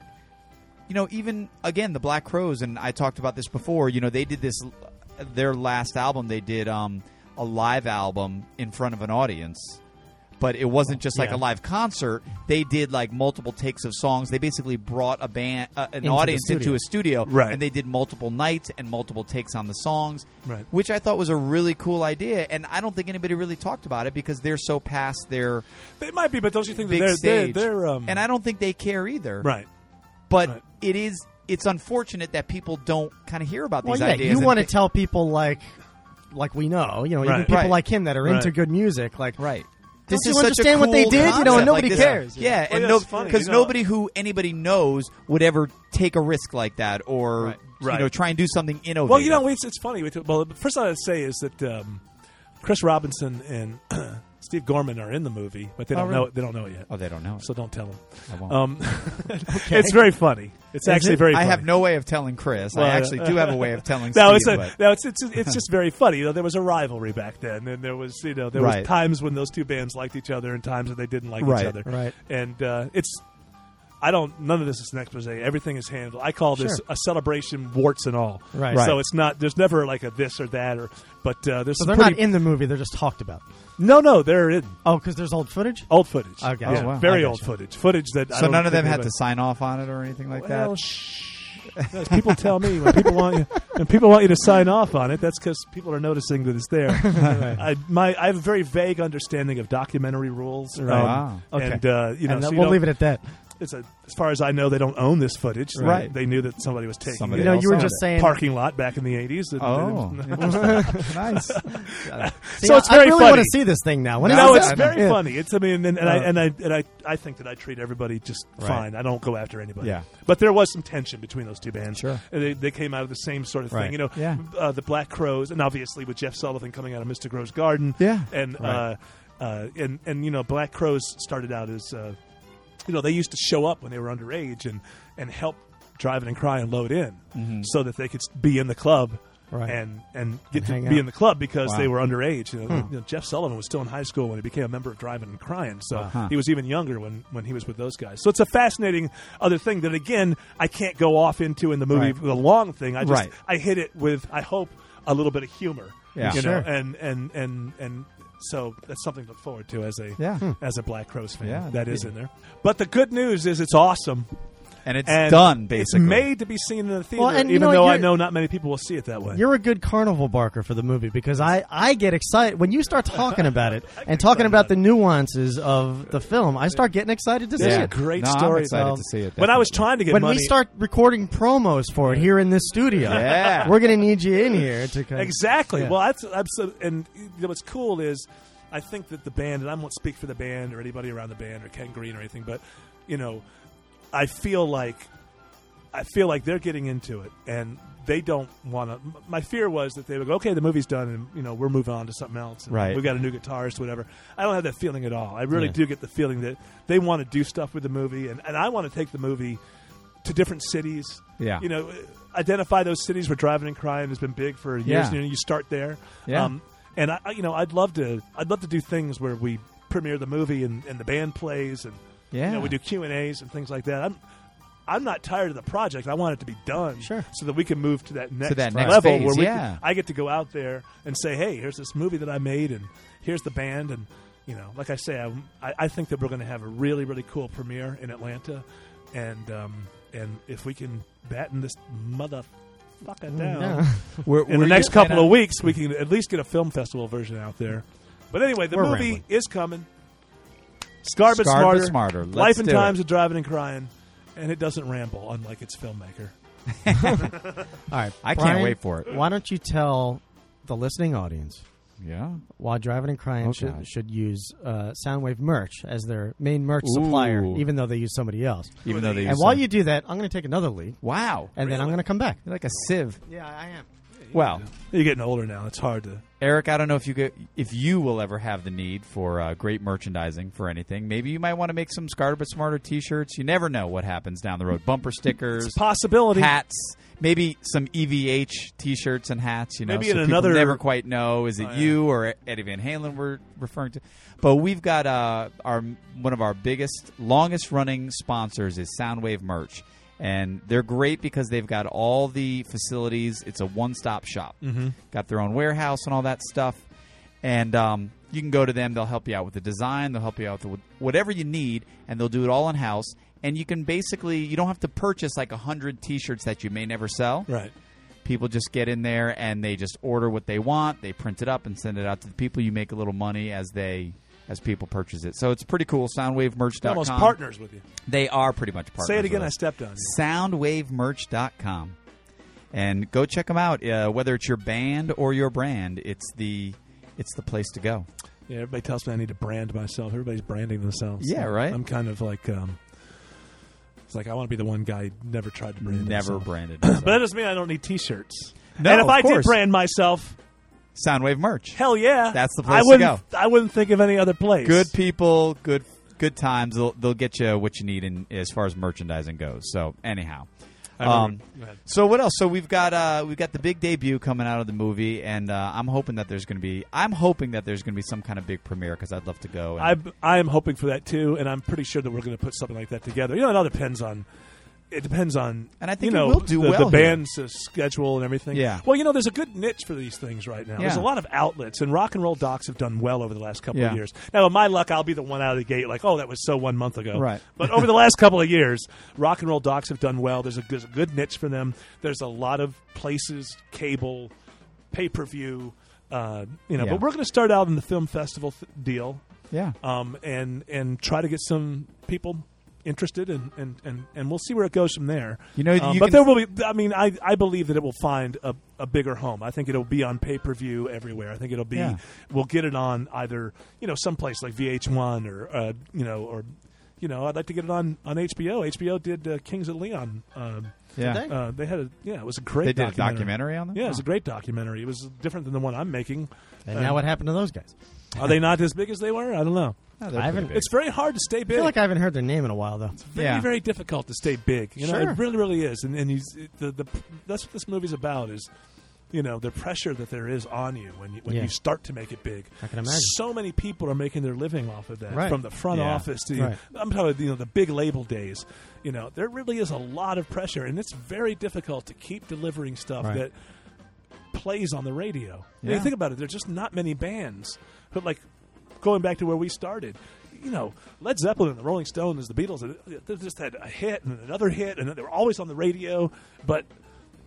Speaker 10: You know, even again, the Black Crows, and I talked about this before. You know, they did this their last album. They did um, a live album in front of an audience, but it wasn't just like
Speaker 12: Yeah.
Speaker 10: a live concert. They did like multiple takes of songs. They basically brought a band, uh, an
Speaker 12: Into the
Speaker 10: audience
Speaker 12: studio.
Speaker 10: into a studio,
Speaker 12: Right.
Speaker 10: and they did multiple nights and multiple takes on the songs,
Speaker 12: Right.
Speaker 10: which I thought was a really cool idea. And I don't think anybody really talked about it because they're so past their
Speaker 4: They might be, but don't you think that
Speaker 10: big
Speaker 4: they're,
Speaker 10: stage,
Speaker 4: they're, they're um,
Speaker 10: and I don't think they care either,
Speaker 4: Right.
Speaker 10: But it is. It's unfortunate that people don't kind of hear about
Speaker 7: Well,
Speaker 10: these
Speaker 7: yeah,
Speaker 10: ideas.
Speaker 7: you
Speaker 10: and
Speaker 7: want to
Speaker 10: thi-
Speaker 7: tell people like, like we know, you know, even
Speaker 10: Right.
Speaker 7: people
Speaker 10: Right.
Speaker 7: like him that are
Speaker 10: Right.
Speaker 7: into good music, like
Speaker 10: right.
Speaker 7: Don't
Speaker 10: This
Speaker 7: you
Speaker 10: is such a
Speaker 7: understand what they
Speaker 10: cool
Speaker 7: did? You know,
Speaker 10: concept,
Speaker 7: and nobody
Speaker 10: like this.
Speaker 7: cares.
Speaker 10: Yeah,
Speaker 7: Well,
Speaker 10: and
Speaker 7: yeah,
Speaker 10: no,
Speaker 7: it's funny,
Speaker 10: because
Speaker 7: you know.
Speaker 10: nobody who anybody knows would ever take a risk like that, or you
Speaker 4: Right.
Speaker 10: know, try and do something innovative.
Speaker 4: Well, you know, it's, it's funny. We took- Well, the first thing I'd say is that um, Chris Robinson and *clears throat* Steve Gorman are in the movie, but they
Speaker 10: Oh,
Speaker 4: don't
Speaker 10: really?
Speaker 4: know it. They don't know it yet.
Speaker 10: Oh, they don't know it.
Speaker 4: So don't tell them.
Speaker 10: I won't.
Speaker 4: Um, *laughs* It's very funny. It's
Speaker 10: Is
Speaker 4: actually
Speaker 10: it?
Speaker 4: very.
Speaker 10: I
Speaker 4: funny.
Speaker 10: have no way of telling Chris.
Speaker 4: Well,
Speaker 10: I
Speaker 4: yeah.
Speaker 10: actually do have a way of telling.
Speaker 4: *laughs* no,
Speaker 10: Steve,
Speaker 4: it's a,
Speaker 10: but-
Speaker 4: no, it's it's it's just very funny. You know, there was a rivalry back then, and there was you know there
Speaker 10: Right.
Speaker 4: was times when those two bands liked each other, and times that they didn't like
Speaker 10: Right,
Speaker 4: each other.
Speaker 10: right.
Speaker 4: And uh, it's I don't none of this is an expose. Everything is handled. I call this
Speaker 12: Sure.
Speaker 4: a celebration, warts and all.
Speaker 7: Right. Right.
Speaker 4: So it's not there's never like a this or that or but uh, there's
Speaker 7: So
Speaker 4: some
Speaker 7: they're
Speaker 4: pretty,
Speaker 7: not in the movie; they're just talked about.
Speaker 4: no no they're in
Speaker 7: Oh, because there's old footage.
Speaker 4: old footage.
Speaker 7: Okay,
Speaker 4: Yeah, very old footage. Footage that I
Speaker 10: So
Speaker 4: don't
Speaker 10: none of
Speaker 4: think
Speaker 10: them had
Speaker 4: anybody-
Speaker 10: to sign off on it or anything like
Speaker 4: Well,
Speaker 10: that.
Speaker 4: sh- As people tell me when people want you, when people want you to sign off on it, that's because people are noticing that it's
Speaker 7: *laughs*
Speaker 4: there. I, my, I have a very vague understanding of documentary rules.
Speaker 10: Oh,
Speaker 7: Right. Wow. Okay.
Speaker 4: And uh, you know,
Speaker 7: And
Speaker 4: so
Speaker 7: then
Speaker 4: you
Speaker 7: we'll
Speaker 4: don't-
Speaker 7: leave it at that.
Speaker 4: It's a, as far as I know, they don't own this footage. They-
Speaker 7: Right.
Speaker 4: They knew that somebody was taking.
Speaker 7: Somebody
Speaker 4: it.
Speaker 7: You know, else you were owned just it. saying-
Speaker 4: parking lot back in the eighties.
Speaker 7: Oh,
Speaker 10: *laughs* interesting.
Speaker 4: *laughs*
Speaker 10: Nice.
Speaker 4: so it's
Speaker 7: I
Speaker 4: very
Speaker 7: really
Speaker 4: funny.
Speaker 7: wanna see this thing now. When
Speaker 4: no,
Speaker 7: is it
Speaker 4: it's
Speaker 7: out?
Speaker 4: very
Speaker 7: Yeah.
Speaker 4: funny. It's I mean, and, and I
Speaker 7: Uh,
Speaker 4: and I and I, I think that I treat everybody just
Speaker 7: Right.
Speaker 4: fine. I don't go after anybody.
Speaker 7: Yeah.
Speaker 4: But there was some tension between those two bands.
Speaker 7: Sure.
Speaker 4: And They, they came out of the same sort of
Speaker 7: Right.
Speaker 4: thing. You know,
Speaker 7: Yeah.
Speaker 4: uh, the Black Crows, and obviously with Jeff Sullivan coming out of Mr. Grove's Garden.
Speaker 7: Yeah.
Speaker 4: And
Speaker 7: Right.
Speaker 4: uh, uh, and and you know, Black Crows started out as uh, you know they used to show up when they were underage and and help drive it and cry and load in
Speaker 7: Mhm.
Speaker 4: so that they could be in the club.
Speaker 7: Right.
Speaker 4: And and get
Speaker 7: hang
Speaker 4: to be
Speaker 7: out.
Speaker 4: in the club because
Speaker 7: Wow.
Speaker 4: they were underage. You know,
Speaker 7: Hmm.
Speaker 4: you know, Jeff Sullivan was still in high school when he became a member of Driving and Crying, so
Speaker 7: Uh-huh.
Speaker 4: he was even younger when, when he was with those guys. So it's a fascinating other thing that again I can't go off into in the movie
Speaker 7: Right.
Speaker 4: the long thing. I just
Speaker 7: Right.
Speaker 4: I hit it with I hope a little bit of humor,
Speaker 7: Yeah.
Speaker 4: you
Speaker 7: Sure.
Speaker 4: know, and and and and so that's something to look forward to as a
Speaker 7: Yeah. Hmm.
Speaker 4: as a Black Crows fan.
Speaker 7: Yeah,
Speaker 4: that is
Speaker 7: yeah.
Speaker 4: in there. But the good news is it's awesome.
Speaker 10: And it's done, basically.
Speaker 4: It's made to be seen in the theater,
Speaker 7: Well, and you
Speaker 4: even
Speaker 7: know what,
Speaker 4: though I
Speaker 7: you're-
Speaker 4: know not many people will see it that way.
Speaker 7: You're a good carnival barker for the movie because I, I get excited when you start talking about it and talking about the nuances of the film. I start getting excited to see
Speaker 4: Yeah.
Speaker 7: it.
Speaker 4: Great No, I'm story. excited to see it, When I was definitely. trying to get
Speaker 7: when
Speaker 4: money-
Speaker 7: we start recording promos for it here in this studio,
Speaker 4: Yeah.
Speaker 7: we're going to need you in here to kind of-
Speaker 4: exactly.
Speaker 7: Yeah.
Speaker 4: Well, that's I'm so, and you know, what's cool is I think that the band, and I won't speak for the band or anybody around the band or Ken Green or anything, but you know, I feel like I feel like they're getting into it and they don't want to. My fear was that they would go, okay, the movie's done, and you know we're moving on to something else. And
Speaker 10: Right.
Speaker 4: We've got a new guitarist, whatever. I don't have that feeling at all. I really
Speaker 10: Yeah.
Speaker 4: do get the feeling that they want to do stuff with the movie, and, and I want to take the movie to different cities.
Speaker 10: Yeah.
Speaker 4: You know, identify those cities where driving and crime has been big for years.
Speaker 10: Yeah.
Speaker 4: You, know, you start there. Um,
Speaker 10: Yeah.
Speaker 4: and I, I- you know, I'd love to. I'd love to do things where we premiere the movie and, and the band plays, and you
Speaker 10: Yeah.
Speaker 4: know, we do Q and A's and things like that. I'm, I'm not tired of the project. I want it to be done, sure, so that we can move to that next,
Speaker 10: that next
Speaker 4: level
Speaker 10: phase,
Speaker 4: where we
Speaker 10: yeah.
Speaker 4: can, I get to go out there and say, "Hey, here's this movie that I made, and here's the band." And you know, like I say, I, I- I think that we're going to have a really, really cool premiere in Atlanta, and um, and if we can batten this motherfucker down
Speaker 7: yeah.
Speaker 10: We're-
Speaker 4: in
Speaker 10: we're
Speaker 4: the next
Speaker 10: getting-
Speaker 4: couple of weeks, we can at least get a film festival version out there. But anyway, the
Speaker 10: We're
Speaker 4: movie
Speaker 10: rambling.
Speaker 4: is coming. Scar but
Speaker 10: Scar but
Speaker 4: smarter,
Speaker 10: Smarter. Let's
Speaker 4: life and
Speaker 10: do it.
Speaker 4: times of driving and crying, and it doesn't ramble, unlike its filmmaker.
Speaker 7: All right,
Speaker 10: I can't
Speaker 7: Brian,
Speaker 10: wait for it.
Speaker 7: Why don't you tell the listening audience?
Speaker 10: Yeah.
Speaker 7: While driving and crying
Speaker 10: Oh,
Speaker 7: should,
Speaker 10: God.
Speaker 7: should use uh, Soundwave merch as their main merch supplier,
Speaker 10: Ooh.
Speaker 7: even though they use somebody else.
Speaker 10: Even though they
Speaker 7: and
Speaker 10: use
Speaker 7: while
Speaker 10: some-
Speaker 7: you do that, I'm going to take another leak.
Speaker 10: Wow.
Speaker 7: And then I'm going to come back.
Speaker 10: You're like a sieve.
Speaker 7: Yeah, I am.
Speaker 10: Well,
Speaker 4: you're getting older now. It's hard to.
Speaker 10: Eric, I don't know if you get, if you will ever have the need for uh, great merchandising for anything. Maybe you might want to make some Smarter but Smarter T-shirts. You never know what happens down the road. Bumper stickers,
Speaker 4: It's a possibility.
Speaker 10: hats, maybe some EVH T-shirts and hats. You know,
Speaker 4: Maybe
Speaker 10: so
Speaker 4: in
Speaker 10: people
Speaker 4: another-
Speaker 10: never quite know is it you or Eddie Van Halen we're referring to. But we've got uh, our one of our biggest, longest running sponsors is Soundwave Merch. And they're great because they've got all the facilities. It's a one-stop shop
Speaker 5: Mhm.
Speaker 10: got their own warehouse and all that stuff. And um, you can go to them; they'll help you out with the design, they'll help you out with whatever you need, and they'll do it all in house. And you can basically you don't have to purchase like a hundred T-shirts that you may never sell.
Speaker 4: Right.
Speaker 10: People just get in there and they just order what they want. They print it up and send it out to the people. You make a little money as they as people purchase it. So it's pretty cool. Soundwavemerch.com.
Speaker 4: Almost partners with you.
Speaker 10: They are pretty much partners.
Speaker 4: Say it again.
Speaker 10: with
Speaker 4: I
Speaker 10: us.
Speaker 4: stepped on you.
Speaker 10: Soundwavemerch.com. And go check them out. Uh, whether it's your band or your brand, it's the it's the place to go.
Speaker 4: Yeah, everybody tells me I need to brand myself. Everybody's branding themselves.
Speaker 10: Yeah, right.
Speaker 4: I'm kind of like, um, it's like I want to be the one guy who never tried to brand.
Speaker 10: Never
Speaker 4: himself.
Speaker 10: branded *coughs*
Speaker 4: but that doesn't mean I don't need T-shirts.
Speaker 10: No,
Speaker 4: and if
Speaker 10: of
Speaker 4: I
Speaker 10: course.
Speaker 4: did brand myself,
Speaker 10: Soundwave merch.
Speaker 4: hell yeah,
Speaker 10: That's the
Speaker 4: I
Speaker 10: place to
Speaker 4: wouldn't,
Speaker 10: go.
Speaker 4: I wouldn't think of any other place.
Speaker 10: Good people, good good times. They'll, they'll get you what you need in, as far as merchandising goes. So anyhow,
Speaker 4: I remember-
Speaker 10: Um,
Speaker 4: go ahead.
Speaker 10: so what else? So we've got uh, we've got the big debut coming out of the movie, and uh, I'm hoping that there's going to be I'm hoping that there's going to be some kind of big premiere because I'd love to go. And
Speaker 4: I I am hoping for that too, and I'm pretty sure that we're going to put something like that together. You know, it all depends on it depends on
Speaker 10: And I think
Speaker 4: you
Speaker 10: it
Speaker 4: know
Speaker 10: will do
Speaker 4: the,
Speaker 10: well
Speaker 4: the
Speaker 10: here.
Speaker 4: band's uh, schedule and everything.
Speaker 10: Yeah.
Speaker 4: Well, you know, there's a good niche for these things right now. There's a
Speaker 10: Yeah.
Speaker 4: lot of outlets, and rock and roll docs have done well over the last couple
Speaker 10: Yeah.
Speaker 4: of years. Now, with my luck, I'll be the one out of the gate, like, oh, that was so one month ago.
Speaker 10: Right.
Speaker 4: But over the last couple of years, rock and roll docs have done well. There's a, there's a good niche for them. There's a lot of places, cable, pay per view. Uh, you know,
Speaker 10: Yeah.
Speaker 4: but we're going to start out in the film festival th- deal
Speaker 10: Yeah.
Speaker 4: um, and and try to get some people interested and, and, and, and we'll see where it goes from there
Speaker 10: You know,
Speaker 4: Um,
Speaker 10: you
Speaker 4: but
Speaker 10: can-
Speaker 4: there will be i mean I, I believe that it will find a, a bigger home i think it'll be on pay-per-view everywhere i think it'll be
Speaker 10: Yeah.
Speaker 4: we'll get it on either you know someplace like vh1 or uh, you know or you know i'd like to get it on on hbo hbo did uh, kings of leon um,
Speaker 10: Yeah. Did
Speaker 7: they?
Speaker 4: uh, they had a yeah it was a great
Speaker 10: They did a
Speaker 4: documentary.
Speaker 10: documentary on them? Oh,
Speaker 4: yeah it was
Speaker 10: Huh.
Speaker 4: a great documentary it was different than the one i'm making
Speaker 7: And now what happened to those guys?
Speaker 4: are they not as big as they were i don't know
Speaker 10: No,
Speaker 7: I haven't-
Speaker 4: it's very hard to stay
Speaker 7: I
Speaker 4: big.
Speaker 7: feel like I haven't heard their name in a while, though.
Speaker 4: very,
Speaker 10: Yeah.
Speaker 4: very difficult to stay big. You know,
Speaker 7: Sure.
Speaker 4: it really, really is. And, and he's, it- the, the, that's what this movie's about is, you know, the pressure that there is on you when you, when
Speaker 7: Yeah.
Speaker 4: you start to make it big.
Speaker 7: I can imagine.
Speaker 4: So many people are making their living off of that,
Speaker 7: Right.
Speaker 4: from the front
Speaker 10: Yeah.
Speaker 4: office to
Speaker 7: Right.
Speaker 4: I'm talking about, you know the big label days. You know, there really is a lot of pressure, and it's very difficult to keep delivering stuff
Speaker 7: Right.
Speaker 4: that plays on the radio. When
Speaker 10: Yeah.
Speaker 4: you think about it, there's just not many bands. But like going back to where we started, you know, Led Zeppelin, and the Rolling Stones, the Beatles, uh, they just had a hit and another hit, and they were always on the radio. But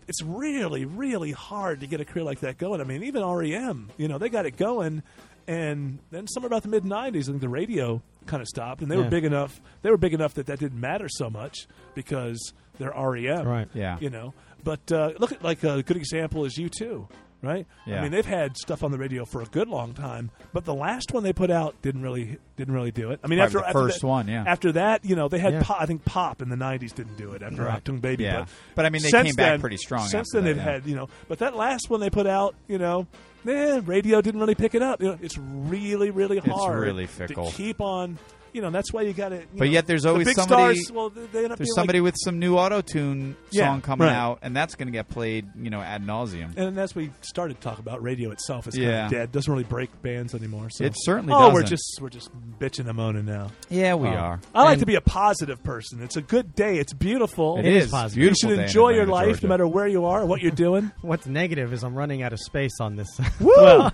Speaker 4: it's really, really hard to get a career like that going. I mean, even REM, you know, they got it going, and then somewhere about the mid '90s, I think the radio kind of stopped, and they
Speaker 7: Yeah.
Speaker 4: were big enough. They were big enough that that didn't matter so much because they're REM,
Speaker 7: Right.
Speaker 10: Yeah.
Speaker 4: You know, but uh, look at like a good example is U2, right?
Speaker 10: Yeah.
Speaker 4: I mean, they've had stuff on the radio for a good long time, but the last one they put out didn't really didn't really do it. I mean,
Speaker 10: Probably
Speaker 4: after
Speaker 10: the
Speaker 4: after
Speaker 10: first
Speaker 4: that-
Speaker 10: one, yeah.
Speaker 4: After that, you know, they had
Speaker 7: Yeah.
Speaker 4: pop, I think pop in the '90s didn't do it after
Speaker 7: Right.
Speaker 4: Octung Baby,
Speaker 10: Yeah.
Speaker 4: but,
Speaker 10: But, I mean, they
Speaker 4: since
Speaker 10: came back
Speaker 4: then-
Speaker 10: pretty strong
Speaker 4: Since
Speaker 10: after
Speaker 4: then,
Speaker 10: that,
Speaker 4: they've
Speaker 10: yeah.
Speaker 4: had you know, but that last one they put out, you know, eh, radio didn't really pick it up. You know, it's really really hard.
Speaker 10: really
Speaker 4: to
Speaker 10: fickle.
Speaker 4: keep on. You know, and that's why you got to.
Speaker 10: But yet there's always
Speaker 4: the big
Speaker 10: somebody-
Speaker 4: Stars, well, they they end up being like
Speaker 10: There's somebody with some new auto tune
Speaker 4: Yeah,
Speaker 10: song coming
Speaker 4: right.
Speaker 10: out, and that's going to get played, you know, ad nauseum.
Speaker 4: and that's what we started to talk about. Radio itself is
Speaker 10: Yeah.
Speaker 4: kind of dead. Doesn't really break bands anymore. So.
Speaker 10: It certainly
Speaker 4: oh, we're
Speaker 10: doesn't.
Speaker 4: just Oh. we're just bitching and moaning now.
Speaker 10: Yeah, we are.
Speaker 4: I like to be a positive person. It's a good day. It's beautiful.
Speaker 10: it is,
Speaker 7: positive.
Speaker 4: You
Speaker 10: beautiful.
Speaker 4: should
Speaker 10: day in
Speaker 4: enjoy your
Speaker 10: Atlanta,
Speaker 4: life,
Speaker 10: Georgia.
Speaker 4: no matter where you are, what you're
Speaker 7: *laughs*
Speaker 4: doing.
Speaker 7: What's negative is I'm running out of space on this. *laughs*
Speaker 4: Woo!
Speaker 7: on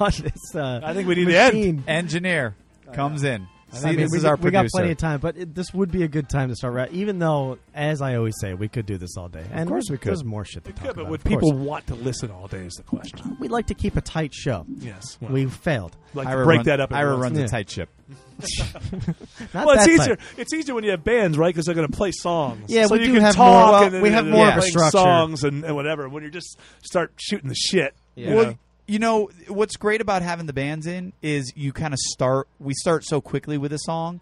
Speaker 7: this, uh,
Speaker 4: I think we need to end.
Speaker 7: machine.
Speaker 10: Engineer comes in. See,
Speaker 7: I mean,
Speaker 10: this
Speaker 7: we,
Speaker 10: is our
Speaker 7: we
Speaker 10: producer.
Speaker 7: got plenty of time, but it, this would be a good time to start. Ra- even though, as I always say, we could do this all day, and
Speaker 10: course
Speaker 7: there's-
Speaker 10: we could.
Speaker 7: There's more shit to talk
Speaker 4: Yeah,
Speaker 7: about.
Speaker 4: but would
Speaker 7: of course.
Speaker 4: people want to listen all day? Is the question.
Speaker 7: We like to keep a tight show.
Speaker 4: Yes. Well,
Speaker 7: We failed.
Speaker 4: like to
Speaker 10: Ira
Speaker 4: break
Speaker 10: run-
Speaker 4: that up. every
Speaker 10: Ira
Speaker 4: once in
Speaker 10: runs
Speaker 4: a
Speaker 7: Yeah.
Speaker 10: a tight ship.
Speaker 7: Not
Speaker 4: while. Well, it's
Speaker 7: that tight.
Speaker 4: easier. It's easier when you have bands, right? Because they're going to play songs.
Speaker 7: Yeah,
Speaker 4: so
Speaker 7: we
Speaker 4: you
Speaker 7: do
Speaker 4: can
Speaker 7: have more-
Speaker 4: talk.
Speaker 7: well,
Speaker 4: and then
Speaker 7: we have
Speaker 4: they're
Speaker 7: more of a
Speaker 4: playing
Speaker 7: structure.
Speaker 4: songs and, and whatever. When you just start shooting the shit,
Speaker 7: Yeah.
Speaker 4: you
Speaker 10: Well,
Speaker 4: know?
Speaker 10: you know what's great about having the bands in is you kind of start. We start so quickly with a song,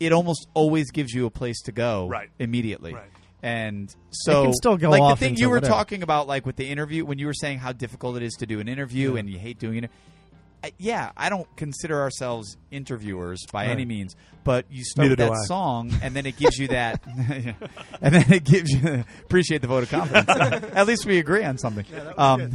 Speaker 10: it almost always gives you a place to go
Speaker 4: Right.
Speaker 10: immediately.
Speaker 4: Right.
Speaker 10: And so,
Speaker 7: It can still go
Speaker 10: like
Speaker 7: off
Speaker 10: the thing
Speaker 7: into
Speaker 10: you were
Speaker 7: whatever.
Speaker 10: talking about, like with the interview, when you were saying how difficult it is to do an interview and you hate doing it. I, yeah, I don't consider ourselves interviewers by any means, but you start
Speaker 4: Neither
Speaker 10: with
Speaker 4: do
Speaker 10: that
Speaker 4: I.
Speaker 10: song, and then it gives
Speaker 4: *laughs*
Speaker 10: you that, *laughs* yeah. and then it gives you appreciate the vote of confidence.
Speaker 4: *laughs*
Speaker 10: At least we agree on something. um,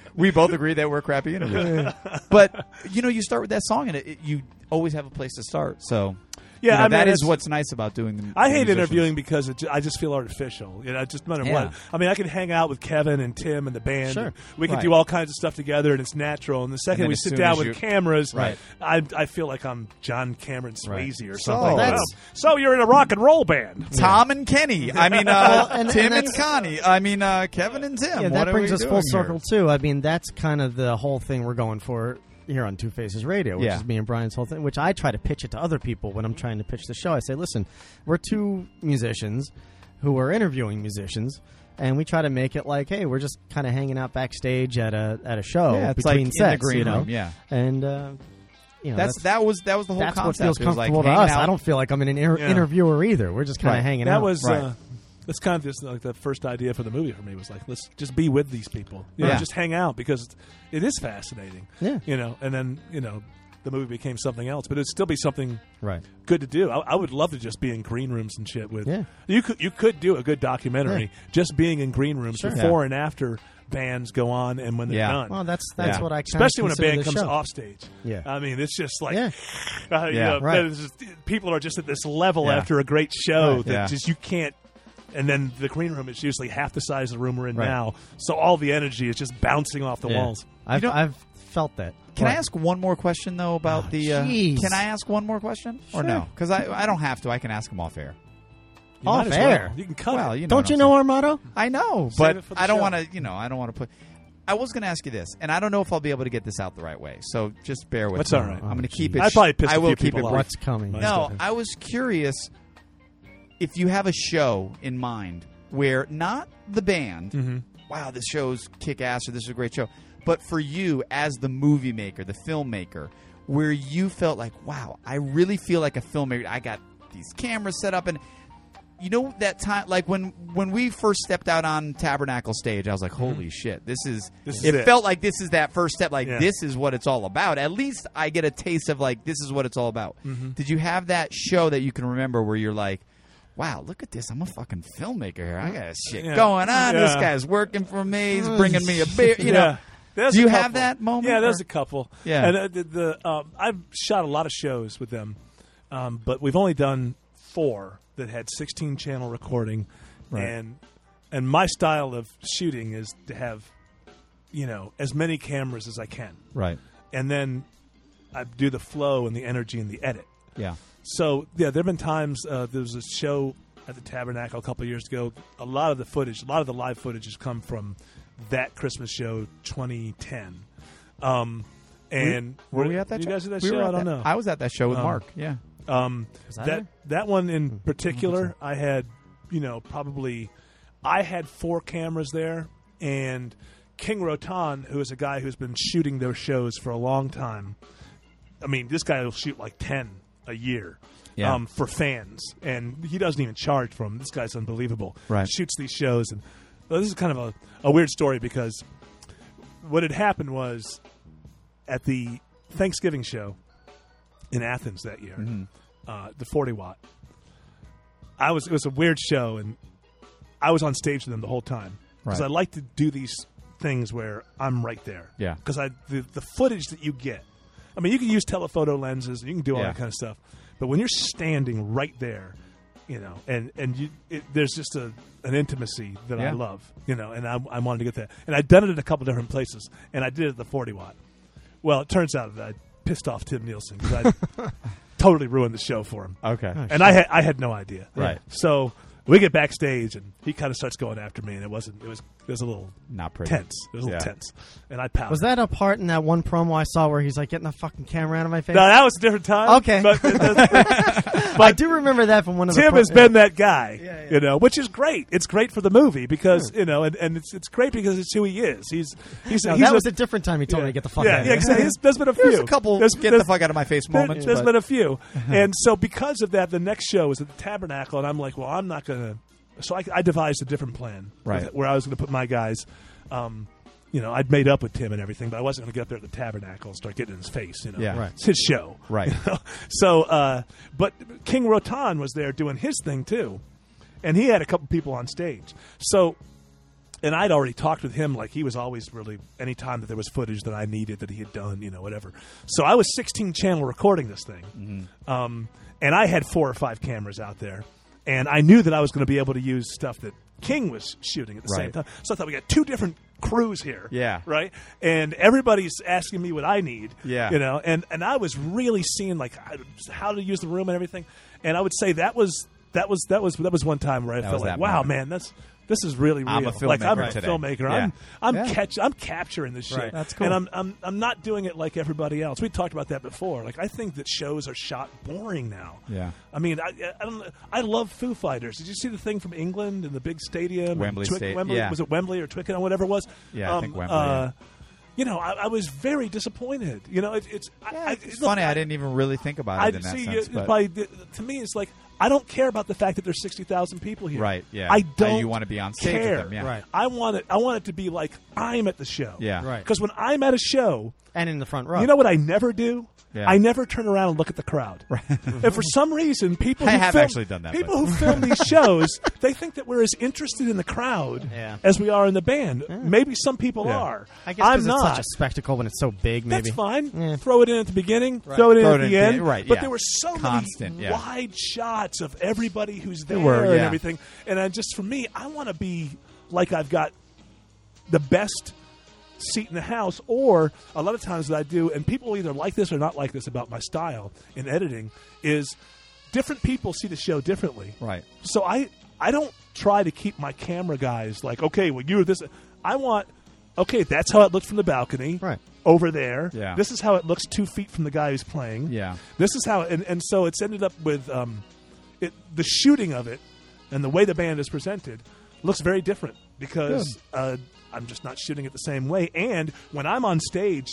Speaker 10: *laughs* we both agree that we're crappy interviews, but you know, you start with that song, and it, it- you always have a place to start. So,
Speaker 4: Yeah,
Speaker 10: you know,
Speaker 4: I mean,
Speaker 10: that is
Speaker 4: that's-
Speaker 10: what's nice about doing. The,
Speaker 4: I
Speaker 10: the
Speaker 4: hate
Speaker 10: musicians.
Speaker 4: interviewing because it, ju- I just feel artificial. You know, it just no matter
Speaker 10: Yeah.
Speaker 4: what. I mean, I can hang out with Kevin and Tim and the band.
Speaker 7: Sure.
Speaker 4: We can
Speaker 10: Right.
Speaker 4: do all kinds of stuff together, and it's natural. And the second
Speaker 10: then
Speaker 4: we
Speaker 10: as
Speaker 4: sit
Speaker 10: soon
Speaker 4: down
Speaker 10: as
Speaker 4: with
Speaker 10: you-
Speaker 4: cameras,
Speaker 10: Right.
Speaker 4: I, I feel like I'm John Cameron Swayze or something. Wow.
Speaker 10: Oh,
Speaker 7: that's-
Speaker 4: so you're in a rock and roll band.
Speaker 10: Tom and Kenny. I mean, uh,
Speaker 7: Well, and-
Speaker 10: Tim
Speaker 7: and
Speaker 10: and,
Speaker 7: that's-
Speaker 10: Connie. I mean, uh, Kevin and Tim.
Speaker 7: Yeah,
Speaker 10: What
Speaker 7: that
Speaker 10: are
Speaker 7: brings
Speaker 10: we
Speaker 7: us full
Speaker 10: doing
Speaker 7: circle
Speaker 10: here?
Speaker 7: too. I mean, that's kind of the whole thing we're going for here on Two Faces Radio, which
Speaker 10: Yeah.
Speaker 7: is me and Brian's whole thing. Which I try to pitch it to other people when I'm trying to pitch the show. I say, listen, we're two musicians who are interviewing musicians. And we try to make it like, hey, we're just kind of hanging out backstage at a at a show
Speaker 10: Yeah, it's
Speaker 7: between
Speaker 10: like in the
Speaker 7: sets,
Speaker 10: green
Speaker 7: you know?
Speaker 10: room, yeah.
Speaker 7: and uh, you know
Speaker 10: That's, that was that was the whole
Speaker 7: that's what
Speaker 10: concept.
Speaker 7: feels
Speaker 10: It was like
Speaker 7: comfortable to
Speaker 10: hanging
Speaker 7: us.
Speaker 10: out-
Speaker 7: I don't feel like I'm an inter-
Speaker 4: Yeah.
Speaker 7: interviewer either. We're just kind of
Speaker 10: Right.
Speaker 7: hanging
Speaker 4: that
Speaker 7: out.
Speaker 4: was
Speaker 10: Right.
Speaker 4: uh, that's kind of just like the first idea for the movie for me was like let's just be with these people you
Speaker 10: Yeah.
Speaker 4: know just hang out because it is fascinating
Speaker 7: Yeah.
Speaker 4: you know and then you know the movie became something else but it'd still be something
Speaker 7: Right.
Speaker 4: good to do I, I would love to just be in green rooms and shit with
Speaker 7: Yeah.
Speaker 4: you could you could do a good documentary just being in green rooms
Speaker 7: Sure.
Speaker 4: before and after bands go on and when they're
Speaker 10: Yeah.
Speaker 4: done
Speaker 7: Well, that's that's
Speaker 10: Yeah.
Speaker 7: what I kinda
Speaker 4: especially when a
Speaker 7: consider
Speaker 4: band
Speaker 7: this
Speaker 4: comes
Speaker 7: show.
Speaker 4: off stage.
Speaker 7: Yeah.
Speaker 4: I mean, it's just like,
Speaker 7: Yeah.
Speaker 4: *sighs* uh, you
Speaker 10: Yeah,
Speaker 4: know,
Speaker 7: right.
Speaker 4: there's just- people are just at this level
Speaker 10: Yeah.
Speaker 4: after a great show
Speaker 7: Right.
Speaker 4: that
Speaker 10: Yeah.
Speaker 4: just you can't and then the green room is usually half the size of the room we're in
Speaker 7: Right.
Speaker 4: now. So all the energy is just bouncing off the
Speaker 7: Yeah.
Speaker 4: walls.
Speaker 7: I've, I've felt that.
Speaker 10: Can I
Speaker 7: What?
Speaker 10: ask one more question though about the? Uh,
Speaker 7: Ah, jeez.
Speaker 10: can I ask one more question or no? Because I I don't have to. I can ask them off air.
Speaker 7: You Off might as well. air?
Speaker 4: You can cut
Speaker 10: Well,
Speaker 7: it.
Speaker 10: you
Speaker 7: Don't
Speaker 10: what
Speaker 7: you
Speaker 10: I'm
Speaker 7: know
Speaker 10: saying.
Speaker 7: our motto?
Speaker 10: I know,
Speaker 7: Save
Speaker 10: but
Speaker 7: it for the
Speaker 10: I don't
Speaker 7: show.
Speaker 10: want to. You know, I don't want to put. I was going to ask you this, and I don't know if I'll be able to get this out the right way. So just bear with
Speaker 4: That's
Speaker 10: me.
Speaker 4: all right.
Speaker 10: I'm going
Speaker 4: Oh,
Speaker 10: to keep
Speaker 4: geez.
Speaker 10: it.
Speaker 4: I probably pissed
Speaker 10: I
Speaker 4: a
Speaker 10: will
Speaker 4: few
Speaker 10: keep
Speaker 4: people
Speaker 10: it.
Speaker 4: off.
Speaker 10: brief.
Speaker 7: What's coming?
Speaker 10: No, I was curious if you have a show in mind where not the band.
Speaker 4: Mm-hmm.
Speaker 10: Wow, this show's kick ass, or this is a great show. But for you, as the movie maker, the filmmaker, where you felt like, wow, I really feel like a filmmaker. I got these cameras set up, and you know that time, like when when we first stepped out on Tabernacle stage, I was like, holy shit, this is.
Speaker 4: Mm-hmm. This is
Speaker 10: it,
Speaker 4: it.
Speaker 10: felt like this is that first step. Like
Speaker 4: Yeah.
Speaker 10: this is what it's all about. At least I get a taste of like this is what it's all about.
Speaker 4: Mm-hmm.
Speaker 10: Did you have that show that you can remember where you're like, wow, look at this, I'm a fucking filmmaker here. I got shit
Speaker 4: Yeah.
Speaker 10: going on. This
Speaker 4: Yeah.
Speaker 10: guy's working for
Speaker 4: *laughs*
Speaker 10: me. He's bringing me a beer. You know.
Speaker 4: There's
Speaker 10: Do
Speaker 4: a
Speaker 10: you have
Speaker 4: couple.
Speaker 10: that moment?
Speaker 4: Yeah, there's
Speaker 10: or-
Speaker 4: a couple.
Speaker 10: Yeah.
Speaker 4: and uh, the, the um, I've shot a lot of shows with them, um, but we've only done four that had 16 channel recording,
Speaker 10: Right.
Speaker 4: and and my style of shooting is to have, you know, as many cameras as I can,
Speaker 10: right.
Speaker 4: and then I do the flow and the energy and the edit.
Speaker 10: Yeah.
Speaker 4: So yeah, there have been times uh, there was a show at the Tabernacle a couple of years ago. A lot of the footage, a lot of the live footage, has come from that Christmas show 2010. Um, and
Speaker 10: Were we at that
Speaker 4: you
Speaker 10: show?
Speaker 4: guys at that
Speaker 10: We were
Speaker 4: show?
Speaker 10: at
Speaker 4: I don't
Speaker 10: that-
Speaker 4: know.
Speaker 10: I was at that show with
Speaker 4: Um,
Speaker 10: Mark. Yeah.
Speaker 4: Um,
Speaker 7: that
Speaker 4: that
Speaker 7: there?
Speaker 4: that, one in particular, I had you know probably I had four cameras there, and King Rotan, who is a guy who's been shooting those shows for a long time. I mean, this guy will shoot like ten a year.
Speaker 10: Yeah.
Speaker 4: Um, for fans, and he doesn't even charge for them. This guy's unbelievable.
Speaker 10: Right.
Speaker 4: Shoots these shows, and well, this is kind of a, a weird story because what had happened was at the Thanksgiving show in Athens that year,
Speaker 10: Mm-hmm.
Speaker 4: uh, the forty watt. I was it was a weird show, and I was on stage with them the whole time because
Speaker 10: Right.
Speaker 4: I like to do these things where I'm right there.
Speaker 10: Yeah.
Speaker 4: because I the, the footage that you get. I mean, you can use telephoto lenses, and you can do all
Speaker 10: Yeah.
Speaker 4: that kind of stuff, but when you're standing right there, you know, and and you, it, there's just a an intimacy that
Speaker 10: Yeah.
Speaker 4: I love, you know, and I, I wanted to get that, and I'd done it at a couple different places, and I did it at the forty watt. Well, it turns out that I pissed off Tim Nielsen because
Speaker 10: *laughs*
Speaker 4: I totally ruined the show for him.
Speaker 10: Okay.
Speaker 4: And I had I had no idea.
Speaker 10: Right.
Speaker 4: So we get backstage and he kind of starts going after me and it wasn't it was it was a little
Speaker 10: Not pretty.
Speaker 4: tense. It was a little
Speaker 10: Yeah.
Speaker 4: tense. And I pouted.
Speaker 7: Was that a part in that one promo I saw where he's like getting the fucking camera out of my face?
Speaker 4: No, that was a different time.
Speaker 7: Okay.
Speaker 4: But,
Speaker 10: *laughs*
Speaker 7: I do remember that from one of
Speaker 4: *laughs*
Speaker 7: the.
Speaker 4: Tim
Speaker 7: pro-
Speaker 4: has been that guy,
Speaker 7: Yeah, yeah.
Speaker 4: you know, which is great. It's great for the movie because you know, and, and it's it's great because it's who he is. He's he's,
Speaker 7: No,
Speaker 4: he's
Speaker 7: that
Speaker 4: a,
Speaker 7: was a different time he told me to get the fuck
Speaker 4: yeah,
Speaker 7: out.
Speaker 4: yeah,
Speaker 7: of
Speaker 4: exactly. There's- There's been a few.
Speaker 10: There's a couple
Speaker 4: There's-
Speaker 10: get the
Speaker 4: there's-
Speaker 10: fuck out of my face
Speaker 4: there,
Speaker 10: moments.
Speaker 4: has
Speaker 10: but- Uh-huh.
Speaker 4: been a few, and so because of that, the next show was at the Tabernacle, and I'm like, well, I'm not gonna. So I, I devised a different plan,
Speaker 10: Right.
Speaker 4: Where I was going to put my guys. Um, you know, I'd made up with Tim and everything, but I wasn't going to get up there at the Tabernacle and start getting in his face. You know,
Speaker 10: Yeah. Right.
Speaker 4: it's his show, *laughs*
Speaker 10: Right.
Speaker 4: you know? So, uh, but King Rotan was there doing his thing too, and he had a couple people on stage. So and I'd already talked with him. Like he was always really any time that there was footage that I needed that he had done, you know, whatever. So I was 16 channel recording this thing,
Speaker 10: Mm-hmm.
Speaker 4: um, and I had four or five cameras out there, and I knew that I was going to be able to use stuff that King was shooting at the same
Speaker 10: Right.
Speaker 4: time. So I thought we got two different crews here,
Speaker 10: Yeah.
Speaker 4: right. And everybody's asking me what I need,
Speaker 10: Yeah.
Speaker 4: you know, and and I was really seeing like I- how to use the room and everything, and I would say that was. That was that was that was one time where I
Speaker 10: That was
Speaker 4: felt like,
Speaker 10: that
Speaker 4: wow,
Speaker 10: moment.
Speaker 4: man, that's this is really
Speaker 10: I'm a
Speaker 4: real. like I'm
Speaker 10: filmmaker
Speaker 4: a
Speaker 10: today.
Speaker 4: filmmaker.
Speaker 10: Yeah.
Speaker 4: I'm I'm
Speaker 10: Yeah.
Speaker 4: catch I'm capturing this shit.
Speaker 10: Right. That's cool.
Speaker 4: And I'm I'm I'm not doing it like everybody else. We talked about that before. Like I think that shows are shot boring now.
Speaker 10: Yeah.
Speaker 4: I mean, I I don't know. I love Foo Fighters. Did you see the thing from England and the big stadium? and
Speaker 10: Wembley
Speaker 4: Twic-
Speaker 10: Sta-
Speaker 4: Wembley
Speaker 10: yeah.
Speaker 4: was it Wembley or Twickenham, whatever it was?
Speaker 10: Yeah, I think Wembley,
Speaker 4: uh, you know, I, I was very disappointed. You know, it, it's I- I,
Speaker 10: it's
Speaker 4: look,
Speaker 10: funny. I didn't even really think about it
Speaker 4: I
Speaker 10: in that
Speaker 4: see.
Speaker 10: sense.
Speaker 4: you,
Speaker 10: but-
Speaker 4: by the- to me, it's like I don't care about the fact that there's sixty thousand people here.
Speaker 10: Right, yeah.
Speaker 4: I
Speaker 10: Uh,
Speaker 4: don't.
Speaker 10: you wanna be on stage with
Speaker 4: care.
Speaker 10: them, yeah. Right.
Speaker 4: I want it. I want it to be like I'm at the show.
Speaker 10: Yeah. Right.
Speaker 4: Because when I'm at a show,
Speaker 7: and in the front row.
Speaker 4: You know what I never do?
Speaker 7: Yeah.
Speaker 4: I never turn around and look at the crowd. *laughs* and for some reason, people
Speaker 10: I
Speaker 4: who
Speaker 10: have
Speaker 4: film,
Speaker 10: actually done that,
Speaker 4: People
Speaker 10: but-
Speaker 4: who film
Speaker 7: *laughs*
Speaker 4: these shows, they think that we're as interested in the crowd
Speaker 7: Yeah.
Speaker 4: as we are in the band. Maybe some people are.
Speaker 7: I guess 'cause
Speaker 4: I'm
Speaker 7: it's
Speaker 4: not.
Speaker 7: such a spectacle when it's so big. Maybe
Speaker 4: That's fine. Throw it in at the beginning. Throw it in at the end.
Speaker 10: right,
Speaker 4: But
Speaker 10: yeah.
Speaker 4: there were so
Speaker 10: Constant,
Speaker 4: many
Speaker 10: yeah.
Speaker 4: wide shots of everybody who's there
Speaker 10: were,
Speaker 4: and
Speaker 10: yeah.
Speaker 4: everything. And I just for me, I want to be like I've got the best seat in the house or a lot of times that I do and people either like this or not like this about my style in editing is different people see the show differently.
Speaker 10: Right.
Speaker 4: So I I don't try to keep my camera guys like okay, well you're this I want okay, that's how it looked from the balcony. Right. Over there.
Speaker 10: Yeah.
Speaker 4: This is how it looks 2 feet from the guy who's playing.
Speaker 10: Yeah.
Speaker 4: This is how, and, and so it's ended up with um, it, the shooting of it and the way the band is presented looks very different because uh, I'm just not shooting it the same way. And when I'm on stage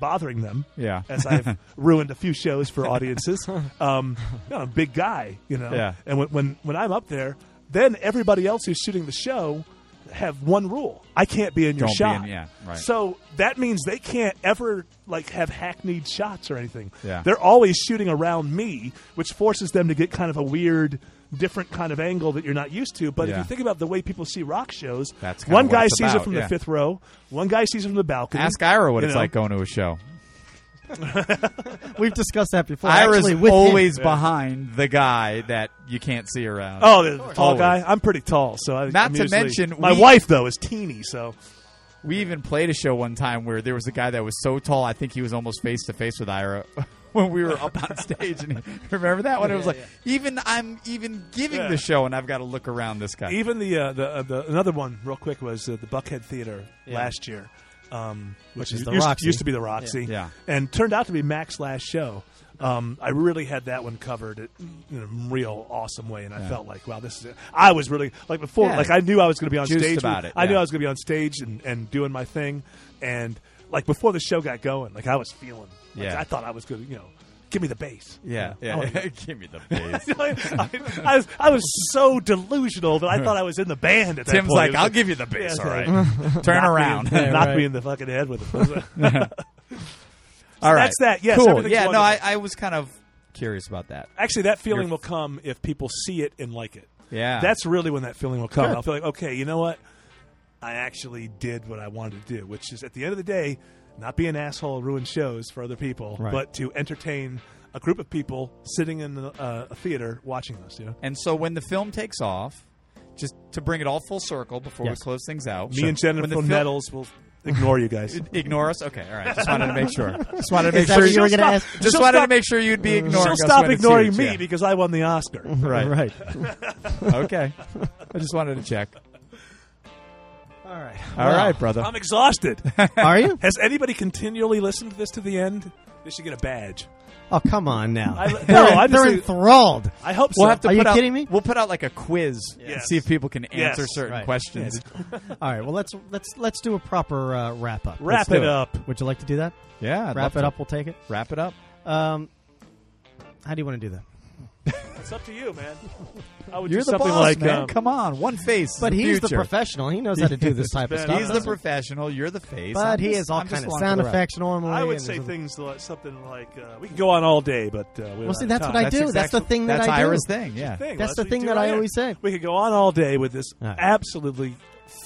Speaker 4: bothering them,
Speaker 10: Yeah.
Speaker 4: as I've *laughs* ruined a few shows for audiences,
Speaker 10: *laughs*
Speaker 4: um, no, I'm a big guy, you know.
Speaker 10: Yeah.
Speaker 4: And when, when, when I'm up there, then everybody else who's shooting the show have one rule I can't be in your
Speaker 10: Don't be
Speaker 4: shot.
Speaker 10: in- yeah, right.
Speaker 4: So that means they can't ever like have hackneyed shots or anything.
Speaker 10: Yeah.
Speaker 4: They're always shooting around me, which forces them to get kind of a weird different kind of angle that you're not used to. But if
Speaker 10: Yeah.
Speaker 4: you think about the way people see rock shows,
Speaker 10: That's kinda
Speaker 4: one
Speaker 10: what
Speaker 4: guy
Speaker 10: it's
Speaker 4: sees
Speaker 10: about,
Speaker 4: it from
Speaker 10: yeah.
Speaker 4: the fifth row, one guy sees it from the balcony.
Speaker 10: Ask Ira what
Speaker 4: you
Speaker 10: it's
Speaker 4: know?
Speaker 10: like going to a show.
Speaker 7: we've discussed that before.
Speaker 10: Ira's
Speaker 7: Actually, with him.
Speaker 10: always behind the guy that you can't see around.
Speaker 4: Oh, the tall
Speaker 10: Always.
Speaker 4: guy. I'm pretty tall, so I,
Speaker 10: Not
Speaker 4: I'm
Speaker 10: to
Speaker 4: usually-
Speaker 10: mention
Speaker 4: my
Speaker 10: we-
Speaker 4: wife though is teeny, so
Speaker 10: We even played a show one time where there was a guy that was so tall, I think he was almost face to face with Ira *laughs* when we were up
Speaker 4: *laughs*
Speaker 10: on stage. And he, remember that one? It was like even I'm even giving
Speaker 4: Yeah.
Speaker 10: the show, and I've got to look around this guy.
Speaker 4: Even the uh, the, uh, the another one real quick was uh, the Buckhead Theater last year, um,
Speaker 7: Which
Speaker 4: which,
Speaker 7: is the
Speaker 4: used,
Speaker 7: Roxy.
Speaker 4: used to be the Roxy,
Speaker 10: Yeah.
Speaker 4: and turned out to be Mac's last show. Um, I really had that one covered it- in a real awesome way, and I felt like, wow, this is. It. I was really like before,
Speaker 10: Yeah.
Speaker 4: like I knew I was going to be on
Speaker 10: Juiced
Speaker 4: stage.
Speaker 10: about it,
Speaker 4: I knew
Speaker 10: yeah.
Speaker 4: I was going to be on stage and, and doing my thing, and like before the show got going, like I was feeling. Like,
Speaker 10: Yeah.
Speaker 4: I thought I was going to, you know, give me the bass.
Speaker 10: yeah,
Speaker 4: You know, I wanna
Speaker 10: yeah. *laughs* Give me the face.
Speaker 4: I, I was, I was so delusional that I thought I was in the band at that
Speaker 10: Tim's
Speaker 4: point.
Speaker 10: like,
Speaker 4: It was
Speaker 10: "I'll give you the bass,
Speaker 4: it's
Speaker 10: all
Speaker 4: like,
Speaker 10: right. Turn
Speaker 4: knock me
Speaker 10: around."
Speaker 4: in- knock
Speaker 7: right.
Speaker 4: me in the fucking head with
Speaker 10: *laughs*
Speaker 4: it.
Speaker 10: all right,
Speaker 4: that's that. Yes,
Speaker 10: cool.
Speaker 4: everything's
Speaker 10: Yeah, no,
Speaker 4: wonderful.
Speaker 10: I, I was kind of curious about that.
Speaker 4: Actually, that feeling
Speaker 10: You're-
Speaker 4: will come if people see it and like it.
Speaker 10: Yeah.
Speaker 4: that's really when that feeling will come. I'll feel like, okay, you know what? I actually did what I wanted to do, which is at the end of the day, not be an asshole, ruin shows for other people,
Speaker 7: Right.
Speaker 4: but to entertain a group of people sitting in the, uh, a theater watching us. You know,
Speaker 10: And so when the film takes off, just to bring it all full circle before
Speaker 7: Yes.
Speaker 10: we close things out,
Speaker 4: me and
Speaker 10: when
Speaker 4: Jennifer
Speaker 10: the fil- *laughs*
Speaker 4: Nettles will ignore you guys.
Speaker 10: ignore us. Okay, all right. Just wanted to make sure. Just wanted to
Speaker 7: Is
Speaker 10: make
Speaker 7: that
Speaker 10: sure
Speaker 7: what you were
Speaker 10: Just
Speaker 7: gonna
Speaker 10: stop-
Speaker 7: ask?
Speaker 10: Just
Speaker 4: She'll
Speaker 10: wanted to
Speaker 4: stop-
Speaker 10: make sure you'd be *laughs* ignoring.
Speaker 4: She'll
Speaker 10: us
Speaker 4: stop
Speaker 10: when it's
Speaker 4: ignoring me
Speaker 10: huge, yeah.
Speaker 4: because I won the Oscar.
Speaker 10: Right.
Speaker 7: right.
Speaker 10: *laughs* okay. I just wanted to check.
Speaker 7: All right.
Speaker 10: All right, brother.
Speaker 4: I'm exhausted. *laughs*
Speaker 7: Are you?
Speaker 4: Has anybody continually listened to this to the end? They should get a badge.
Speaker 7: Oh, come on now.
Speaker 4: I-
Speaker 7: They're-
Speaker 4: no, I just
Speaker 7: they're
Speaker 4: think-
Speaker 7: enthralled.
Speaker 4: I hope
Speaker 10: We'll
Speaker 4: so.
Speaker 10: have to
Speaker 7: Are
Speaker 10: put
Speaker 7: you
Speaker 10: out,
Speaker 7: kidding me?
Speaker 10: We'll put out like a quiz and
Speaker 4: Yes.
Speaker 10: see if people can answer
Speaker 4: Yes.
Speaker 10: certain
Speaker 7: Right.
Speaker 10: questions. *laughs*
Speaker 7: All right. Well, let's let's let's do a proper uh, wrap up.
Speaker 4: Wrap
Speaker 7: Let's do
Speaker 4: it up.
Speaker 7: Would you like to do that?
Speaker 10: Yeah. I'd
Speaker 7: wrap it
Speaker 10: love to.
Speaker 7: up. We'll take it.
Speaker 10: Wrap it up.
Speaker 7: Um, how do you want to do that?
Speaker 4: It's up to you, man. I would
Speaker 10: You're
Speaker 4: do
Speaker 10: the
Speaker 4: something
Speaker 10: boss,
Speaker 4: like
Speaker 10: man.
Speaker 4: um,
Speaker 10: Come on. One face. is
Speaker 7: But
Speaker 10: the
Speaker 7: he's the
Speaker 10: future.
Speaker 7: professional. He knows how to
Speaker 4: *laughs*
Speaker 7: do this type of
Speaker 4: He's
Speaker 7: stuff.
Speaker 10: He's the professional. You're the face.
Speaker 7: But
Speaker 10: I'm
Speaker 7: he
Speaker 10: just-
Speaker 7: has all
Speaker 10: I'm just
Speaker 7: kind of
Speaker 10: along
Speaker 7: sound
Speaker 10: for the ride.
Speaker 7: effort normally.
Speaker 4: I would
Speaker 7: and
Speaker 4: say
Speaker 7: there's a-
Speaker 4: things like something like uh, we can go on all day, but uh, we
Speaker 7: Well, see, that's what I do. That's the thing that
Speaker 10: that's
Speaker 7: I do.
Speaker 10: Ira's thing. Yeah.
Speaker 7: That's the thing that I always say.
Speaker 4: We could go on all day with this
Speaker 7: All right.
Speaker 4: absolutely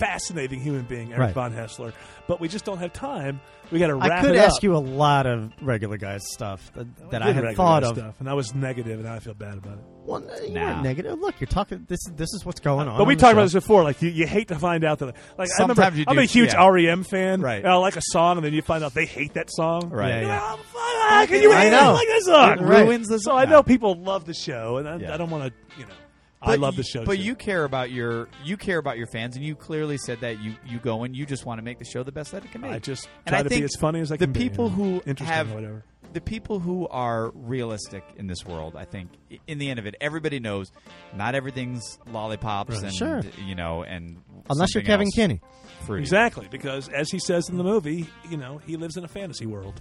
Speaker 4: fascinating human being, Eric
Speaker 7: Right.
Speaker 4: von Hessler, but we just don't have time. We got to wrap
Speaker 7: I could
Speaker 4: it up.
Speaker 7: ask you a lot of regular guys stuff that, that I
Speaker 4: Good
Speaker 7: had
Speaker 4: regular
Speaker 7: thought of.
Speaker 4: stuff, and I was negative, and I feel bad about it.
Speaker 7: Well, you
Speaker 10: Nah.
Speaker 7: weren't negative. Look, you're talking. This is this is what's going on.
Speaker 4: But we
Speaker 7: on the
Speaker 4: talked
Speaker 7: show.
Speaker 4: about this before. Like you, you hate to find out that like I
Speaker 10: Sometimes
Speaker 4: remember
Speaker 10: you
Speaker 4: I'm
Speaker 10: do,
Speaker 4: a huge
Speaker 10: yeah.
Speaker 4: REM fan,
Speaker 10: Right.
Speaker 4: And I like a song, and then you find out they hate that song,
Speaker 10: Right. Yeah,
Speaker 4: You're
Speaker 10: yeah.
Speaker 4: like, "Oh, fuck, how can you
Speaker 7: I
Speaker 4: hate
Speaker 7: know.
Speaker 4: like that song?
Speaker 7: It ruins
Speaker 10: the
Speaker 4: So
Speaker 10: song.
Speaker 4: I know people love the show, and I,
Speaker 10: Yeah.
Speaker 4: I don't want to, you know, I
Speaker 10: But
Speaker 4: love
Speaker 10: y-
Speaker 4: the show.
Speaker 10: But
Speaker 4: too.
Speaker 10: you care about your you care about your fans, and you clearly said that you you go and you just want to make the show the best that it can be.
Speaker 4: I just
Speaker 10: and
Speaker 4: try
Speaker 10: I
Speaker 4: to
Speaker 10: think
Speaker 4: be as funny as I
Speaker 10: the
Speaker 4: can.
Speaker 10: people
Speaker 4: be, you know,
Speaker 10: who
Speaker 4: interesting
Speaker 10: have
Speaker 4: or whatever.
Speaker 10: the people who are realistic in this world, I think, i- in the end of it, everybody knows not everything's lollipops and
Speaker 7: Sure.
Speaker 10: you know, and
Speaker 7: Unless you're
Speaker 10: something
Speaker 7: Kevin
Speaker 10: else
Speaker 7: Kinney.
Speaker 10: fruity.
Speaker 4: Exactly, because as he says in the movie, you know, he lives in a fantasy world.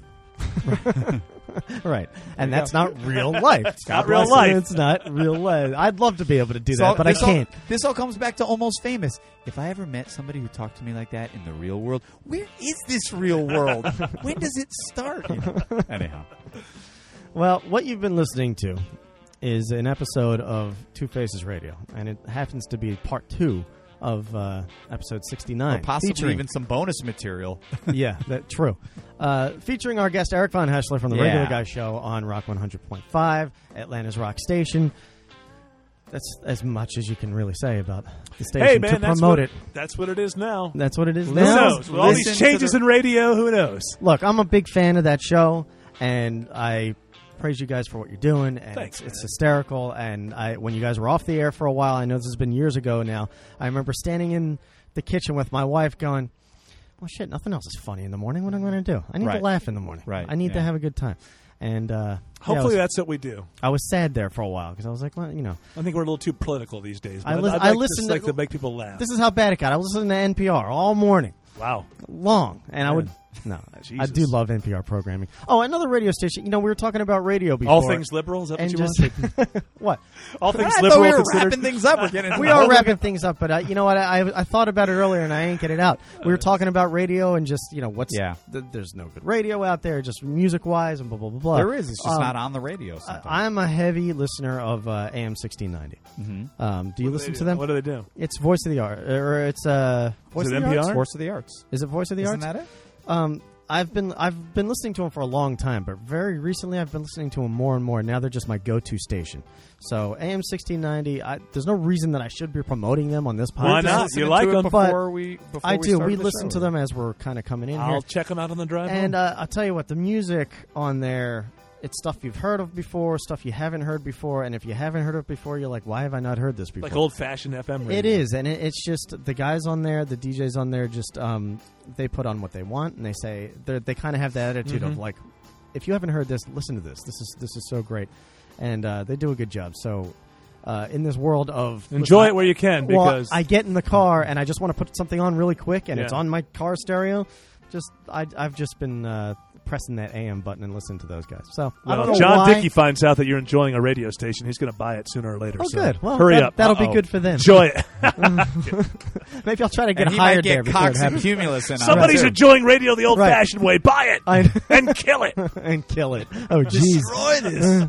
Speaker 7: right. And
Speaker 10: There you
Speaker 7: that's
Speaker 10: *laughs* go.
Speaker 7: not real life.
Speaker 10: It's
Speaker 7: God
Speaker 10: not real
Speaker 7: bless you,
Speaker 10: life.
Speaker 7: It's not real life. I'd love to be able to do
Speaker 10: So
Speaker 7: that, but I
Speaker 10: this all-
Speaker 7: can't.
Speaker 10: this all comes back to almost famous. If I ever met somebody who talked to me like that in the real world, where is this real
Speaker 7: *laughs*
Speaker 10: world? when does it start? You know? Anyhow,
Speaker 7: Well, what you've been listening to is an episode of Two Faces Radio, and it happens to be part two of uh, episode 69.
Speaker 10: or possibly
Speaker 7: featuring-
Speaker 10: even some
Speaker 7: *laughs*
Speaker 10: bonus material.
Speaker 7: yeah, that true. Uh, featuring our guest Eric Von Heschler from the
Speaker 10: Yeah.
Speaker 7: Regular Guy Show on Rock 100.5, Atlanta's Rock Station. That's as much as you can really say about the station
Speaker 4: hey man,
Speaker 7: to
Speaker 4: that's
Speaker 7: promote
Speaker 4: what,
Speaker 7: it.
Speaker 4: That's what it is now.
Speaker 7: That's what it is
Speaker 4: Who
Speaker 7: now.
Speaker 4: knows? With all these
Speaker 7: Listen to
Speaker 4: changes
Speaker 7: the-
Speaker 4: in radio, who knows?
Speaker 7: Look, I'm a big fan of that show, and I praise you guys for what you're doing. And
Speaker 4: Thanks,
Speaker 7: it's, it's hysterical. And I, when you guys were off the air for a while, I know this has been years ago now. I remember standing in the kitchen with my wife, going, "Well, shit, nothing else is funny in the morning. What am I going to do? I need
Speaker 10: Right.
Speaker 7: to laugh in the morning.
Speaker 10: Right,
Speaker 7: I need to
Speaker 10: yeah.
Speaker 7: have a good time." And uh, yeah, I
Speaker 4: Hopefully,
Speaker 7: was,
Speaker 4: that's what we do.
Speaker 7: I was sad there for a while because I was like, "Well, you know."
Speaker 4: I think we're a little too political these days. But
Speaker 7: I
Speaker 4: I,
Speaker 7: lis-
Speaker 4: would
Speaker 7: I
Speaker 4: like
Speaker 7: listen
Speaker 4: just
Speaker 7: to-
Speaker 4: like to make people laugh.
Speaker 7: This is how bad it got. I was listening to NPR all morning,
Speaker 4: wow.
Speaker 7: long, and I would
Speaker 4: *laughs*
Speaker 7: no. I do love NPR programming. Oh, another radio station. You know, we were talking about radio before.
Speaker 4: All things liberal. Is that
Speaker 7: and
Speaker 4: what you
Speaker 7: just
Speaker 4: want?
Speaker 7: *laughs* what?
Speaker 10: *laughs*
Speaker 4: All things
Speaker 10: Ah, I thought
Speaker 4: liberal
Speaker 10: we were
Speaker 4: considered.
Speaker 10: wrapping things up. We're getting
Speaker 7: We are wrapping things up, but uh, you know what? I, I I thought about it earlier and I ain't get it out. We were talking about radio and just you know what's
Speaker 10: Yeah.
Speaker 7: th- there's no good radio out there, just music wise and blah blah blah blah.
Speaker 10: There is. It's just
Speaker 7: Um,
Speaker 10: not on the radio. Sometimes.
Speaker 7: I, am a heavy listener of uh, AM 1690. Mm-hmm. Um, do you listen
Speaker 4: They
Speaker 7: to
Speaker 4: do.
Speaker 7: them?
Speaker 4: What do they do?
Speaker 7: It's Voice of the Art, or it's uh,
Speaker 10: Voice
Speaker 4: it
Speaker 10: of the
Speaker 4: NPR?
Speaker 10: Arts. Force of the Arts.
Speaker 7: is it Voice of the
Speaker 10: Isn't
Speaker 7: Arts?
Speaker 10: that it?
Speaker 7: Um, I've been I've been listening to them for a long time, but very recently I've been listening to them more and more. Now they're just my go-to station. So AM sixteen ninety. I, there's no reason that I should be promoting them on this podcast.
Speaker 4: Why not? You like them?
Speaker 10: before we? Before
Speaker 7: I do.
Speaker 10: started
Speaker 7: We
Speaker 10: the
Speaker 7: listen
Speaker 10: show.
Speaker 7: to them as we're kind of coming in here.
Speaker 4: I'll check them out on the drive.
Speaker 7: And
Speaker 4: home.
Speaker 7: uh, I'll tell you what, the music on there, it's stuff you've heard of before, stuff you haven't heard before, and if you haven't heard it before, you're like, why have I not heard this before?
Speaker 4: like old fashioned FM. Radio.
Speaker 7: It is, and it, it's just the guys on there, the DJs on there, just um, they put on what they want, and they say they're- they kind of have that attitude
Speaker 4: Mm-hmm.
Speaker 7: of like, if you haven't heard this, listen to this. This is this is so great, and uh, they do a good job. So. Uh, in this world of
Speaker 4: Enjoy
Speaker 7: listen,
Speaker 4: it where you can
Speaker 7: well,
Speaker 4: because
Speaker 7: I get in the car and I just want to put something on really quick, and it's
Speaker 4: Yeah.
Speaker 7: on my car stereo. Just I, I've just been uh, pressing that AM button and listening to those guys. So I don't
Speaker 4: Well,
Speaker 7: know
Speaker 4: John
Speaker 7: why.
Speaker 4: Dickey finds out that you're enjoying a radio station. He's going to buy it sooner or later.
Speaker 7: Oh,
Speaker 4: so
Speaker 7: good. Well,
Speaker 4: hurry
Speaker 7: that-
Speaker 4: up.
Speaker 7: that'll be
Speaker 4: Uh-oh.
Speaker 7: good for them.
Speaker 4: Enjoy
Speaker 7: *laughs*
Speaker 4: it.
Speaker 7: Maybe I'll try to get
Speaker 10: And he
Speaker 7: hired
Speaker 10: might
Speaker 7: there
Speaker 10: get
Speaker 7: before it
Speaker 10: Cox and
Speaker 7: happens. *laughs*
Speaker 10: Cumulus in on it,
Speaker 4: Somebody's
Speaker 10: too.
Speaker 4: enjoying radio the
Speaker 7: Right.
Speaker 4: old-fashioned way. Buy it
Speaker 7: I-
Speaker 4: and kill
Speaker 7: *laughs*
Speaker 4: it.
Speaker 7: and kill
Speaker 4: *laughs*
Speaker 7: it. Oh, jeez.
Speaker 4: Destroy
Speaker 7: *laughs*
Speaker 4: this.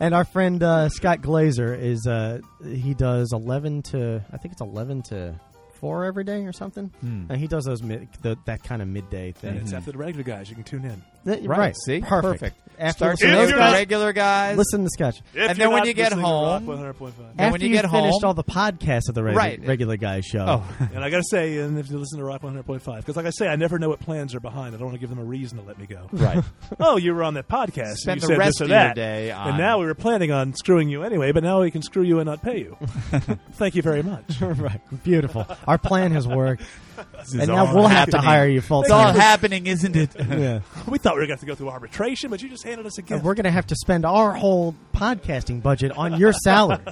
Speaker 7: And our friend uh, Scott Glazer is uh, he does eleven to I think it's eleven to four every day or something,
Speaker 10: Hmm.
Speaker 7: and he does those mid, the, that kind of midday thing.
Speaker 4: It's after the regular guys. You can tune in.
Speaker 7: Th-
Speaker 10: Mm-hmm. Right. See?
Speaker 7: perfect.
Speaker 10: Perfect.
Speaker 7: After
Speaker 10: Start
Speaker 7: listening to
Speaker 10: with
Speaker 7: those
Speaker 10: the
Speaker 7: guys,
Speaker 10: regular guys.
Speaker 7: listen to Scott.
Speaker 4: If
Speaker 10: And
Speaker 4: you're
Speaker 10: then when
Speaker 4: not
Speaker 10: you get
Speaker 4: listening to Rock
Speaker 10: home-
Speaker 4: 100.5.
Speaker 10: And
Speaker 7: After
Speaker 10: when you
Speaker 7: you've
Speaker 10: get
Speaker 7: finished
Speaker 10: home-
Speaker 7: all the podcasts of the regu-
Speaker 10: Right.
Speaker 7: regular guy show,
Speaker 4: *laughs*
Speaker 10: Oh,
Speaker 4: And I gotta say, and if you listen to Rock 100.5, because like I say, I never know what plans are behind. I don't want to give them a reason to let me
Speaker 10: *laughs*
Speaker 4: go.
Speaker 10: right.
Speaker 4: oh, you were on that podcast. and
Speaker 10: Spend the
Speaker 4: you said
Speaker 10: rest
Speaker 4: this or
Speaker 10: of your
Speaker 4: that.
Speaker 10: day on-
Speaker 4: And now we were planning on screwing you anyway, but now we can screw you and not pay you.
Speaker 10: *laughs*
Speaker 4: Thank you very much.
Speaker 7: *laughs* right, beautiful. Our plan has
Speaker 10: *laughs*
Speaker 7: worked,
Speaker 10: is
Speaker 7: and now
Speaker 10: all
Speaker 7: we'll have to
Speaker 10: happening.
Speaker 7: hire you full
Speaker 10: It's all *laughs*
Speaker 7: time.
Speaker 10: happening, isn't *laughs* it?
Speaker 7: yeah.
Speaker 4: We thought we were going to have to go through arbitration, but you just handed us a gift.
Speaker 7: And we're going to have to spend our whole podcasting budget on your
Speaker 10: *laughs*
Speaker 7: salary.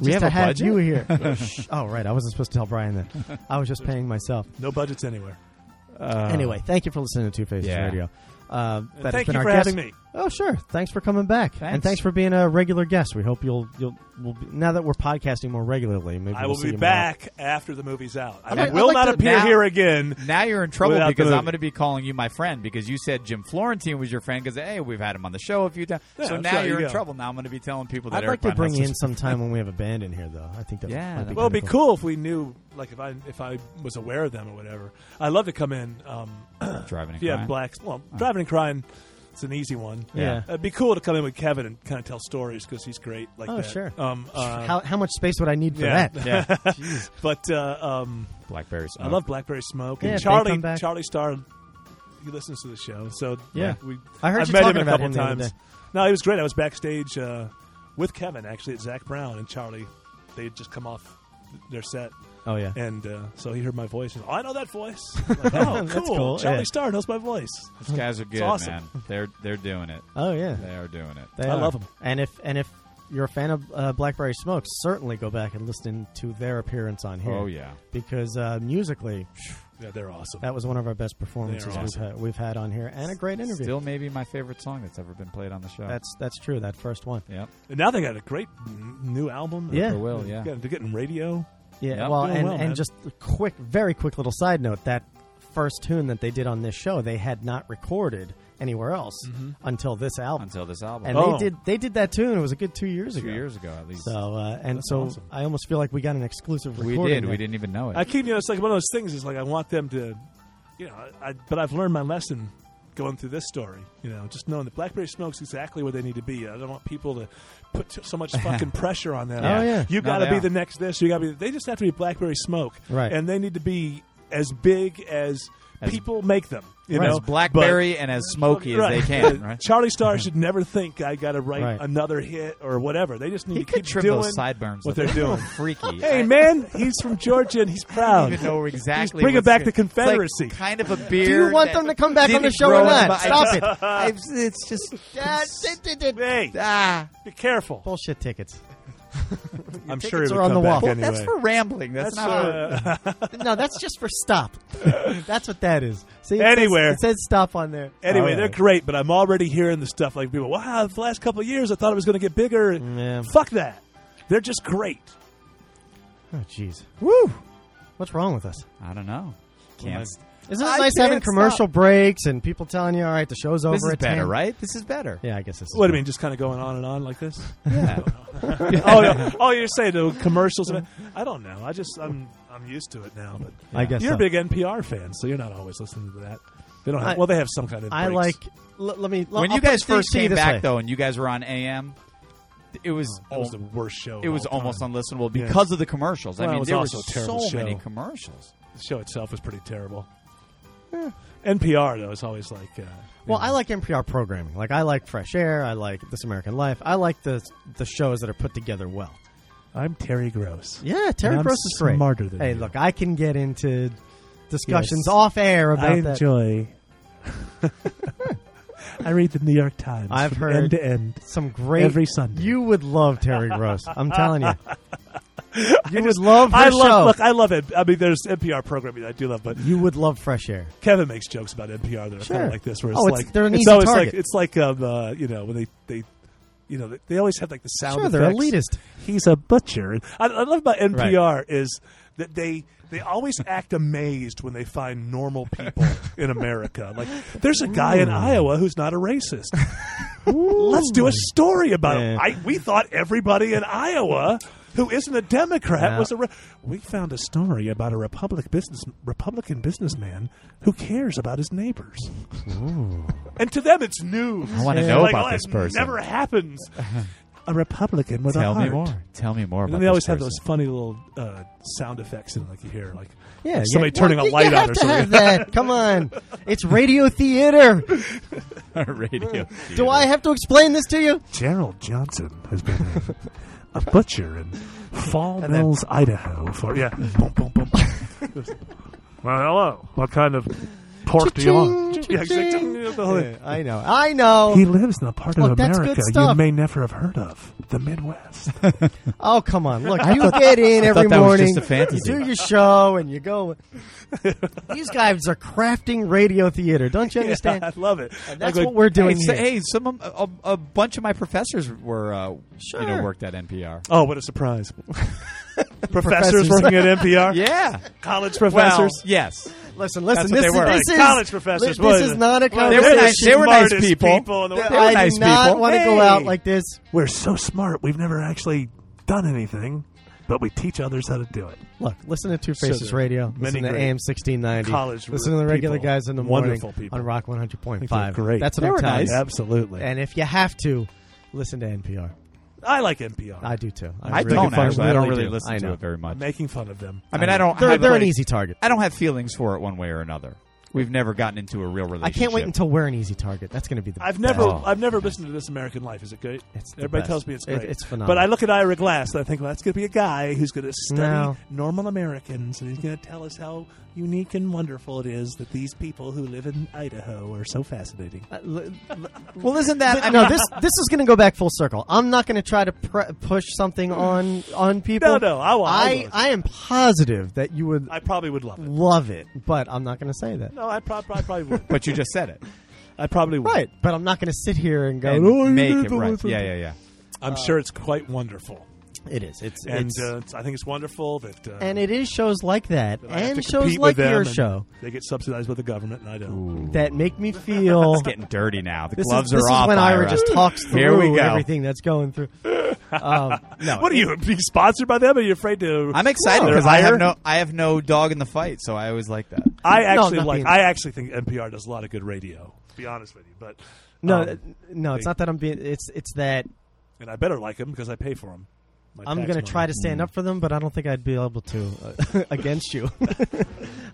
Speaker 7: we
Speaker 10: have
Speaker 7: to
Speaker 10: a
Speaker 7: have
Speaker 10: budget?
Speaker 7: you
Speaker 10: *laughs*
Speaker 7: here. Shh. oh, right. I wasn't supposed to tell Brian that. I was just paying myself.
Speaker 4: no budgets anywhere.
Speaker 10: Uh,
Speaker 7: anyway, thank you for listening to Two Faces
Speaker 10: Yeah.
Speaker 7: Radio. Uh, that has
Speaker 4: thank
Speaker 7: been
Speaker 4: you
Speaker 7: our
Speaker 4: for
Speaker 7: guest.
Speaker 4: having me.
Speaker 7: Oh, sure. Thanks for coming back, and
Speaker 10: Thanks.
Speaker 7: thanks for being a regular guest. We hope you'll you'll we'll be, now that we're podcasting more regularly. Maybe
Speaker 4: I
Speaker 7: we'll
Speaker 4: will
Speaker 7: see
Speaker 4: be
Speaker 7: you more.
Speaker 4: back after the movie's out. I
Speaker 10: I'd like-
Speaker 4: will
Speaker 10: I'd like
Speaker 4: not
Speaker 10: to-
Speaker 4: appear
Speaker 10: now-
Speaker 4: here again.
Speaker 10: Now you're in trouble
Speaker 4: Without the
Speaker 10: because I'm
Speaker 4: movie.
Speaker 10: going to be calling you my friend because you said Jim Florentine was your friend because hey, we've had him on the show a few times.
Speaker 4: Yeah,
Speaker 10: so
Speaker 4: I'm
Speaker 10: now
Speaker 4: sure
Speaker 10: you're
Speaker 4: you
Speaker 10: in
Speaker 4: go.
Speaker 10: trouble. Now I'm going to be telling people that
Speaker 7: I'd like
Speaker 10: Eric
Speaker 7: to
Speaker 10: Von
Speaker 7: bring
Speaker 10: Husserl's-
Speaker 7: in
Speaker 10: *laughs*
Speaker 7: sometime when we have a band in here, though. I think that
Speaker 10: Yeah,
Speaker 7: might be
Speaker 4: Well, it'd be
Speaker 7: kinda
Speaker 4: cool if we knew, like, if I if I was aware of them or whatever. I love to come in. Um,
Speaker 10: driving.
Speaker 4: if
Speaker 10: and
Speaker 4: you
Speaker 10: Crying.
Speaker 4: have blacks, well, driving and crying, it's an easy one.
Speaker 7: Yeah.
Speaker 4: it'd be cool to come in with Kevin and kind of tell stories because he's great. Like,
Speaker 7: Oh,
Speaker 4: that.
Speaker 7: sure.
Speaker 4: Um, uh,
Speaker 7: *laughs* How how much space would I need for
Speaker 4: Yeah.
Speaker 7: that?
Speaker 10: Yeah,
Speaker 4: *laughs* but uh, um,
Speaker 10: blackberries.
Speaker 7: Oh.
Speaker 4: I love Blackberry Smoke
Speaker 7: Yeah,
Speaker 4: and
Speaker 7: if they come
Speaker 4: Charlie.
Speaker 7: back.
Speaker 4: Charlie Starr, he listens to the show, so
Speaker 7: Yeah.
Speaker 4: we,
Speaker 7: I heard
Speaker 4: I've
Speaker 7: you
Speaker 4: met
Speaker 7: talking
Speaker 4: him a
Speaker 7: about
Speaker 4: couple
Speaker 7: him the other
Speaker 4: times.
Speaker 7: day.
Speaker 4: No, he was great. I was backstage uh, with Kevin actually at Zach Brown and Charlie. They had just come off their set,
Speaker 7: Oh yeah.
Speaker 4: and uh, so he heard my voice. And, oh, I know that
Speaker 7: *laughs*
Speaker 4: voice. Like, oh,
Speaker 7: That's
Speaker 4: cool.
Speaker 7: cool,
Speaker 4: Charlie
Speaker 7: yeah.
Speaker 4: Starr knows my voice.
Speaker 10: These guys are good,
Speaker 4: awesome.
Speaker 10: man. They're they're doing it.
Speaker 7: Oh yeah.
Speaker 10: They are doing it.
Speaker 7: They
Speaker 4: I
Speaker 7: are.
Speaker 4: love 'em.
Speaker 7: And if and if you're a fan of uh, Blackberry Smokes, certainly go back and listen to their appearance on here.
Speaker 10: Oh yeah.
Speaker 7: because uh, musically, phew,
Speaker 4: Yeah, they're awesome.
Speaker 7: That was one of our best performances
Speaker 10: They're awesome.
Speaker 7: we've, had, we've had on here, and a great interview.
Speaker 10: Still, maybe my favorite song that's ever been played on the show.
Speaker 7: That's that's true. That first one.
Speaker 10: Yep.
Speaker 4: And now they got a great n- new album.
Speaker 7: Yeah.
Speaker 4: They're-
Speaker 7: Will, yeah.
Speaker 4: They're getting radio.
Speaker 7: Yeah, well,
Speaker 4: Doing
Speaker 7: and,
Speaker 4: man.
Speaker 7: and just a quick, very quick little side note that first tune that they did on this show, they had not recorded anywhere else
Speaker 10: Mhm.
Speaker 7: until this album.
Speaker 10: Until this album.
Speaker 7: and
Speaker 10: Oh.
Speaker 7: they did they did that tune. It was a good two years
Speaker 10: Two
Speaker 7: ago.
Speaker 10: years ago, at least.
Speaker 7: So uh, and
Speaker 10: That's
Speaker 7: so
Speaker 10: awesome.
Speaker 7: I almost feel like we got an exclusive.
Speaker 10: We
Speaker 7: Recording
Speaker 10: did. We
Speaker 7: there.
Speaker 10: didn't even know it.
Speaker 4: I keep, you know, it's like one of those things. It's like I want them to, you know, I, I- but I've learned my lesson going through this story. You know, just knowing that BlackBerry smokes exactly where they need to be. I don't want people to put t- so
Speaker 7: *laughs*
Speaker 4: much fucking pressure on them.
Speaker 7: Yeah. Oh, yeah.
Speaker 4: you
Speaker 7: No,
Speaker 4: got to
Speaker 7: they
Speaker 4: be
Speaker 7: are.
Speaker 4: the next this. You got to be. They just have to be BlackBerry smoke,
Speaker 7: Right.
Speaker 4: And they need to be as big as, people make them. You
Speaker 10: Right.
Speaker 4: know,
Speaker 10: As Blackberry
Speaker 4: But-
Speaker 10: and as smoky as
Speaker 4: Right.
Speaker 10: they can,
Speaker 4: *laughs*
Speaker 10: right?
Speaker 7: *laughs*
Speaker 4: Charlie Star should never think I got to write
Speaker 10: Right.
Speaker 4: another hit or whatever. They just need
Speaker 10: He
Speaker 4: to
Speaker 10: could
Speaker 4: keep
Speaker 10: trim
Speaker 4: doing
Speaker 10: those sideburns.
Speaker 4: what
Speaker 10: up.
Speaker 4: they're doing.
Speaker 10: *laughs* freaky.
Speaker 4: Hey man, he's from Georgia and he's proud.
Speaker 10: I *laughs* don't even
Speaker 7: um,
Speaker 10: know
Speaker 4: He's
Speaker 10: exactly.
Speaker 4: bringing
Speaker 10: what's
Speaker 4: back
Speaker 10: good.
Speaker 4: the Confederacy.
Speaker 10: It's like kind of a
Speaker 7: Do
Speaker 10: beard.
Speaker 7: you want them to come back on the show or not? Stop it. *laughs*
Speaker 10: it's just.
Speaker 4: hey,
Speaker 10: ah,
Speaker 4: be careful.
Speaker 7: Bullshit tickets. *laughs*
Speaker 4: I'm
Speaker 7: tickets
Speaker 4: sure he
Speaker 7: are
Speaker 4: would
Speaker 7: on
Speaker 4: come
Speaker 7: the wall.
Speaker 4: back
Speaker 7: Well,
Speaker 4: anyway.
Speaker 10: That's for rambling. That's,
Speaker 4: That's,
Speaker 10: not.
Speaker 4: uh,
Speaker 7: no, that's just for
Speaker 10: *laughs*
Speaker 7: stop. that's what that is. See, it says-
Speaker 4: Anywhere.
Speaker 7: it says stop on there.
Speaker 4: *laughs* Anyway,
Speaker 7: All
Speaker 4: they're
Speaker 7: right.
Speaker 4: great, but I'm already hearing the stuff like people, wow, the last couple of years I thought it was going to get bigger. Fuck that. They're just great.
Speaker 7: Oh, jeez.
Speaker 4: Woo!
Speaker 7: What's wrong with us?
Speaker 10: I don't know. Can't.
Speaker 7: Isn't it
Speaker 10: I
Speaker 7: nice having
Speaker 10: can't
Speaker 7: commercial
Speaker 10: stop.
Speaker 7: breaks and people telling you, all right, the show's over?
Speaker 10: This is
Speaker 7: at
Speaker 10: better,
Speaker 7: 10?
Speaker 10: right? This is better.
Speaker 7: Yeah, I guess this is.
Speaker 4: What do you mean, just kind of going on and on like this?
Speaker 10: Yeah.
Speaker 4: oh,
Speaker 7: *laughs*
Speaker 4: yeah. *laughs* oh, you're saying the commercials? and- I don't know. I just I'm I'm used to it now. But
Speaker 7: I guess
Speaker 4: you're
Speaker 7: so.
Speaker 4: a big NPR fan, so you're not always listening to that. They don't. Have,
Speaker 7: I-
Speaker 4: well, they have some kind of.
Speaker 7: I
Speaker 4: breaks.
Speaker 7: like. l- let me.
Speaker 10: when
Speaker 7: I'll
Speaker 10: you guys
Speaker 7: put things
Speaker 10: first
Speaker 7: to you
Speaker 10: came
Speaker 7: this
Speaker 10: back
Speaker 7: way.
Speaker 10: though, and you guys were on AM, Oh, it was
Speaker 4: That was
Speaker 10: al-
Speaker 4: the worst show. of
Speaker 10: it was
Speaker 4: all
Speaker 10: almost
Speaker 4: time.
Speaker 10: unlistenable
Speaker 4: Yeah.
Speaker 10: because of the commercials.
Speaker 4: Well,
Speaker 10: I
Speaker 4: it
Speaker 10: mean,
Speaker 4: was
Speaker 10: there were
Speaker 4: also a terrible
Speaker 10: so many
Speaker 4: show.
Speaker 10: commercials.
Speaker 4: The show itself was pretty terrible. NPR though is always like. Uh,
Speaker 7: Well, I like NPR programming. Like I like Fresh Air. I like This American Life. I like the the shows that are put together well.
Speaker 4: I'm Terry Gross.
Speaker 7: Yeah, Terry
Speaker 4: And I'm
Speaker 7: Gross is great.
Speaker 4: smarter than
Speaker 7: hey,
Speaker 4: you.
Speaker 7: look, I can get into discussions
Speaker 4: Yes.
Speaker 7: off air about that. *laughs*
Speaker 4: enjoy. I read the New York Times.
Speaker 7: I've
Speaker 4: from
Speaker 7: heard
Speaker 4: end to end.
Speaker 7: some great
Speaker 4: Every Sunday.
Speaker 7: You would love Terry Gross. *laughs* I'm telling you, you would
Speaker 4: just-
Speaker 7: love. Her
Speaker 4: I
Speaker 7: show.
Speaker 4: love. Look, I love it. I mean, there's NPR programming that I do love, but
Speaker 7: you would love Fresh Air.
Speaker 4: Kevin makes jokes about NPR that are kind
Speaker 7: Sure.
Speaker 4: of like this, where it's
Speaker 7: Oh, it's-
Speaker 4: like
Speaker 7: they're an
Speaker 4: it's
Speaker 7: easy
Speaker 4: always like
Speaker 7: target.
Speaker 4: it's like um, uh, you know when they they you know they, they always have like the sound.
Speaker 7: Sure, they're
Speaker 4: effects.
Speaker 7: elitist.
Speaker 4: He's a butcher. And I, I love about NPR is that they they always act amazed when they find normal
Speaker 7: *laughs*
Speaker 4: people in America. Like there's a guy in Iowa who's not a racist. Let's do a story about him.
Speaker 7: Yeah.
Speaker 4: I, we thought everybody in Iowa. Who isn't a Democrat
Speaker 7: Yeah.
Speaker 4: was a. Re- we found a story about a Republic business Republican businessman who cares about his neighbors. And to them, it's news.
Speaker 10: I wanna
Speaker 4: Yeah.
Speaker 10: know
Speaker 4: Like,
Speaker 10: about
Speaker 4: oh,
Speaker 10: this
Speaker 4: it
Speaker 10: person.
Speaker 4: Never happens. A Republican with a
Speaker 10: Tell
Speaker 4: heart.
Speaker 10: me more. Tell me more.
Speaker 4: And
Speaker 10: about
Speaker 4: then they always
Speaker 10: this
Speaker 4: have
Speaker 10: person.
Speaker 4: those funny little uh, sound effects in, like you hear, like
Speaker 7: Yeah,
Speaker 4: like somebody
Speaker 7: yeah.
Speaker 4: turning
Speaker 7: Well,
Speaker 4: a light on
Speaker 7: you have
Speaker 4: or
Speaker 7: to
Speaker 4: something.
Speaker 7: Have *laughs* that. Come on, it's radio theater.
Speaker 10: *laughs* radio.
Speaker 7: Do I have to explain this to you?
Speaker 4: Gerald Johnson has been
Speaker 7: *laughs*
Speaker 4: a, a butcher in Fall Mills, Idaho. For
Speaker 7: *laughs*
Speaker 4: yeah, boom, boom, boom. well, hello. What kind of pork do you want?
Speaker 7: Cha-ching,
Speaker 4: Yeah, exactly.
Speaker 7: cha-ching.
Speaker 4: The whole thing.
Speaker 7: Yeah, I know. I know.
Speaker 4: He lives in a part
Speaker 7: Look,
Speaker 4: of
Speaker 7: that's good
Speaker 4: America you
Speaker 7: stuff.
Speaker 4: may never have heard of, the
Speaker 7: *laughs*
Speaker 4: Midwest.
Speaker 7: Oh, come on. Look, you get in every
Speaker 10: thought that was
Speaker 7: morning.
Speaker 10: just a fantasy.
Speaker 7: You do your show and you go. These guys are crafting radio theater. Don't you understand?
Speaker 4: I love it.
Speaker 7: And that's what we're doing
Speaker 10: Hey, so-
Speaker 7: here.
Speaker 10: hey, some of, a, a bunch of my professors were uh, you know
Speaker 7: Sure.
Speaker 10: worked at NPR.
Speaker 4: Oh, what a
Speaker 7: *laughs*
Speaker 4: surprise. professors
Speaker 7: Professors.
Speaker 4: working at
Speaker 7: *laughs*
Speaker 4: NPR?
Speaker 10: Yeah,
Speaker 4: College
Speaker 10: Well,
Speaker 4: professors?
Speaker 10: yes.
Speaker 7: Listen,
Speaker 10: That's
Speaker 7: listen. This,
Speaker 10: what they
Speaker 7: is,
Speaker 10: were.
Speaker 7: this
Speaker 4: Like
Speaker 7: is
Speaker 4: college professors,
Speaker 7: This
Speaker 4: what
Speaker 7: is
Speaker 4: is it?
Speaker 7: not a
Speaker 4: Well,
Speaker 10: They
Speaker 7: conversation.
Speaker 10: were nice. They were nice
Speaker 4: smartest
Speaker 10: people.
Speaker 4: people in the
Speaker 10: They
Speaker 4: world.
Speaker 10: were
Speaker 7: I
Speaker 10: nice
Speaker 7: do not
Speaker 10: people.
Speaker 7: want to go out
Speaker 4: Hey.
Speaker 7: like this.
Speaker 4: We're so smart, we've never actually done anything, but we teach others how to do it.
Speaker 7: Look, listen to Two Faces
Speaker 4: there are
Speaker 7: Radio.
Speaker 4: many
Speaker 7: Listen to
Speaker 4: great
Speaker 7: AM sixteen ninety.
Speaker 4: college
Speaker 7: Listen to the regular
Speaker 4: people,
Speaker 7: guys in the morning
Speaker 4: wonderful people.
Speaker 7: on Rock one hundred point five.
Speaker 4: They're great.
Speaker 7: That's what
Speaker 4: They
Speaker 7: I'm
Speaker 4: were
Speaker 7: telling
Speaker 4: nice.
Speaker 7: you.
Speaker 4: Absolutely.
Speaker 7: And if you have to, listen to NPR.
Speaker 4: I like NPR.
Speaker 7: I do too.
Speaker 10: I,
Speaker 7: really
Speaker 10: don't
Speaker 7: fucking
Speaker 10: actually. I don't really
Speaker 7: do.
Speaker 10: listen
Speaker 7: I
Speaker 10: to
Speaker 7: know.
Speaker 10: it very much.
Speaker 4: Making fun of them.
Speaker 10: I mean, I don't.
Speaker 7: They're,
Speaker 10: have
Speaker 7: they're an
Speaker 10: like-
Speaker 7: easy target.
Speaker 10: I don't have feelings for it one way or another. We've never gotten into a real
Speaker 5: I
Speaker 10: relationship.
Speaker 5: can't wait until we're an easy target. That's going to be the.
Speaker 4: I've never,
Speaker 5: best.
Speaker 4: I've never listened to This American Life. Is it good?
Speaker 5: the
Speaker 4: Everybody
Speaker 5: best.
Speaker 4: tells me it's
Speaker 5: It-
Speaker 4: great.
Speaker 5: it's phenomenal.
Speaker 4: But I look at Ira Glass and I think, well, that's going to be a guy who's going to study
Speaker 5: No.
Speaker 4: normal Americans and he's going to tell us how unique and wonderful it is that these people who live in Idaho are so fascinating.
Speaker 5: Well, isn't that? no, this *laughs* this is going to go back full circle. I'm not going to try to pre- push something on on people.
Speaker 4: No, no, I wa- I
Speaker 5: I,
Speaker 4: was.
Speaker 5: I am positive that you would
Speaker 4: I probably would love it.
Speaker 5: love it, but I'm not going to say that.
Speaker 4: No, I, prob- I probably would.
Speaker 10: But you just said it.
Speaker 4: *laughs* I probably would.
Speaker 5: Right, but I'm not going to sit here and go
Speaker 10: And
Speaker 5: "Oh, you
Speaker 10: make
Speaker 5: did
Speaker 10: it
Speaker 5: the
Speaker 10: right.
Speaker 5: one
Speaker 10: Yeah,
Speaker 5: thing."
Speaker 10: yeah, yeah.
Speaker 4: I'm sure it's quite wonderful.
Speaker 5: It is. It's
Speaker 4: And
Speaker 5: it's,
Speaker 4: uh, it's- I think it's wonderful that. Uh,
Speaker 5: and it is shows like that,
Speaker 4: that I have
Speaker 5: and
Speaker 4: to
Speaker 5: shows
Speaker 4: compete
Speaker 5: like
Speaker 4: with them
Speaker 5: your
Speaker 4: and
Speaker 5: show
Speaker 4: They get subsidized by the government, and I don't.
Speaker 5: that make
Speaker 4: *laughs*
Speaker 5: me feel.
Speaker 10: It's getting dirty now. The
Speaker 5: This
Speaker 10: gloves
Speaker 5: is, this
Speaker 10: are
Speaker 5: is
Speaker 10: off.
Speaker 5: when Ira just talks through
Speaker 10: Here we go.
Speaker 5: everything that's going through. Um, no,
Speaker 4: What are you being sponsored by them? Are you afraid to?
Speaker 10: I'm excited
Speaker 4: They're
Speaker 10: because I have
Speaker 4: iron?
Speaker 10: no I have no dog in the fight, so I always like that.
Speaker 4: I
Speaker 5: No,
Speaker 4: actually
Speaker 5: not
Speaker 4: like.
Speaker 5: being-
Speaker 4: I actually think NPR does a lot of good radio. To be honest with you, but
Speaker 5: No,
Speaker 10: *laughs*
Speaker 4: um,
Speaker 5: uh, no, it's
Speaker 4: they-
Speaker 5: not that I'm being. It's it's that
Speaker 4: and I better like them because I pay for them.
Speaker 5: I'm going to try to stand up for them, but I don't think I'd be able to uh, *laughs* against you.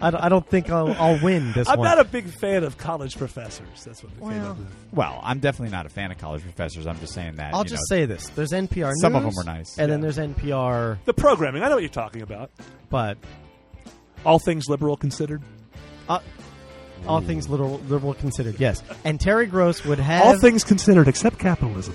Speaker 5: I, don't, I don't think I'll, I'll win this
Speaker 4: I'm
Speaker 5: one.
Speaker 4: not a big fan of college professors. That's what they came
Speaker 5: Well,
Speaker 4: up with.
Speaker 10: Well, I'm definitely not a fan of college professors. I'm just saying that.
Speaker 5: I'll
Speaker 10: you
Speaker 5: just
Speaker 10: know,
Speaker 5: say this: there's NPR.
Speaker 10: Some of
Speaker 5: News,
Speaker 10: them are nice,
Speaker 5: and then there's NPR.
Speaker 4: The programming. I know what you're talking about.
Speaker 5: But
Speaker 4: All things liberal considered.
Speaker 5: uh, all things liberal, liberal considered, yes. And Terry Gross would have.
Speaker 4: All things considered, except capitalism.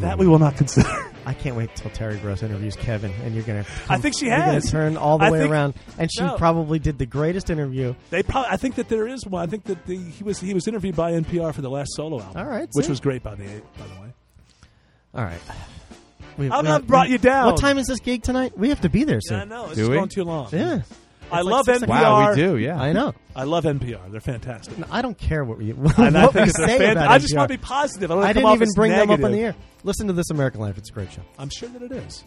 Speaker 4: That we will not consider.
Speaker 5: I can't wait till Terry Gross interviews Kevin, and you're going to.
Speaker 4: I think she
Speaker 5: you're gonna
Speaker 4: has.
Speaker 5: turn all the
Speaker 4: I
Speaker 5: way
Speaker 4: think-
Speaker 5: around, and she
Speaker 4: No.
Speaker 5: probably did the greatest interview.
Speaker 4: They probably. I think that there is one. I think that the, he was he was interviewed by NPR for the last solo album.
Speaker 5: All right,
Speaker 4: which
Speaker 5: see.
Speaker 4: was great by the by the way.
Speaker 5: All right. We've,
Speaker 4: I've not brought you down.
Speaker 5: What time is this gig tonight? We have to be there
Speaker 4: Yeah, I
Speaker 5: soon.
Speaker 4: know it's
Speaker 10: Do
Speaker 4: just
Speaker 10: we?
Speaker 4: gone too long.
Speaker 5: Yeah,
Speaker 4: I
Speaker 5: It's like
Speaker 4: love
Speaker 5: six
Speaker 4: NPR.
Speaker 5: o'clock.
Speaker 10: Wow, we do, yeah.
Speaker 5: I know.
Speaker 4: I love NPR. They're fantastic.
Speaker 5: I don't care what we *laughs* what,
Speaker 4: And I
Speaker 5: we
Speaker 4: think it's a
Speaker 5: say
Speaker 4: fan-
Speaker 5: about
Speaker 4: I just
Speaker 5: NPR.
Speaker 4: want to be positive. I, don't wanna
Speaker 5: I
Speaker 4: come
Speaker 5: didn't
Speaker 4: off
Speaker 5: even
Speaker 4: as
Speaker 5: bring them up on the
Speaker 4: negative.
Speaker 5: air. Listen to This American Life. It's a great show.
Speaker 4: I'm sure that it is.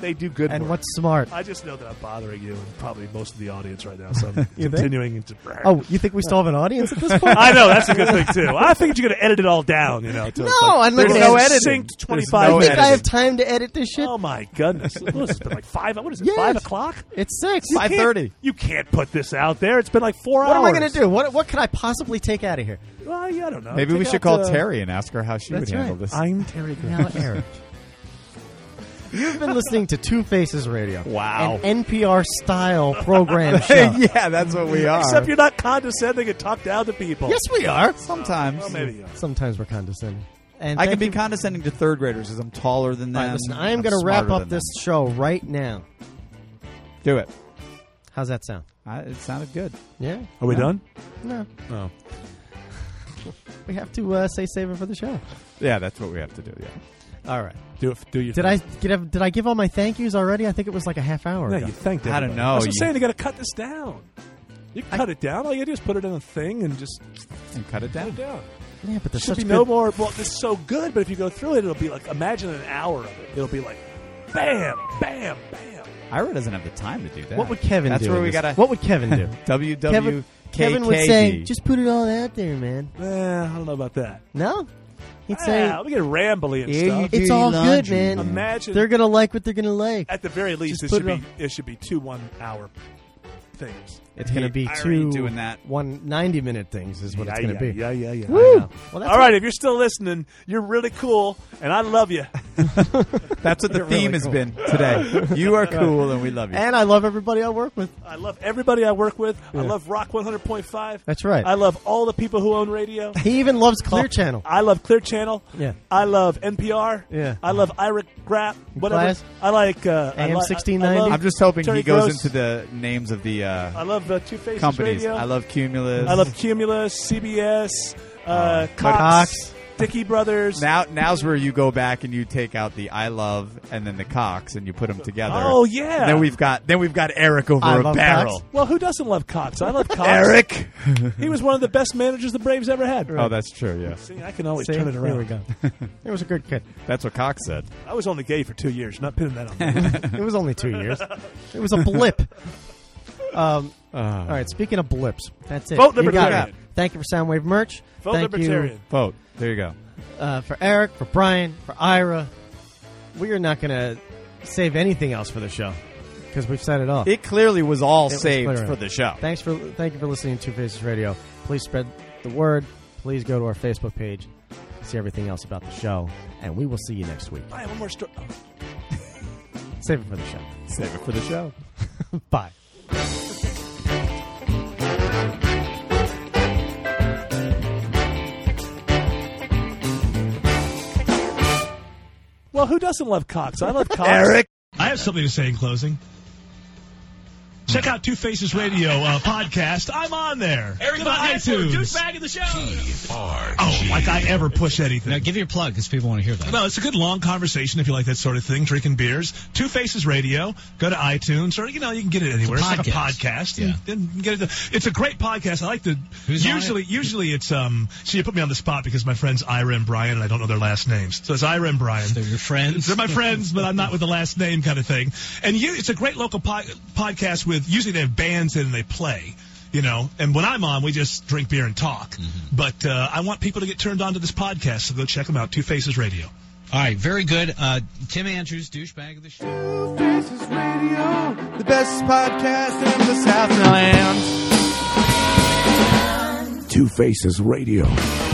Speaker 4: They do good.
Speaker 5: And
Speaker 4: work.
Speaker 5: what's smart?
Speaker 4: I just know that I'm bothering you and probably most of the audience right now. So I'm
Speaker 5: *laughs* You think?
Speaker 4: continuing to brag.
Speaker 5: Oh, you think we still have an audience at this
Speaker 4: *laughs*
Speaker 5: point?
Speaker 4: I know that's a good thing too. I think you're going to edit it all down. You know, till it's
Speaker 5: No,
Speaker 4: like,
Speaker 5: I'm not
Speaker 4: there's
Speaker 5: gonna
Speaker 4: no
Speaker 5: edit it.
Speaker 4: Synced
Speaker 10: There's
Speaker 4: 25
Speaker 5: think
Speaker 10: no
Speaker 4: minutes.
Speaker 10: editing.
Speaker 5: I have time to edit this *laughs* shit.
Speaker 4: Oh my goodness! What has this been like five? What is it?
Speaker 5: Yes.
Speaker 4: Five o'clock?
Speaker 5: it's six.
Speaker 4: You
Speaker 10: Five
Speaker 4: can't-
Speaker 10: 5:30.
Speaker 4: You can't put this out there. It's been like four
Speaker 5: What
Speaker 4: hours.
Speaker 5: am I going to do? What What could I possibly take out of here?
Speaker 4: Well, yeah, I don't know.
Speaker 10: Maybe we
Speaker 4: Take
Speaker 10: should
Speaker 4: out,
Speaker 10: call
Speaker 4: uh,
Speaker 10: Terry and ask her how she would
Speaker 5: That's
Speaker 10: handle
Speaker 5: right.
Speaker 10: *laughs* this.
Speaker 4: I'm Terry. Gross.
Speaker 5: Now, Eric. *laughs* You've been listening to Two Faces Radio.
Speaker 10: Wow.
Speaker 5: An NPR style
Speaker 10: *laughs*
Speaker 5: program show.
Speaker 10: yeah, that's what we are.
Speaker 4: Except you're not condescending and talk down to people.
Speaker 5: Yes, we are.
Speaker 10: *laughs* Sometimes
Speaker 4: Well, maybe. uh,
Speaker 5: Sometimes we're condescending. And
Speaker 10: I
Speaker 5: thank
Speaker 10: can be
Speaker 5: you-
Speaker 10: condescending to third graders because I'm taller than
Speaker 5: All
Speaker 10: them.
Speaker 5: right, listen, I am
Speaker 10: I'm
Speaker 5: going to wrap
Speaker 10: smarter
Speaker 5: up
Speaker 10: than
Speaker 5: this
Speaker 10: them.
Speaker 5: show right now.
Speaker 10: Do it.
Speaker 5: How's that sound?
Speaker 10: I, it sounded good. Oh.
Speaker 5: Yeah?
Speaker 4: Are we done?
Speaker 5: No.
Speaker 4: No.
Speaker 5: *laughs* We have to uh, say save it for the show.
Speaker 10: Yeah, that's what we have to do. Yeah.
Speaker 5: All right.
Speaker 4: Do it. Do your.
Speaker 5: Did I get? Did I give all my thank yous already? I think it was like a half hour
Speaker 4: No,
Speaker 5: ago.
Speaker 4: you thanked
Speaker 10: I don't
Speaker 4: everybody. That's
Speaker 10: know.
Speaker 4: what I'm
Speaker 10: You-
Speaker 4: saying. You got to cut this down. You can cut it down. All you do is put it in a thing and just
Speaker 10: And cut
Speaker 4: cut
Speaker 10: it down.
Speaker 4: it down.
Speaker 5: yeah, but there's
Speaker 4: Should
Speaker 5: such
Speaker 4: be
Speaker 5: good,
Speaker 4: no
Speaker 5: *laughs*
Speaker 4: more. Well, it's so good, but if you go through it, it'll be like imagine an hour of it. It'll be like, bam, bam, bam.
Speaker 10: Ira doesn't have the time to do that.
Speaker 5: What would Kevin
Speaker 10: That's
Speaker 5: do?
Speaker 10: where
Speaker 5: in
Speaker 10: we
Speaker 5: this-
Speaker 10: got to.
Speaker 5: What would Kevin *laughs* do?
Speaker 10: WWKKD.
Speaker 5: Kevin, Kevin would say, "Just put it all out there, man."
Speaker 4: Eh, I don't know about that.
Speaker 5: No, he'd say,
Speaker 4: Yeah, we get rambly and
Speaker 10: Here
Speaker 4: stuff.
Speaker 10: you
Speaker 5: "It's
Speaker 10: do
Speaker 5: all
Speaker 10: your
Speaker 5: good,
Speaker 10: laundry,
Speaker 5: man.
Speaker 10: man."
Speaker 4: Ah, Imagine-
Speaker 5: they're gonna like what they're gonna like."
Speaker 4: At the very least, it
Speaker 5: Just put
Speaker 4: should
Speaker 5: it
Speaker 4: be it should be two one hour things.
Speaker 5: It's gonna
Speaker 10: Hey,
Speaker 5: be
Speaker 10: I already
Speaker 5: two
Speaker 10: doing that.
Speaker 5: one ninety minute things is what it's
Speaker 4: Yeah,
Speaker 5: gonna
Speaker 4: yeah,
Speaker 5: be.
Speaker 4: Yeah, yeah, yeah.
Speaker 5: Woo! Well, that's
Speaker 4: All right, if you're still listening, you're really cool, and I love you.
Speaker 10: That's what the
Speaker 5: really
Speaker 10: theme has
Speaker 5: cool.
Speaker 10: been today. You are cool and we love you.
Speaker 5: And I love everybody I work with.
Speaker 4: I love everybody I work with. I love Rock 100.5.
Speaker 5: That's right.
Speaker 4: I love all the people who own
Speaker 5: *laughs*
Speaker 4: radio.
Speaker 5: He even loves Clear Channel.
Speaker 4: I love Clear Channel.
Speaker 5: Yeah.
Speaker 4: I love NPR.
Speaker 5: Yeah.
Speaker 4: I love Ira Grapp. Whatever.
Speaker 5: Glass.
Speaker 4: I like uh, I
Speaker 5: AM
Speaker 4: li-
Speaker 5: 1690.
Speaker 4: I love
Speaker 10: I'm just hoping
Speaker 4: Terry
Speaker 10: he goes
Speaker 4: Gross.
Speaker 10: into the names of the
Speaker 4: I
Speaker 10: uh,
Speaker 4: love uh, Two Faces
Speaker 10: companies.
Speaker 4: Radio.
Speaker 10: I love Cumulus.
Speaker 4: I love Cumulus, CBS, uh, Cox,
Speaker 5: Cox.
Speaker 4: Dickey Brothers.
Speaker 10: Now, now's where you go back and you take out the I love and then the Cox and you put them together.
Speaker 4: Oh, yeah.
Speaker 10: And then we've got then we've got Eric over
Speaker 5: I
Speaker 10: a
Speaker 5: love
Speaker 10: barrel.
Speaker 5: Cox.
Speaker 4: well, who doesn't love Cox? I love Cox.
Speaker 10: Eric.
Speaker 4: He was one of the best managers the Braves ever had.
Speaker 10: Oh, that's true. Yeah,
Speaker 4: See, I can always
Speaker 5: See?
Speaker 4: turn it
Speaker 5: There we
Speaker 4: around.
Speaker 5: go.
Speaker 4: *laughs*
Speaker 5: it was a good kid.
Speaker 10: that's what Cox said.
Speaker 4: I was only gay for two years. Not pinning that
Speaker 5: *laughs*
Speaker 4: on me.
Speaker 5: It was only two years. It was
Speaker 4: *laughs*
Speaker 5: a blip. Um, all right. Speaking of blips, that's it.
Speaker 4: Vote
Speaker 5: You got it.
Speaker 4: Libertarian.
Speaker 5: Thank you for Soundwave merch.
Speaker 4: Vote
Speaker 5: Thank
Speaker 4: Libertarian.
Speaker 10: Vote. There you go.
Speaker 5: you uh, for Eric, for Brian, for Ira. We are not going to save anything else for the show because because we've said it all.
Speaker 13: It clearly was all
Speaker 5: was
Speaker 13: saved
Speaker 5: clear.
Speaker 13: for the show.
Speaker 5: Thanks for thank you for listening to Two Faces Radio. Please spread the word. Please go to our Facebook page, see everything else about the show, and we will see you next week.
Speaker 14: I have one more story.
Speaker 5: Save it for the show.
Speaker 13: Save it for the show.
Speaker 5: *laughs* Bye.
Speaker 14: Well, who doesn't love Cox? I love Cox.
Speaker 4: I have something to say in closing. Check out Two Faces Radio uh, podcast. I'm on there. Go to iTunes.
Speaker 15: in the show.
Speaker 4: Oh, like I ever push anything.
Speaker 2: Now give your plug because people want to hear that.
Speaker 4: No, it's a good long conversation if you like that sort of thing, drinking beers. Two Faces Radio. Go to iTunes or you know you can get it anywhere. It's, like a podcast.
Speaker 2: Yeah.
Speaker 4: And, and get it. It's a great podcast. I like to.
Speaker 2: Who's on
Speaker 4: usually, usually it's um. So you put me on the spot because my friends Ira and Brian and I don't know their last names. So it's Ira and Brian.
Speaker 2: They're your friends.
Speaker 4: They're my friends, but I'm not with the last name kind of thing. And you, it's a great local po- podcast with usually they have bands in and they play. You know, and when I'm on, we just drink beer and talk. But uh, I want people to get turned on to this podcast, so go check them out. Two Faces Radio.
Speaker 2: All right, very good. Uh, Tim Andrews, douchebag of the show.
Speaker 10: The best podcast in the Southland.
Speaker 1: Two Faces Radio.